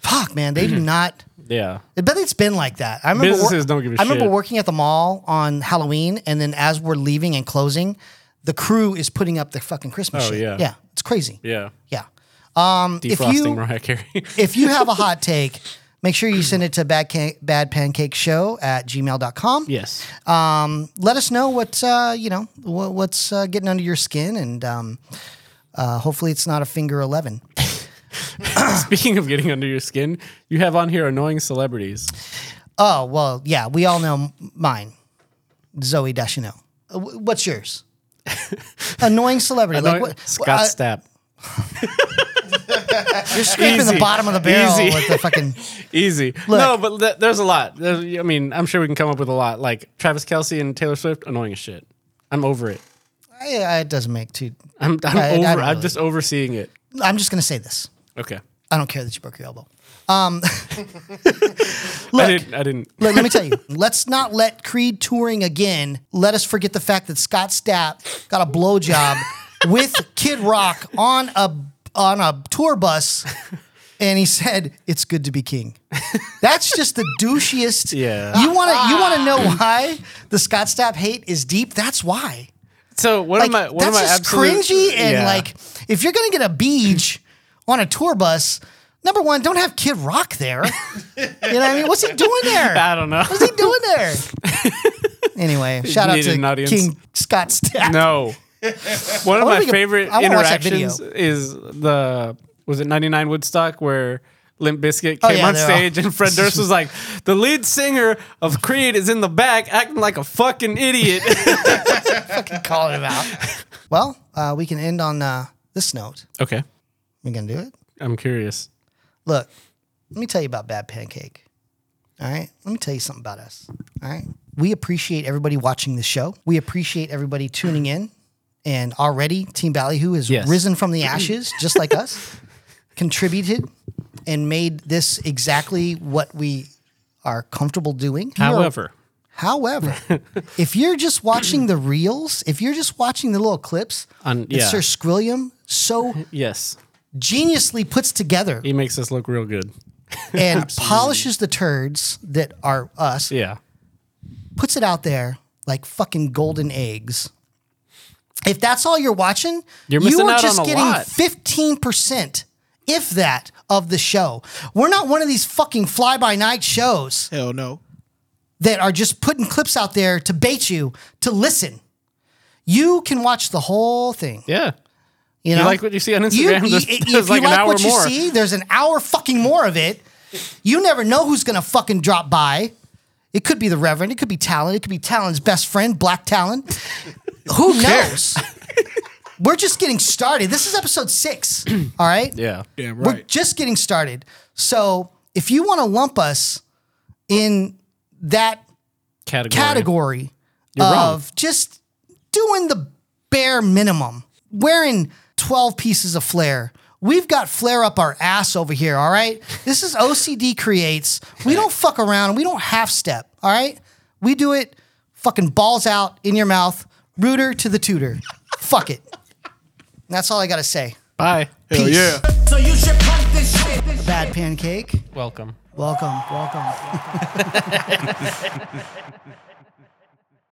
[SPEAKER 2] Fuck man, they do not.
[SPEAKER 1] yeah.
[SPEAKER 2] I bet it's been like that. I remember
[SPEAKER 1] Businesses don't give a
[SPEAKER 2] I remember
[SPEAKER 1] shit.
[SPEAKER 2] working at the mall on Halloween, and then as we're leaving and closing, the crew is putting up their fucking Christmas
[SPEAKER 1] Oh,
[SPEAKER 2] shit.
[SPEAKER 1] yeah.
[SPEAKER 2] yeah, it's crazy.
[SPEAKER 1] Yeah.
[SPEAKER 2] Yeah. Um, If
[SPEAKER 1] Defrosting
[SPEAKER 2] you-
[SPEAKER 1] Mariah Carey.
[SPEAKER 2] [LAUGHS] If you have a hot [LAUGHS] take, make sure you send it to bad ca- badpancakeshow at gmail.com.
[SPEAKER 1] [LAUGHS] yes.
[SPEAKER 2] Let us know what uh, you know what, what's uh, getting under your skin, and um, uh, hopefully it's not a finger eleven. Ah.
[SPEAKER 1] Speaking of getting under your skin, you have on here annoying celebrities.
[SPEAKER 2] Oh well, yeah, we all know m- mine, Zoe Deschanel. Uh, wh-
[SPEAKER 1] [LAUGHS]
[SPEAKER 2] What's yours? Annoying celebrity.
[SPEAKER 1] Annoying-
[SPEAKER 2] like what,
[SPEAKER 1] Scott
[SPEAKER 2] I-
[SPEAKER 1] Stapp.
[SPEAKER 2] [LAUGHS] You're scraping
[SPEAKER 1] Easy.
[SPEAKER 2] uh, the bottom of the barrel
[SPEAKER 1] Easy. [LAUGHS]
[SPEAKER 2] with the fucking.
[SPEAKER 1] Easy. no, but th- there's a lot. There's, I mean, I'm sure we can come up with a lot. Like Travis Kelsey and Taylor Swift, annoying as shit. I'm over it.
[SPEAKER 2] I, I, it doesn't make too.
[SPEAKER 1] I'm, I'm
[SPEAKER 2] I- I
[SPEAKER 1] over.
[SPEAKER 2] don't
[SPEAKER 1] I'm
[SPEAKER 2] really-
[SPEAKER 1] just overseeing it.
[SPEAKER 2] I'm just gonna say this.
[SPEAKER 1] Okay.
[SPEAKER 2] I don't care that you broke your elbow. Um, [LAUGHS]
[SPEAKER 1] [LAUGHS] I didn't. I didn't.
[SPEAKER 2] Let, let me tell you. Let's not let Creed touring again. Let us forget the fact that Scott Stapp got a blowjob with Kid Rock on a on a tour bus, and he said, "It's good to be king." That's just the douchiest.
[SPEAKER 1] Yeah.
[SPEAKER 2] You wanna you wanna know why the Scott Stapp hate is deep? That's why.
[SPEAKER 1] So what
[SPEAKER 2] like
[SPEAKER 1] am I? What
[SPEAKER 2] that's
[SPEAKER 1] am I?
[SPEAKER 2] just
[SPEAKER 1] absolute-
[SPEAKER 2] cringy and
[SPEAKER 1] Yeah.
[SPEAKER 2] like if you're gonna get a beach on a tour bus, number one, don't have Kid Rock there. you know what I mean? What's he doing
[SPEAKER 1] [LAUGHS]
[SPEAKER 2] there?
[SPEAKER 1] I don't know.
[SPEAKER 2] What's he doing
[SPEAKER 1] [LAUGHS]
[SPEAKER 2] there? anyway, shout out
[SPEAKER 1] Needed an
[SPEAKER 2] to
[SPEAKER 1] audience.
[SPEAKER 2] King Scott
[SPEAKER 1] [LAUGHS]
[SPEAKER 2] Stapp.
[SPEAKER 1] No. One of
[SPEAKER 2] wanna
[SPEAKER 1] my
[SPEAKER 2] make a-
[SPEAKER 1] favorite
[SPEAKER 2] I wanna watch that
[SPEAKER 1] interactions is the was it 99 Woodstock where Limp Bizkit came
[SPEAKER 2] Oh, yeah,
[SPEAKER 1] on
[SPEAKER 2] they're
[SPEAKER 1] stage and Fred Durst was like, "The lead singer of Creed is in the back acting like a fucking
[SPEAKER 2] [LAUGHS]
[SPEAKER 1] idiot."
[SPEAKER 2] Calling him out. Well, uh, we can end on uh, this note.
[SPEAKER 1] okay.
[SPEAKER 2] We gonna do it.
[SPEAKER 1] I'm curious.
[SPEAKER 2] Look, let me tell you about Bad Pancake. All right. Let me tell you something about us. All right. We appreciate everybody watching the show. We appreciate everybody tuning in. And already, Team Ballyhoo has
[SPEAKER 1] Yes.
[SPEAKER 2] risen from the ashes, just like us, [LAUGHS] contributed and made this exactly what we are comfortable doing.
[SPEAKER 1] However, [LAUGHS]
[SPEAKER 2] However, if you're just watching the reels, if you're just watching the little clips,
[SPEAKER 1] On-
[SPEAKER 2] that
[SPEAKER 1] yeah.
[SPEAKER 2] Sir Squilliam so
[SPEAKER 1] yes,
[SPEAKER 2] geniusly
[SPEAKER 1] [LAUGHS]
[SPEAKER 2] puts together
[SPEAKER 1] he makes us look real good.
[SPEAKER 2] and polishes the turds that are us,
[SPEAKER 1] Yeah.
[SPEAKER 2] puts it out there like fucking golden eggs. If that's all you're watching,
[SPEAKER 1] You're
[SPEAKER 2] you
[SPEAKER 1] missing
[SPEAKER 2] are
[SPEAKER 1] out
[SPEAKER 2] just
[SPEAKER 1] on a
[SPEAKER 2] getting
[SPEAKER 1] lot.
[SPEAKER 2] 15%, if that, of the show. We're not one of these fucking fly by night shows
[SPEAKER 3] Hell no.
[SPEAKER 2] that are just putting clips out there to bait you to listen. You can watch the whole thing.
[SPEAKER 1] Yeah.
[SPEAKER 2] You,
[SPEAKER 1] You
[SPEAKER 2] know?
[SPEAKER 1] like what you see on Instagram? There's-
[SPEAKER 2] if
[SPEAKER 1] there's
[SPEAKER 2] you
[SPEAKER 1] like an
[SPEAKER 2] like
[SPEAKER 1] hour
[SPEAKER 2] what
[SPEAKER 1] more.
[SPEAKER 2] you see, there's an hour fucking more of it. You never know who's gonna fucking drop by. It could be the Reverend.
[SPEAKER 1] [LAUGHS]
[SPEAKER 2] It could be Talon. It could be Talon's best friend, Black Talon. Who knows? [LAUGHS] We're just getting started. This is
[SPEAKER 1] [CLEARS THROAT]
[SPEAKER 2] episode six. all right.
[SPEAKER 1] Yeah.
[SPEAKER 3] Yeah,
[SPEAKER 2] We're just getting started. So if you want to lump us in that
[SPEAKER 1] Category.
[SPEAKER 2] category
[SPEAKER 1] wrong.
[SPEAKER 2] of just doing the bare minimum, wearing 12 pieces of flair. We've got flair up our ass over here, all right? This is OCD creates. We don't fuck around and we don't half step, all right? We do it fucking balls out in your mouth, rooter to the tutor. fuck it. That's all I gotta say.
[SPEAKER 1] Bye.
[SPEAKER 3] Hell
[SPEAKER 2] Peace.
[SPEAKER 3] yeah.
[SPEAKER 4] So you should pump this shit. This
[SPEAKER 2] Bad pancake.
[SPEAKER 1] Welcome.
[SPEAKER 2] Welcome, welcome.